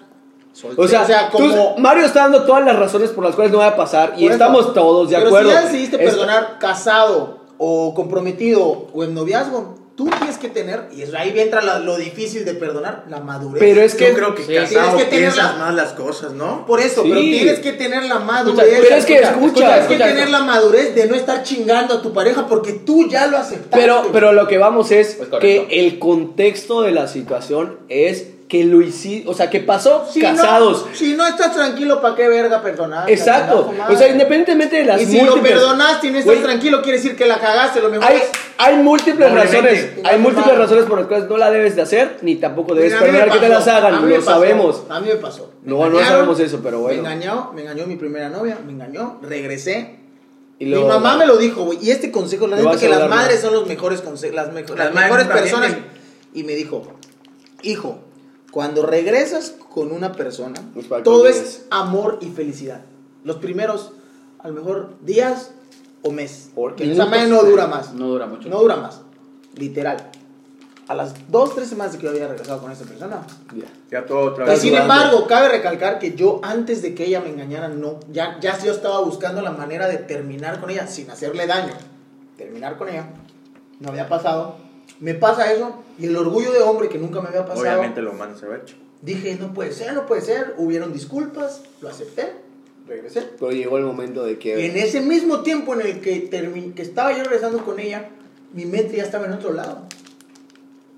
Speaker 1: O sea, tú-
Speaker 4: como.
Speaker 1: Mario está dando todas las razones por las cuales no va a pasar y
Speaker 4: Por eso.
Speaker 1: estamos todos de
Speaker 4: Pero
Speaker 1: acuerdo.
Speaker 4: Si ya decidiste
Speaker 1: Esta-
Speaker 4: perdonar casado o comprometido o en noviazgo, tú tienes que tener, y eso ahí entra la- lo difícil de perdonar, la madurez.
Speaker 1: Pero es
Speaker 3: Yo
Speaker 1: que
Speaker 3: creo que
Speaker 2: Sí.
Speaker 3: casado
Speaker 4: Tienes que tener
Speaker 3: piensas
Speaker 4: la- Pues,
Speaker 3: más las cosas, ¿no?
Speaker 4: Por eso,
Speaker 1: Sí.
Speaker 4: pero tienes que tener la madurez.
Speaker 2: Escucha,
Speaker 1: pero es que escucha,
Speaker 4: tienes
Speaker 1: escucha
Speaker 4: que
Speaker 2: esto.
Speaker 4: tener la madurez de no estar chingando a tu pareja porque tú ya lo aceptaste.
Speaker 1: Pero, pero lo que vamos es
Speaker 2: Pues correcto.
Speaker 1: que el contexto de la situación es que lo hiciste, o sea, que pasó
Speaker 4: si
Speaker 1: casados.
Speaker 4: No, si no estás tranquilo, ¿para qué verga perdonar?
Speaker 1: Exacto.
Speaker 4: Carajo, madre.
Speaker 1: O sea, independientemente de las
Speaker 4: Y si lo
Speaker 1: múltiples-
Speaker 4: perdonaste y no estás
Speaker 1: Güey,
Speaker 4: tranquilo, quiere decir que la cagaste. Lo mejor
Speaker 1: Hay,
Speaker 4: es-
Speaker 1: hay múltiples
Speaker 3: Doblemente.
Speaker 1: razones, hay
Speaker 4: Igual
Speaker 1: múltiples
Speaker 4: mal.
Speaker 1: razones por las cuales no la debes de hacer, ni tampoco debes
Speaker 4: Mira, a mí me
Speaker 1: perdonar que te
Speaker 4: pasó,
Speaker 1: las
Speaker 4: a
Speaker 1: hagan,
Speaker 4: mí me
Speaker 1: lo
Speaker 4: pasó,
Speaker 1: sabemos.
Speaker 4: A mí me pasó. Me
Speaker 1: No, no
Speaker 4: engañaron,
Speaker 1: sabemos eso, pero bueno.
Speaker 4: Me engañó, me engañó mi primera novia, me engañó, regresé.
Speaker 1: Y luego-
Speaker 4: mi mamá me lo dijo, güey. Y este consejo, la
Speaker 1: Lo
Speaker 4: neta
Speaker 1: vas
Speaker 4: que
Speaker 1: a
Speaker 4: las
Speaker 1: dar,
Speaker 4: madres
Speaker 1: ¿no?
Speaker 4: son los mejores conse- las, mejo-
Speaker 3: Las
Speaker 4: las
Speaker 3: madres
Speaker 4: mejores
Speaker 3: también
Speaker 4: personas.
Speaker 3: tienen-
Speaker 4: Y me dijo, hijo, cuando regresas con una persona,
Speaker 1: Pues para que
Speaker 4: todo
Speaker 1: olvides.
Speaker 4: es amor y felicidad. Los primeros, a lo mejor, días o mes.
Speaker 1: Porque
Speaker 4: Esa
Speaker 1: minutos.
Speaker 4: madre no dura más.
Speaker 2: No dura mucho.
Speaker 4: No dura más. Literal. A las dos, tres semanas de que yo había regresado con esta persona.
Speaker 3: Ya todo otra
Speaker 4: Y
Speaker 3: vez.
Speaker 4: sin
Speaker 1: dudando.
Speaker 4: embargo, cabe recalcar que yo antes de que ella me engañara, no, ya, ya yo estaba buscando la manera de terminar con ella sin hacerle daño. Terminar con ella. No había pasado. Me pasa eso y el orgullo de hombre que nunca me había pasado.
Speaker 3: Obviamente lo humano se lo ha hecho.
Speaker 4: Dije, no puede ser, no puede ser. Hubieron disculpas, lo acepté, regresé.
Speaker 1: Pero llegó el momento de
Speaker 4: Y en
Speaker 1: que...
Speaker 4: ese mismo tiempo en el que, termi- que estaba yo regresando con ella, mi mente ya estaba en otro lado.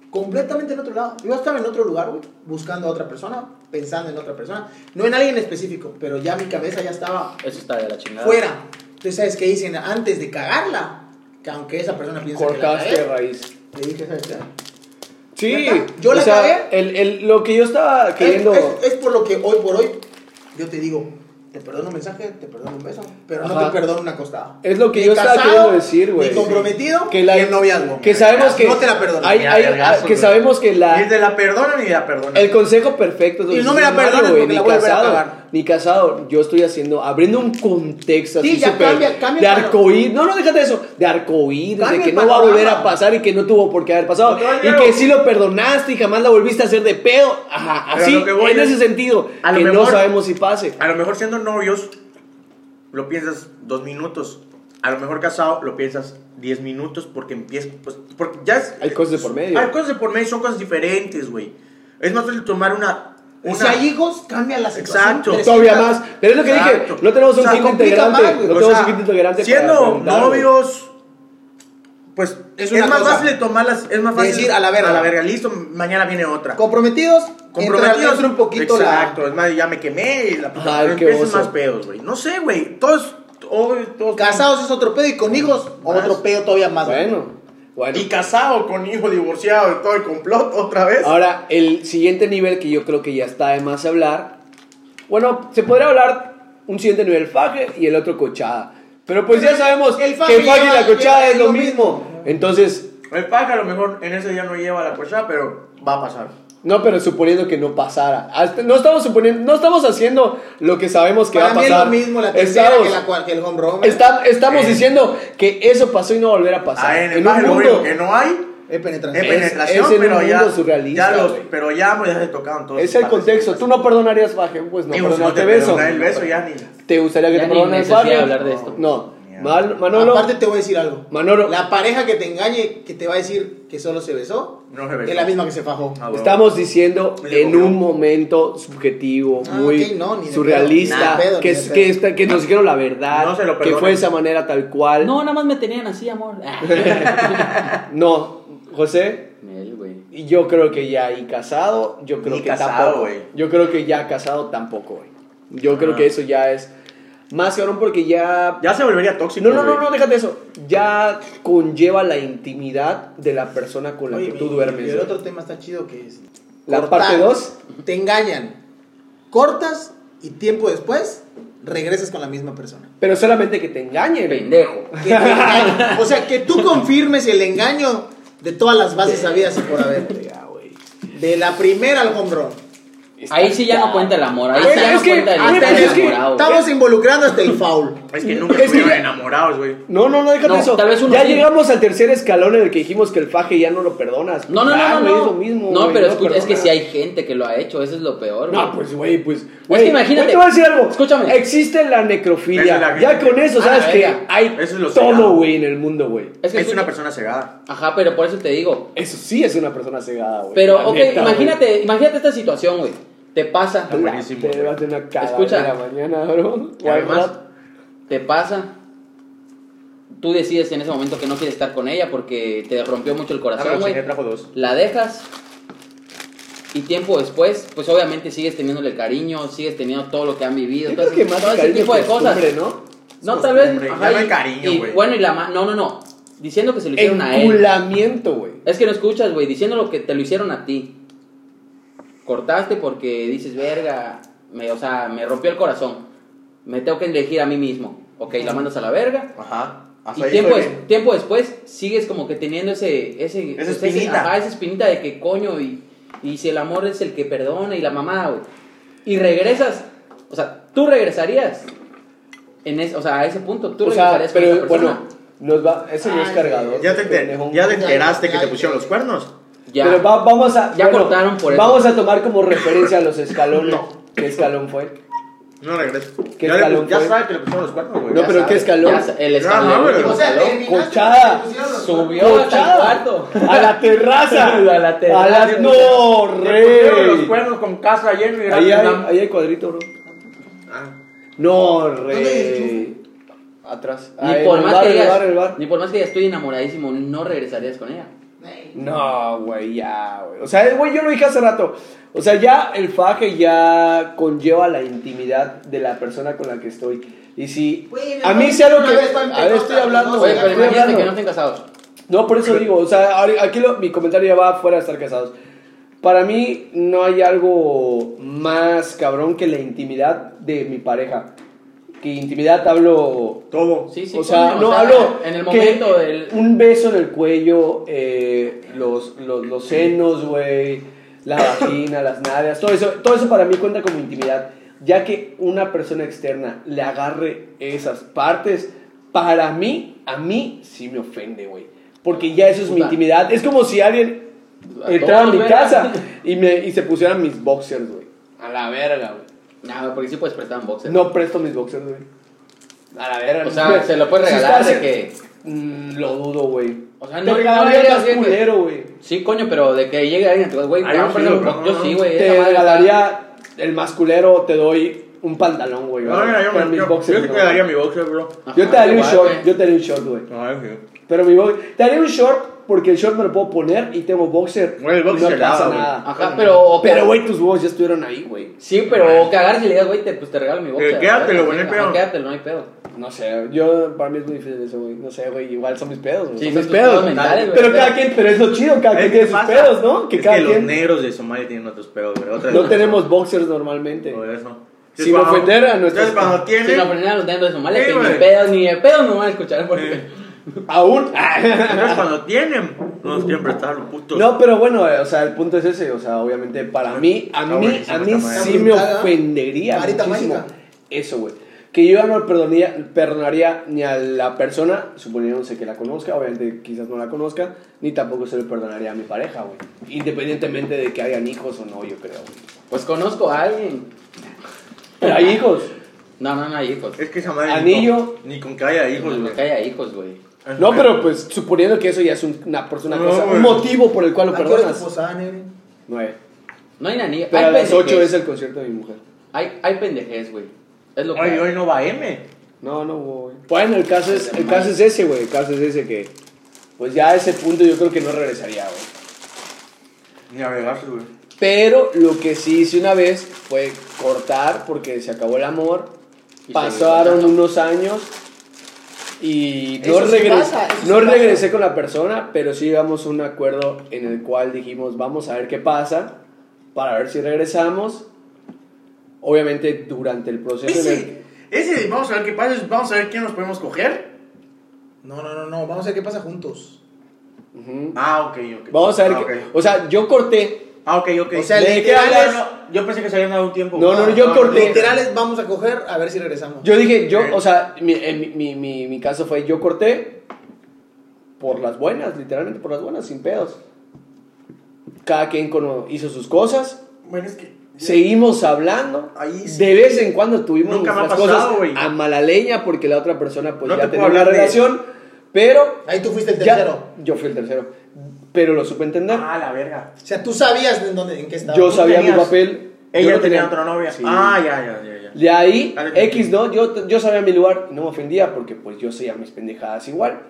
Speaker 4: Completamente en otro lado. Yo estaba en otro lugar, güey, buscando a otra persona, pensando en otra persona. No en alguien específico, pero ya mi cabeza ya estaba
Speaker 2: Eso está de la chingada.
Speaker 4: fuera. Entonces, ¿sabes qué dicen? Antes de cagarla, que aunque esa persona piensa
Speaker 1: Cortaste
Speaker 4: que la cagué,
Speaker 1: raíz.
Speaker 4: le dije, ¿sabes qué?
Speaker 1: Sí,
Speaker 4: Ya está, yo
Speaker 1: o
Speaker 4: la
Speaker 1: sea,
Speaker 4: cagué.
Speaker 1: el- el- lo que yo estaba
Speaker 4: Es,
Speaker 1: queriendo...
Speaker 4: es- es por lo que hoy por hoy yo te digo, te perdono un mensaje, te perdono un beso, pero no
Speaker 1: Ajá.
Speaker 4: te perdono una acostada.
Speaker 1: Es lo que
Speaker 4: Ni
Speaker 1: yo estaba
Speaker 4: casado,
Speaker 1: queriendo decir, güey.
Speaker 4: Ni comprometido,
Speaker 1: Que la-
Speaker 4: ni en noviazgo.
Speaker 1: Que sabemos que...
Speaker 4: No te la perdono.
Speaker 1: hay-
Speaker 3: Mira,
Speaker 1: hay- ah,
Speaker 3: vergazo,
Speaker 1: que
Speaker 3: güey.
Speaker 1: sabemos que
Speaker 3: Ni
Speaker 1: la...
Speaker 3: de la perdona ni de la perdona.
Speaker 1: El consejo perfecto es
Speaker 4: Y
Speaker 1: lo
Speaker 4: no
Speaker 1: que
Speaker 4: me la
Speaker 1: dice Mario,
Speaker 4: perdones
Speaker 1: güey,
Speaker 4: porque
Speaker 1: ni
Speaker 4: la voy a volver a
Speaker 1: casado,
Speaker 4: cagar.
Speaker 1: Ni casado, yo estoy haciendo, abriendo un contexto
Speaker 4: Sí,
Speaker 1: así
Speaker 4: ya
Speaker 1: súper-
Speaker 4: cambia- cambia
Speaker 1: de
Speaker 4: el pano-
Speaker 1: arcoíris, no, no, déjate eso, de arcoíris, de
Speaker 4: Cambia
Speaker 1: que
Speaker 4: el
Speaker 1: no va a
Speaker 4: panorama.
Speaker 1: volver a pasar y que no tuvo por qué haber pasado,
Speaker 3: Pero,
Speaker 1: y
Speaker 3: pero-
Speaker 1: que sí lo perdonaste y jamás la volviste a hacer de pedo, ajá,
Speaker 3: Pero
Speaker 1: así,
Speaker 3: lo que voy
Speaker 1: en
Speaker 3: es-
Speaker 1: ese sentido,
Speaker 3: a lo
Speaker 1: que no
Speaker 3: mejor-
Speaker 1: sabemos si pase.
Speaker 3: A lo mejor siendo novios lo piensas dos minutos. A lo mejor casado lo piensas diez minutos porque empiezas. Pues, porque ya es-
Speaker 1: Hay cosas de por medio.
Speaker 3: Hay cosas de por medio, son cosas diferentes, güey. Es más fácil tomar una.
Speaker 4: O
Speaker 3: una
Speaker 4: sea, hay hijos, cambia la situación.
Speaker 3: Exacto.
Speaker 4: Pero es
Speaker 1: Todavía
Speaker 4: una-
Speaker 1: más, pero es lo que
Speaker 3: Exacto.
Speaker 1: dije, no tenemos un
Speaker 3: O sea,
Speaker 1: quinto
Speaker 4: complica
Speaker 1: integrante,
Speaker 4: más,
Speaker 1: no
Speaker 4: güey.
Speaker 1: tenemos
Speaker 3: o sea,
Speaker 1: un quinto integrante. para
Speaker 3: siendo
Speaker 1: preguntar, güey.
Speaker 3: novios. Pues es,
Speaker 4: Es una
Speaker 3: más
Speaker 4: cosa.
Speaker 3: fácil de tomar las. Es más fácil
Speaker 4: Decir, a la verga.
Speaker 3: A la verga, listo, mañana viene otra.
Speaker 4: Comprometidos,
Speaker 3: comprometidos
Speaker 4: comprometidos entra un poquito
Speaker 3: exacto es más ya me quemé y la puta
Speaker 1: Ay,
Speaker 3: no
Speaker 1: qué
Speaker 3: empiecen
Speaker 1: oso.
Speaker 3: más pedos güey no sé güey todos hoy todos
Speaker 4: la... Casados es otro pedo y con hijos, otro pedo todavía más.
Speaker 1: Bueno, bueno.
Speaker 3: y casado con hijo divorciado y todo el complot otra vez
Speaker 1: Ahora, el siguiente nivel que yo creo que ya está de más hablar. Bueno, se podría hablar un siguiente nivel faje y el otro cochada. Pero pues ya sabemos
Speaker 4: El faje
Speaker 1: que el faje y
Speaker 4: lleva-
Speaker 1: la cochada
Speaker 4: lleva
Speaker 1: es lo mismo. Entonces,
Speaker 3: el paja a lo mejor en ese día no lleva la cochada pero va a pasar
Speaker 1: no, pero suponiendo que no pasara. Hasta- No estamos suponiendo, no estamos haciendo lo que sabemos que va
Speaker 4: Para
Speaker 1: a
Speaker 4: mí es
Speaker 1: pasar.
Speaker 4: lo mismo la tercera
Speaker 1: Estamos-
Speaker 4: que, la, cual- que el home run.
Speaker 1: está- estamos
Speaker 3: Eh.
Speaker 1: diciendo que eso pasó y no va a volver a pasar.
Speaker 3: Ah, en el
Speaker 1: en un
Speaker 3: paja lo único
Speaker 1: mundo,
Speaker 3: que no hay
Speaker 4: Es
Speaker 3: es
Speaker 1: Eh,
Speaker 4: penetración.
Speaker 3: penetración
Speaker 1: es en un
Speaker 3: pero ya
Speaker 1: mundo surrealista,
Speaker 3: ya los
Speaker 1: güey.
Speaker 3: pero ya pues, ya se tocaron todos
Speaker 1: es el contexto. Tú no perdonarías faje, pues no
Speaker 3: Digo, si no
Speaker 1: perdonaste
Speaker 3: te
Speaker 1: beso.
Speaker 3: perdonan el beso ya ni
Speaker 1: ¿Te gustaría que
Speaker 2: Ya
Speaker 1: te
Speaker 2: ni
Speaker 1: perdonen el
Speaker 2: necesidad de
Speaker 1: faje?
Speaker 2: hablar de esto.
Speaker 1: No. Mal- Manolo.
Speaker 4: Aparte te voy a decir algo.
Speaker 1: Manolo.
Speaker 4: La pareja que te engañe, que te va a decir que solo se besó,
Speaker 3: No se besó.
Speaker 4: es la misma que se fajó.
Speaker 3: Ah, bueno.
Speaker 1: Estamos diciendo
Speaker 3: Le
Speaker 1: en
Speaker 3: comió.
Speaker 1: un momento subjetivo,
Speaker 4: Ah,
Speaker 1: muy
Speaker 4: ok, no, ni de
Speaker 1: surrealista,
Speaker 4: pedo, ni de pedo,
Speaker 1: que,
Speaker 4: ni de
Speaker 1: es-
Speaker 4: pedo.
Speaker 1: que, está- que nos dijeron la verdad,
Speaker 3: No se lo
Speaker 1: que
Speaker 3: perdonen.
Speaker 1: fue de esa manera tal cual.
Speaker 2: No, nada más me tenían así, amor. Ah.
Speaker 1: No, José,
Speaker 2: Mel, güey.
Speaker 1: y yo creo que ya y casado, yo creo
Speaker 3: Ni
Speaker 1: que
Speaker 3: casado,
Speaker 1: tampoco.
Speaker 3: güey.
Speaker 1: Yo creo que ya casado tampoco, güey. Yo creo
Speaker 3: Ah.
Speaker 1: que eso ya es más cabrón porque ya
Speaker 3: Ya se volvería tóxico.
Speaker 1: No, no, no,
Speaker 3: güey.
Speaker 1: no, déjate eso. Ya conlleva la intimidad de la persona con la
Speaker 4: Oye,
Speaker 1: que tú
Speaker 4: mi-
Speaker 1: duermes.
Speaker 4: Y el
Speaker 1: güey.
Speaker 4: otro tema está chido que es.
Speaker 1: La
Speaker 4: cortar.
Speaker 1: parte dos.
Speaker 4: Te engañan. Cortas y tiempo después regresas con la misma persona.
Speaker 1: Pero solamente que te engañen.
Speaker 2: Pendejo.
Speaker 4: Que te engañen. O sea, que tú confirmes el engaño de todas las bases habidas y por haber.
Speaker 1: Ya, güey.
Speaker 4: De la primera al home run.
Speaker 2: Ahí sí ya no cuenta el amor. Ahí
Speaker 1: Güey,
Speaker 2: sí ya
Speaker 1: es
Speaker 2: no
Speaker 1: que-
Speaker 2: cuenta el
Speaker 1: ah,
Speaker 2: estar
Speaker 1: pero es que
Speaker 2: enamorado. güey.
Speaker 4: Estamos involucrando hasta el foul.
Speaker 3: Es que nunca
Speaker 1: Es que
Speaker 3: estuvieron
Speaker 1: ya-
Speaker 3: enamorados, güey.
Speaker 1: No, no, no, déjate
Speaker 2: No,
Speaker 1: eso.
Speaker 2: tal vez uno
Speaker 1: ya
Speaker 2: sí.
Speaker 1: llegamos al tercer escalón en el que dijimos que el faje ya no lo perdonas.
Speaker 2: No, no,
Speaker 1: Ah,
Speaker 2: no, no.
Speaker 1: güey,
Speaker 2: No,
Speaker 1: es lo mismo,
Speaker 2: no
Speaker 1: güey,
Speaker 2: pero escucha, es que
Speaker 1: perdonas.
Speaker 2: si hay gente que lo ha hecho, eso es lo peor.
Speaker 1: No,
Speaker 2: güey.
Speaker 1: pues, güey, pues. güey,
Speaker 2: que imagínate-
Speaker 1: güey, te voy a decir algo.
Speaker 2: Escúchame.
Speaker 1: Existe la necrofilia.
Speaker 3: Esa es la-
Speaker 1: ya con eso,
Speaker 2: Ah,
Speaker 1: ¿sabes
Speaker 2: la
Speaker 1: que
Speaker 2: verga.
Speaker 1: Hay
Speaker 3: Eso es lo
Speaker 1: todo,
Speaker 3: cegado.
Speaker 1: güey, en el mundo, güey.
Speaker 2: Es que
Speaker 3: es una
Speaker 2: escucha-
Speaker 3: persona cegada.
Speaker 2: Ajá, pero por eso te digo.
Speaker 1: Eso sí es una persona cegada, güey.
Speaker 2: Pero,
Speaker 1: La
Speaker 2: ok,
Speaker 1: neta, güey.
Speaker 2: imagínate, imagínate esta situación, güey. Te pasa,
Speaker 3: Está buenísimo,
Speaker 1: Te
Speaker 3: güey.
Speaker 1: vas de una cara
Speaker 2: Escucha.
Speaker 1: de la mañana, bro.
Speaker 3: Y además,
Speaker 2: te pasa. Tú decides en ese momento que no quieres estar con ella porque te rompió mucho el
Speaker 3: Ah, pero
Speaker 2: corazón, güey.
Speaker 3: chingue, trajo dos.
Speaker 2: La dejas. Y tiempo después, pues obviamente sigues teniéndole cariño, sigues teniendo todo lo que han vivido,
Speaker 1: Yo
Speaker 2: todo
Speaker 1: creo que
Speaker 2: ese,
Speaker 1: más
Speaker 2: todo ese
Speaker 1: cariño
Speaker 2: tipo de
Speaker 1: que
Speaker 2: cosas.
Speaker 1: costumbre, ¿no?
Speaker 2: No, tal vez.
Speaker 3: Costumbre, ya no hay
Speaker 2: y-
Speaker 3: cariño,
Speaker 2: y
Speaker 3: güey.
Speaker 2: Bueno, y la ma- No, no, no. Diciendo que se lo hicieron a él.
Speaker 1: Enculamiento, güey.
Speaker 2: Es que no escuchas, güey, diciendo lo que te lo hicieron a ti. Cortaste porque dices, verga, me, o sea, me rompió el corazón. Me tengo que elegir a mí mismo. Ok, la mandas a la verga.
Speaker 3: Ajá. Hasta
Speaker 2: Y
Speaker 3: ahí
Speaker 2: tiempo,
Speaker 3: estoy
Speaker 1: pues?
Speaker 2: des-
Speaker 3: bien.
Speaker 2: tiempo después sigues como que teniendo ese... ese
Speaker 3: Esa
Speaker 2: pues, ese-
Speaker 3: espinita.
Speaker 2: ajá, esa espinita de que coño y, y si el amor es el que perdona y la mamada, güey. Y regresas, o sea, tú regresarías. En es- o sea, a ese punto, tú
Speaker 1: o sea,
Speaker 2: regresarías con esa
Speaker 1: pero
Speaker 2: persona.
Speaker 1: bueno, nos va, ese no es
Speaker 4: Ay,
Speaker 1: cargador.
Speaker 3: Ah, ¿Ya te,
Speaker 1: pendejo.
Speaker 3: enter- ya te enteraste que
Speaker 4: Ya,
Speaker 3: te
Speaker 4: ya,
Speaker 3: pusieron
Speaker 4: ya.
Speaker 3: los cuernos?
Speaker 2: Ya.
Speaker 1: Pero va- vamos a.
Speaker 2: Ya cortaron por eso.
Speaker 1: Vamos a tomar como referencia los escalones.
Speaker 3: No.
Speaker 1: ¿Qué escalón fue?
Speaker 3: No regreso.
Speaker 1: ¿Qué
Speaker 3: ya le-
Speaker 1: escalón
Speaker 3: ya
Speaker 1: fue?
Speaker 3: sabe que le pusieron los cuernos, güey.
Speaker 1: No,
Speaker 2: Pues Ya
Speaker 1: pero ¿qué
Speaker 2: sabes,
Speaker 1: escalón?
Speaker 2: ya sa- el
Speaker 3: No,
Speaker 2: escalón.
Speaker 3: no, pero-
Speaker 2: el
Speaker 3: O
Speaker 2: sea, escalón.
Speaker 1: Cochada.
Speaker 2: Subió hasta el cuarto.
Speaker 1: A la terraza.
Speaker 2: A la terraza.
Speaker 1: A la- No,
Speaker 3: Le pusieron los
Speaker 1: rey.
Speaker 3: cuernos con casa lleno y
Speaker 1: Ahí hay,
Speaker 3: rápido.
Speaker 1: ahí hay cuadrito, bro.
Speaker 3: Ah.
Speaker 1: No,
Speaker 4: ¿Dónde
Speaker 1: rey. Atrás. Ah, en
Speaker 2: Ni por,
Speaker 1: el
Speaker 2: más
Speaker 1: bar,
Speaker 2: que
Speaker 1: el
Speaker 2: digas,
Speaker 1: bar, el bar.
Speaker 2: ni por más que digas, estoy enamoradísimo, no regresarías con ella.
Speaker 1: No, güey, ya, güey. O sea, güey, yo lo dije hace rato. O sea, ya el faje ya conlleva la intimidad de la persona con la que estoy. Y si
Speaker 4: Güey,
Speaker 1: a mí
Speaker 4: no,
Speaker 1: sea lo
Speaker 4: una
Speaker 1: que...
Speaker 4: vez para
Speaker 1: A ver, estoy
Speaker 4: empezar,
Speaker 1: hablando,
Speaker 4: no,
Speaker 1: güey.
Speaker 2: Oye, pero
Speaker 1: Estoy
Speaker 2: imagínate
Speaker 1: hablando.
Speaker 2: que no estén casados.
Speaker 1: No, por eso digo, o sea, ahora- aquí lo- mi comentario ya va fuera de estar casados. Para mí no hay algo más cabrón que la intimidad de mi pareja. Que intimidad hablo
Speaker 3: Todo.
Speaker 2: Sí, sí,
Speaker 1: o sea,
Speaker 2: coño,
Speaker 1: no
Speaker 2: o sea,
Speaker 1: hablo
Speaker 2: En el
Speaker 1: que
Speaker 2: momento del.
Speaker 1: un beso en el cuello, eh, los, los, los senos, güey, la vagina, las nalgas, todo eso, todo eso para mí cuenta como intimidad, ya que una persona externa le agarre esas partes, para mí, a mí sí me ofende, güey, porque ya eso es mi
Speaker 2: Puta.
Speaker 1: intimidad, es como si alguien
Speaker 2: A
Speaker 1: entrara a
Speaker 2: todos,
Speaker 1: mi
Speaker 2: güey.
Speaker 1: casa y me y se pusieran mis boxers, güey, a la verga, güey.
Speaker 2: No, Ah, porque sí puedes prestar un boxer.
Speaker 1: No presto mis boxers, güey. A la verga.
Speaker 2: O sea, se lo puedes
Speaker 1: Si
Speaker 2: regalar
Speaker 1: estás
Speaker 2: de
Speaker 1: en-
Speaker 2: que.
Speaker 1: Mm, lo dudo, güey.
Speaker 2: O sea,
Speaker 1: te
Speaker 2: no-
Speaker 1: regalaría
Speaker 2: no harías
Speaker 1: más
Speaker 2: bien que-
Speaker 1: culero, güey.
Speaker 2: Sí, coño, pero de que llegue alguien, te digas, güey,
Speaker 3: Ay, yo
Speaker 2: vamos a
Speaker 3: sí,
Speaker 2: prestar un
Speaker 3: güey,
Speaker 2: boxer.
Speaker 3: no,
Speaker 2: Yo
Speaker 3: no,
Speaker 2: sí,
Speaker 3: no.
Speaker 2: güey. esa
Speaker 1: Te
Speaker 2: madre está-
Speaker 1: regalaría el más culero, te doy un pantalón, güey.
Speaker 3: No,
Speaker 1: ¿verdad?
Speaker 3: mira, yo
Speaker 1: Pero
Speaker 3: me
Speaker 1: mis
Speaker 3: yo-
Speaker 1: boxers
Speaker 3: yo sí
Speaker 1: no.
Speaker 3: me daría mi boxer, bro.
Speaker 2: Ajá,
Speaker 1: Yo te daría un
Speaker 2: igual,
Speaker 1: short,
Speaker 2: güey.
Speaker 1: yo te daría un short, güey.
Speaker 3: No, yo sí.
Speaker 1: Pero mi boxer. Te daría un short porque el short me lo puedo poner y tengo boxer.
Speaker 3: Güey, el boxer
Speaker 1: no
Speaker 3: se
Speaker 1: pasa
Speaker 3: lava, güey.
Speaker 1: nada.
Speaker 2: Ajá, pero. o
Speaker 1: Pero,
Speaker 2: que-
Speaker 1: güey, tus huevos ya estuvieron ahí, güey.
Speaker 2: Sí, pero que agarres y le digas, güey, te, pues te regalo mi boxer.
Speaker 3: Eh, quédatelo,
Speaker 2: Ajá,
Speaker 3: güey, no hay
Speaker 2: ajá,
Speaker 3: pedo.
Speaker 2: Quédatelo, no hay pedo.
Speaker 1: No sé, yo para mí es muy difícil eso, güey. No sé, güey, igual son mis pedos, güey.
Speaker 2: Sí,
Speaker 1: son
Speaker 2: son
Speaker 1: mis
Speaker 2: tus
Speaker 1: pedos.
Speaker 2: pedos mentales, güey,
Speaker 1: pero
Speaker 2: pero-
Speaker 1: cada quien, pero es lo chido, cada quien
Speaker 3: ¿Qué
Speaker 1: tiene sus
Speaker 3: pasa?
Speaker 1: pedos, ¿no? Que
Speaker 3: es
Speaker 1: cada
Speaker 3: que
Speaker 1: quien.
Speaker 3: los negros de Somalia tienen otros pedos, güey. Otra
Speaker 1: No
Speaker 3: vez.
Speaker 1: tenemos boxers normalmente.
Speaker 3: Por eso.
Speaker 1: Sin ofender a nuestros-
Speaker 3: Entonces, cuando
Speaker 2: Si no
Speaker 3: tienen.
Speaker 2: aprenden a los dedos de Somalia,
Speaker 3: Sí,
Speaker 2: que ni
Speaker 3: güey.
Speaker 2: pedo, ni de pedo no van a escuchar porque.
Speaker 1: Aún.
Speaker 3: Entonces, cuando tienen. No nos quieren prestar los putos.
Speaker 1: No, pero bueno, eh, o sea, el punto es ese, o sea, obviamente para mí, a
Speaker 3: Está
Speaker 1: mí,
Speaker 3: buenísimo
Speaker 1: a mí
Speaker 3: esta madre.
Speaker 1: sí me
Speaker 4: Brutal, ¿eh?
Speaker 1: ofendería
Speaker 4: Varita
Speaker 1: muchísimo
Speaker 4: mágica.
Speaker 1: eso, güey. Que yo ya no perdonaría, perdonaría ni a la persona, suponiéndose que la conozca, obviamente quizás no la conozca, ni tampoco se lo perdonaría a mi pareja, güey. Independientemente de que hayan hijos o no, yo creo. güey.
Speaker 2: Pues conozco a alguien.
Speaker 1: Pero hay hijos.
Speaker 2: No, no, no hay hijos.
Speaker 3: Es que esa madre. Ni
Speaker 1: Anillo.
Speaker 3: con, ni con que haya
Speaker 2: No,
Speaker 3: hijos,
Speaker 2: no
Speaker 3: güey.
Speaker 2: que haya hijos, güey.
Speaker 1: No, pero pues suponiendo que eso ya es un- una, por- una
Speaker 3: Ah, No,
Speaker 1: cosa,
Speaker 3: güey.
Speaker 1: un motivo por el cual lo
Speaker 4: ¿A qué hora es tu
Speaker 1: perdonas.
Speaker 4: posada, negro?
Speaker 1: Nueve.
Speaker 2: No hay anillo.
Speaker 1: Pero a
Speaker 2: hay
Speaker 1: las ocho
Speaker 2: pendejes.
Speaker 1: es el concierto de mi mujer.
Speaker 2: Hay, hay pendejes, güey. Es lo que.
Speaker 3: Hoy,
Speaker 2: hay.
Speaker 3: hoy no va M.
Speaker 1: No, no, güey. Bueno, el caso es, el caso es ese, güey. El caso es ese que, pues ya a ese punto yo creo que no regresaría, güey.
Speaker 3: Ni a Vegas, güey.
Speaker 1: Pero lo que sí hice una vez fue cortar porque se acabó el amor.
Speaker 2: Y
Speaker 1: pasaron
Speaker 2: seguir hablando.
Speaker 1: unos años y no,
Speaker 4: Eso sí
Speaker 1: regre-
Speaker 4: pasa, eso sí
Speaker 1: no
Speaker 4: pasa.
Speaker 1: regresé con la persona, pero sí llegamos a un acuerdo en el cual dijimos, vamos a ver qué pasa para ver si regresamos. Obviamente durante el proceso... en el-
Speaker 3: Ese, ese, vamos a ver qué pasa. es- Vamos a ver quién nos podemos coger.
Speaker 4: No, no, no, no. Vamos a ver qué pasa juntos.
Speaker 1: Ujú.
Speaker 3: Ah, ok, ok.
Speaker 1: Vamos a ver
Speaker 3: Ah,
Speaker 1: qué...
Speaker 3: ok.
Speaker 1: O sea, yo corté.
Speaker 3: Ah, ok, ok.
Speaker 4: O sea,
Speaker 1: ¿De qué
Speaker 4: literal
Speaker 1: hablas?
Speaker 4: es-
Speaker 3: No, no, yo pensé que se habían dado un tiempo. Ah,
Speaker 1: No, no, no, yo corté.
Speaker 4: Literal es vamos a coger a ver si regresamos.
Speaker 1: Yo dije, yo, o sea, mi, en mi, mi- mi- mi caso fue, yo corté por las buenas, literalmente por las buenas, sin pedos. Cada quien cono- hizo sus cosas.
Speaker 3: Bueno, es que.
Speaker 1: Seguimos hablando.
Speaker 3: Ahí sí.
Speaker 1: De vez en cuando tuvimos
Speaker 3: Nunca me ha
Speaker 1: nuestras
Speaker 3: pasado,
Speaker 1: cosas
Speaker 3: güey.
Speaker 1: a mala leña porque la otra persona pues
Speaker 3: No te
Speaker 1: ya
Speaker 3: puedo
Speaker 1: tenía una
Speaker 3: hablar de-
Speaker 1: relación, pero
Speaker 4: Ahí tú fuiste el
Speaker 1: ya-
Speaker 4: tercero.
Speaker 1: yo fui el tercero, pero lo supe entender.
Speaker 3: Ah, la verga.
Speaker 4: O sea, tú sabías en dónde, en qué estaba.
Speaker 1: yo
Speaker 3: tú
Speaker 1: sabía mi
Speaker 3: tenías-
Speaker 1: papel. yo
Speaker 3: Ella
Speaker 1: no
Speaker 3: tenía otra novia.
Speaker 1: Sí.
Speaker 3: Ah, ya, ya, ya. ya.
Speaker 1: De ahí,
Speaker 3: Dale, dale.
Speaker 1: X, ¿no? Yo, yo sabía mi lugar y no me ofendía porque pues yo sabía mis pendejadas igual.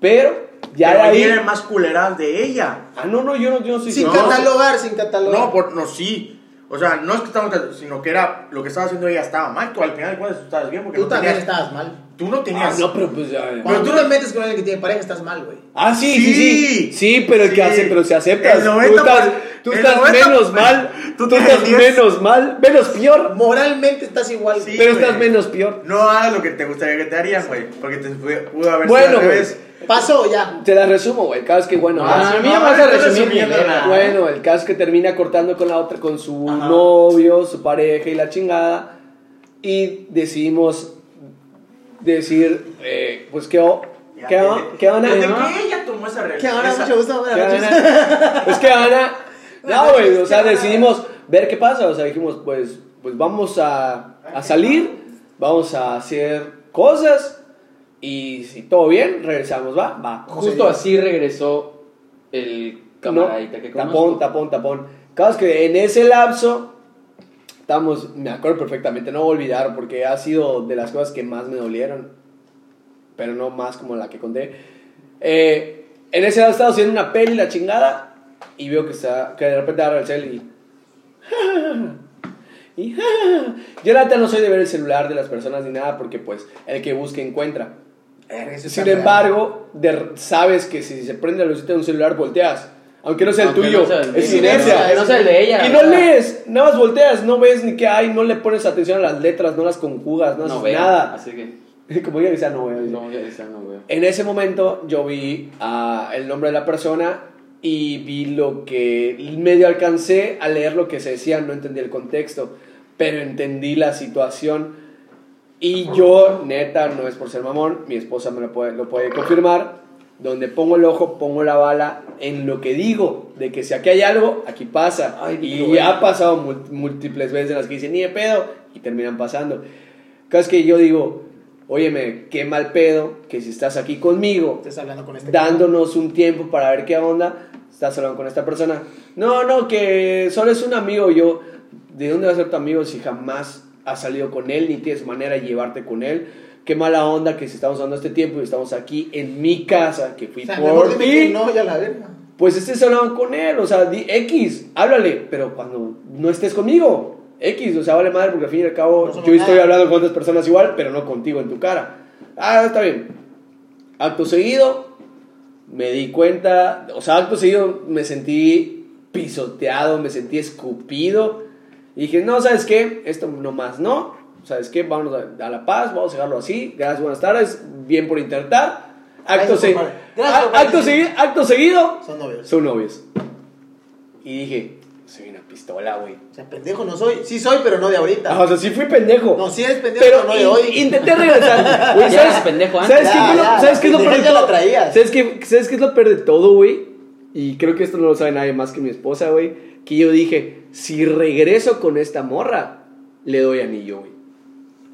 Speaker 1: Pero ya
Speaker 3: Pero
Speaker 1: de ahí...
Speaker 3: eran más culeras de ella.
Speaker 1: Ah, no, no, yo no, yo no soy...
Speaker 4: Sin
Speaker 1: no,
Speaker 4: catalogar, sin catalogar.
Speaker 3: No, por, no, sí. O sea, no es que estamos, sino que era lo que estaba haciendo ella estaba mal. Tú al final de cuentas tú estabas bien porque
Speaker 4: tú
Speaker 3: no
Speaker 4: también
Speaker 3: tenías,
Speaker 4: estabas mal.
Speaker 3: tú no
Speaker 1: Ah,
Speaker 3: tenías.
Speaker 1: no, pero pues ya... ya.
Speaker 4: Cuando
Speaker 3: tú
Speaker 4: tú te metes con alguien que tiene pareja, estás mal, güey.
Speaker 1: Ah, sí, sí, sí. Sí,
Speaker 3: Sí.
Speaker 1: pero el
Speaker 3: Sí.
Speaker 1: que hace, pero se aceptas.
Speaker 3: El 90
Speaker 1: tú estás,
Speaker 3: por-
Speaker 1: tú
Speaker 3: el
Speaker 1: estás
Speaker 3: 90
Speaker 1: menos
Speaker 3: por-
Speaker 1: mal. Tú,
Speaker 3: tú tienes
Speaker 1: estás
Speaker 3: 10.
Speaker 1: menos mal, menos peor.
Speaker 4: Moralmente estás igual.
Speaker 3: Sí.
Speaker 1: pero
Speaker 3: güey.
Speaker 1: estás menos peor.
Speaker 3: No hagas lo que te gustaría que te harían, güey. Porque te pudo pudo haber
Speaker 1: Bueno,
Speaker 3: sido al
Speaker 1: güey.
Speaker 3: revés.
Speaker 4: Pasó ya.
Speaker 1: Te la resumo, güey. El caso es que, bueno,
Speaker 2: Ah,
Speaker 1: la-
Speaker 2: sí,
Speaker 3: no,
Speaker 2: mía
Speaker 3: no,
Speaker 2: vas a
Speaker 3: no estoy
Speaker 2: resumir,
Speaker 3: resumiendo
Speaker 2: ¿verdad?
Speaker 3: nada.
Speaker 1: Bueno, el caso es que termina cortando con la otra, con su
Speaker 3: Ajá.
Speaker 1: novio, su pareja y la chingada. Y decidimos decir, eh, pues, ¿qué, o-
Speaker 3: Ya,
Speaker 1: qué, o-
Speaker 3: desde-
Speaker 1: qué van a
Speaker 3: Desde
Speaker 1: ¿no?
Speaker 3: que ella tomó esa relación.
Speaker 4: Que ahora
Speaker 3: esa-
Speaker 4: mucho gusto. buenas
Speaker 1: ¿Qué van
Speaker 4: noches.
Speaker 1: a- Pues, ¿qué van a- No,
Speaker 4: Buenas
Speaker 1: güey,
Speaker 4: noches,
Speaker 1: o sea,
Speaker 4: ¿qué van a-
Speaker 1: decidimos ver qué pasa. O sea, dijimos, pues, pues vamos a, a salir, vamos a hacer cosas. Y si todo bien, regresamos, va, va.
Speaker 2: Justo así regresó el camaradita
Speaker 1: No,
Speaker 2: que
Speaker 1: tapón,
Speaker 2: conozco.
Speaker 1: tapón, tapón. Claro, es que en ese lapso estamos, me acuerdo perfectamente, no voy a olvidar porque ha sido de las cosas que más me dolieron, pero no más como la que conté. Eh, en ese lapso estaba haciendo una peli la chingada y veo que está, que de repente agarra el cel y y yo la neta no soy de ver el celular de las personas ni nada porque pues el que busca encuentra.
Speaker 4: Verga, eso
Speaker 1: Sin
Speaker 4: está
Speaker 1: embargo, de- sabes que si se prende la lucita de un celular, volteas. Aunque no sea el
Speaker 2: Aunque
Speaker 1: tuyo,
Speaker 2: no sea el
Speaker 1: es
Speaker 2: mío,
Speaker 1: inercia.
Speaker 2: aunque no sea el de ella,
Speaker 1: Y
Speaker 2: la
Speaker 1: no
Speaker 2: verdad.
Speaker 1: lees, nada más volteas, no ves ni qué hay, no le pones atención a las letras, no las conjugas, no,
Speaker 2: No
Speaker 1: haces
Speaker 2: veo.
Speaker 1: nada.
Speaker 2: Así que.
Speaker 1: Como ella decía, no veo.
Speaker 2: No, ya está, no veo.
Speaker 1: En ese momento yo vi ah, el nombre de la persona y vi lo que medio alcancé a leer lo que se decía, no entendí el contexto, pero entendí la situación. Y yo, neta, no es por ser mamón, mi esposa me lo puede, lo puede confirmar. Donde pongo el ojo, pongo la bala en lo que digo, de que si aquí hay algo, aquí pasa.
Speaker 2: Ay,
Speaker 1: y
Speaker 2: qué bueno.
Speaker 1: ha pasado mú- múltiples veces en las que dicen, ni de pedo, y terminan pasando. Casi que yo digo, óyeme, qué mal pedo que si estás aquí conmigo,
Speaker 4: Estás hablando con este.
Speaker 1: dándonos un tiempo para ver qué onda, estás hablando con esta persona. No, no, que solo es un amigo. Yo, ¿de dónde va a ser tu amigo si jamás has salido con él, ni tienes manera de llevarte con él? Qué mala onda que si estamos dando este tiempo y estamos aquí en mi casa, que fui
Speaker 4: O sea, mejor
Speaker 1: por
Speaker 4: dime que
Speaker 1: ti.
Speaker 4: No, ya la verga.
Speaker 1: Pues estés hablando con él, o sea, di X, háblale, pero cuando no estés conmigo, X, o sea, vale madre, porque al fin y al cabo
Speaker 4: No somos
Speaker 1: yo estoy
Speaker 4: nada.
Speaker 1: hablando con otras personas igual, pero no contigo en tu cara. Ah, está bien. Acto seguido, me di cuenta, o sea, acto seguido me sentí pisoteado, me sentí escupido. Y dije, no, ¿sabes qué? Esto nomás no. ¿Sabes qué? Vamos a, a La Paz, vamos a dejarlo así. Gracias, buenas tardes. Bien por intentar. Acto,
Speaker 4: Gracias,
Speaker 1: se-
Speaker 4: compadre. Gracias,
Speaker 1: a-
Speaker 4: compadre.
Speaker 1: acto, segui- acto seguido,
Speaker 4: Son novios.
Speaker 1: son novios. Y dije, soy una pistola, güey.
Speaker 4: O sea, pendejo no soy. Sí soy, pero no de
Speaker 1: Ah, o
Speaker 4: ahorita.
Speaker 1: sea, sí fui pendejo.
Speaker 4: No, sí eres pendejo,
Speaker 1: pero
Speaker 4: pero no de
Speaker 1: in-
Speaker 4: hoy.
Speaker 1: intenté regresar. Güey,
Speaker 2: Ya
Speaker 1: ¿sabes?
Speaker 2: eras pendejo antes.
Speaker 1: ¿Sabes
Speaker 4: Ya,
Speaker 1: qué es lo-
Speaker 4: ya,
Speaker 1: ¿Sabes qué es lo
Speaker 4: pendejo
Speaker 1: peor de
Speaker 4: ya la
Speaker 1: todo?
Speaker 4: traías.
Speaker 1: ¿Sabes qué, ¿Sabes qué es lo peor de todo, güey? Y creo que esto no lo sabe nadie más que mi esposa, güey. Que yo dije, si regreso con esta morra, le doy anillo, güey.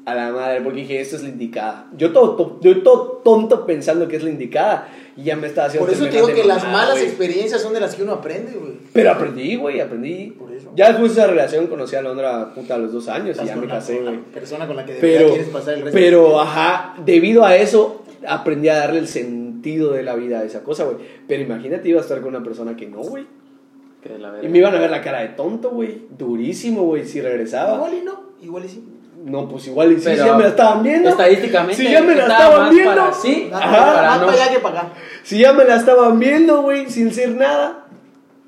Speaker 1: a la madre, porque dije, esto es la indicada. Yo todo, to- yo todo tonto pensando que es la indicada y ya me estaba haciendo...
Speaker 4: Por eso te digo
Speaker 1: semejante
Speaker 4: que las
Speaker 1: mamada,
Speaker 4: malas
Speaker 1: güey.
Speaker 4: experiencias son de las que uno aprende, güey.
Speaker 1: Pero aprendí, güey, aprendí.
Speaker 4: Por eso.
Speaker 1: Ya después de esa relación conocí a Londra puta a los dos años y ya me casé, güey.
Speaker 4: Persona con la que de verdad
Speaker 1: Pero,
Speaker 4: quieres pasar el resto. de tu
Speaker 1: pero,
Speaker 4: vida.
Speaker 1: ajá, debido a eso aprendí a darle el sentido de la vida a esa cosa, güey. Pero imagínate, iba a estar con una persona que no, güey.
Speaker 2: Que de la
Speaker 1: Y
Speaker 2: verga.
Speaker 1: me iban a ver la cara de tonto, güey. Durísimo, güey, si regresaba.
Speaker 4: Ah, Igual y no, igual y sí.
Speaker 1: No, pues igual, y sí,
Speaker 2: Pero
Speaker 1: ya me la estaban viendo.
Speaker 2: Estadísticamente.
Speaker 1: Si ya me la
Speaker 2: estaba
Speaker 1: estaban
Speaker 2: más
Speaker 1: viendo.
Speaker 2: para sí,
Speaker 4: Nada,
Speaker 1: Ajá.
Speaker 2: para
Speaker 4: más
Speaker 2: no.
Speaker 4: para allá que para acá.
Speaker 1: Si ya me la estaban viendo, güey, sin ser nada.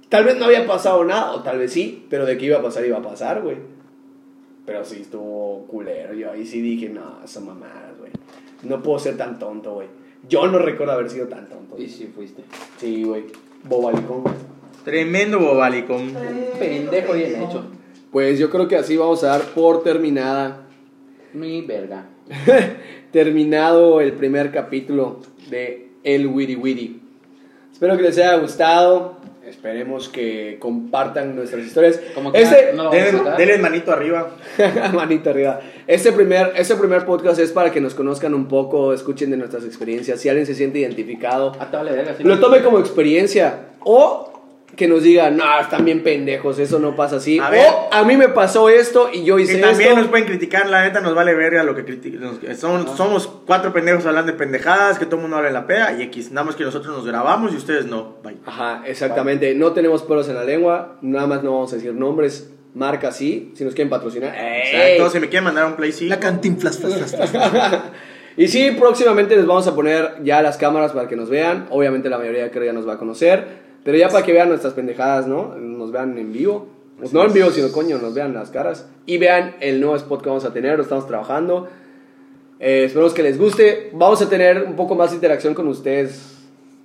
Speaker 1: Tal vez no había pasado nada, o tal vez sí, pero de que iba a pasar, iba a pasar, güey. Pero sí estuvo culero. Yo ahí sí dije, no, son mamadas, güey. No puedo ser tan tonto, güey. Yo no recuerdo haber sido tan tonto.
Speaker 2: Y sí fuiste.
Speaker 1: Sí, güey. Bobalicón, güey.
Speaker 3: Tremendo bobalicón.
Speaker 2: Pendejo bien hecho.
Speaker 1: Pues yo creo que así vamos a dar por terminada.
Speaker 2: Mi verga.
Speaker 1: terminado el primer capítulo de El Wiri Wiri. Espero que les haya gustado. Esperemos que compartan nuestras historias.
Speaker 2: Como que
Speaker 1: Este-
Speaker 2: no lo vamos a
Speaker 3: Denle,
Speaker 2: sacar.
Speaker 3: denle manito arriba.
Speaker 1: Manito arriba. Este primer, este primer podcast es para que nos conozcan un poco, escuchen de nuestras experiencias. Si alguien se siente identificado,
Speaker 2: Ah, te vale verga. sí.
Speaker 1: lo tome como experiencia. O que nos digan, no, están bien pendejos, eso no pasa así.
Speaker 3: A ver.
Speaker 1: o a mí me pasó esto y yo hice
Speaker 3: Y también
Speaker 1: esto.
Speaker 3: nos pueden criticar, la neta nos vale verga lo que critican.
Speaker 4: Ah.
Speaker 3: Somos cuatro pendejos hablando de pendejadas, que todo el mundo habla en la peda y X. Nada más que nosotros nos grabamos y ustedes no. Bye.
Speaker 1: Ajá, exactamente. No tenemos pelos en la lengua, nada más no vamos a decir nombres, marca sí, si nos quieren patrocinar.
Speaker 3: Exacto, si me quieren mandar un play, sí.
Speaker 4: La cantinflas, flas, flas, flas.
Speaker 1: Y sí, próximamente les vamos a poner ya las cámaras para que nos vean. Obviamente la mayoría creo ya nos va a conocer, pero ya para que vean nuestras pendejadas, ¿no? Nos vean en vivo. Pues no en vivo, sino coño, nos vean las caras. Y vean el nuevo spot que vamos a tener, lo estamos trabajando. Eh, esperemos que les guste. Vamos a tener un poco más de interacción con ustedes.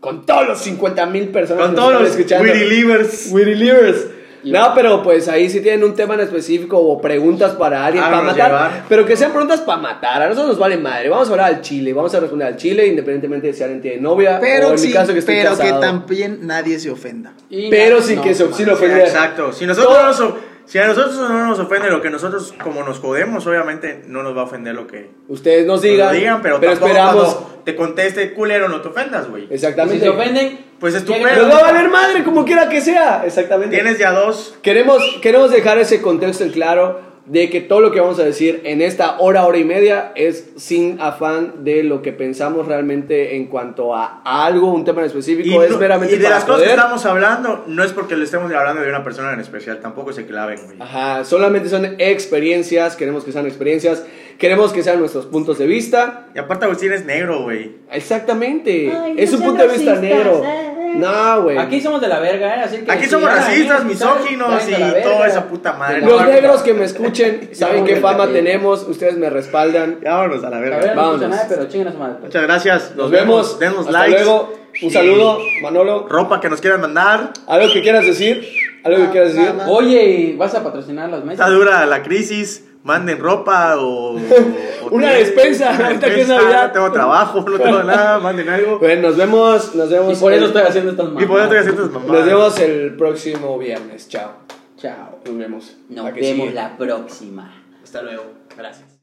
Speaker 1: Con todos los 50 mil personas
Speaker 3: Con
Speaker 1: que nos
Speaker 3: todos
Speaker 1: están
Speaker 3: los Witty Livers.
Speaker 1: We Delivers.
Speaker 2: Y-
Speaker 1: No, pero pues ahí sí tienen un tema en específico o preguntas para alguien para
Speaker 3: Háganos
Speaker 1: matar.
Speaker 3: llevar.
Speaker 1: Pero que sean preguntas para matar. A nosotros nos vale madre. Vamos a hablar al chile. Vamos a responder al chile independientemente de si alguien tiene novia o
Speaker 4: Pero
Speaker 1: en
Speaker 4: sí,
Speaker 1: mi caso que estoy
Speaker 4: pero que
Speaker 1: casado.
Speaker 4: también nadie se ofenda.
Speaker 2: Y
Speaker 1: Pero
Speaker 2: no,
Speaker 1: sin
Speaker 2: no,
Speaker 1: que se
Speaker 2: man.
Speaker 1: obscene ofender.
Speaker 3: Exacto. Si, nosotros
Speaker 1: Todo-
Speaker 3: nos of- si a nosotros no nos ofende lo que nosotros, como nos jodemos, obviamente no nos va a ofender lo que
Speaker 1: Ustedes nos
Speaker 3: nos
Speaker 1: digan.
Speaker 3: digan, pero, tampoco
Speaker 1: esperamos.
Speaker 3: cuando te conteste culero no te ofendas, güey.
Speaker 2: Y Si
Speaker 1: Exactamente.
Speaker 2: se ofenden,
Speaker 3: Pues es tu
Speaker 2: lleguen-
Speaker 3: pedo.
Speaker 1: Nos va a valer madre como quiera que sea. Exactamente.
Speaker 3: Tienes ya dos.
Speaker 1: Queremos, queremos dejar ese contexto en claro de que todo lo que vamos a decir en esta hora, hora y media es sin afán de lo que pensamos realmente en cuanto a algo, un tema en específico, es
Speaker 3: no-
Speaker 1: meramente
Speaker 3: y de
Speaker 1: para
Speaker 3: las cosas que
Speaker 1: poder-
Speaker 3: estamos hablando, no es porque le estemos hablando de una persona en especial, tampoco se claven, güey.
Speaker 1: Ajá, solamente son experiencias, queremos que sean experiencias, queremos que sean nuestros puntos de vista.
Speaker 3: Y aparte Agustín es negro, güey.
Speaker 1: Exactamente,
Speaker 5: Ay,
Speaker 1: es
Speaker 5: no
Speaker 1: un
Speaker 5: sean
Speaker 1: punto de vista
Speaker 5: racistas,
Speaker 1: negro.
Speaker 5: eh.
Speaker 1: No, güey.
Speaker 2: Aquí somos de la verga, ¿eh? Así que
Speaker 3: Aquí
Speaker 2: si
Speaker 3: somos
Speaker 2: van a
Speaker 3: racistas,
Speaker 2: venir,
Speaker 3: misóginos
Speaker 2: saben, vayan a
Speaker 3: y
Speaker 2: la
Speaker 3: toda
Speaker 2: verga.
Speaker 3: esa puta madre.
Speaker 1: Los
Speaker 2: No,
Speaker 1: negros que me escuchen saben qué fama
Speaker 2: Sí.
Speaker 1: tenemos, ustedes me respaldan.
Speaker 3: Ya vámonos a la
Speaker 2: La
Speaker 3: verga.
Speaker 2: verga no escucha
Speaker 1: Vámonos.
Speaker 2: nada, pero chingan a su madre. pues.
Speaker 3: Muchas gracias.
Speaker 1: Nos vemos.
Speaker 3: Denos
Speaker 1: Hasta
Speaker 3: likes.
Speaker 1: luego. Un
Speaker 3: Y
Speaker 1: saludo, Manolo.
Speaker 3: Ropa que nos quieran mandar.
Speaker 1: ¿Algo que quieras decir? ¿Algo que quieras decir?
Speaker 4: nada
Speaker 2: Oye, ¿vas a patrocinar las
Speaker 3: Está
Speaker 2: mesas?
Speaker 3: dura la crisis. Manden ropa o. o- o-
Speaker 1: Una despensa, ahorita que es Navidad.
Speaker 3: No tengo trabajo, no tengo nada. Manden
Speaker 1: Bueno,
Speaker 3: algo.
Speaker 1: Pues, nos vemos, nos
Speaker 2: Y
Speaker 1: vemos.
Speaker 2: por eso
Speaker 1: el-
Speaker 2: estoy haciendo estas mamadas.
Speaker 3: Y por eso estoy haciendo estas
Speaker 1: Nos
Speaker 3: mamadas.
Speaker 1: vemos el próximo viernes. Chao.
Speaker 2: Chao.
Speaker 1: Nos vemos.
Speaker 2: Nos
Speaker 1: La que
Speaker 2: vemos
Speaker 1: sigue.
Speaker 2: la próxima.
Speaker 3: Hasta luego. Gracias.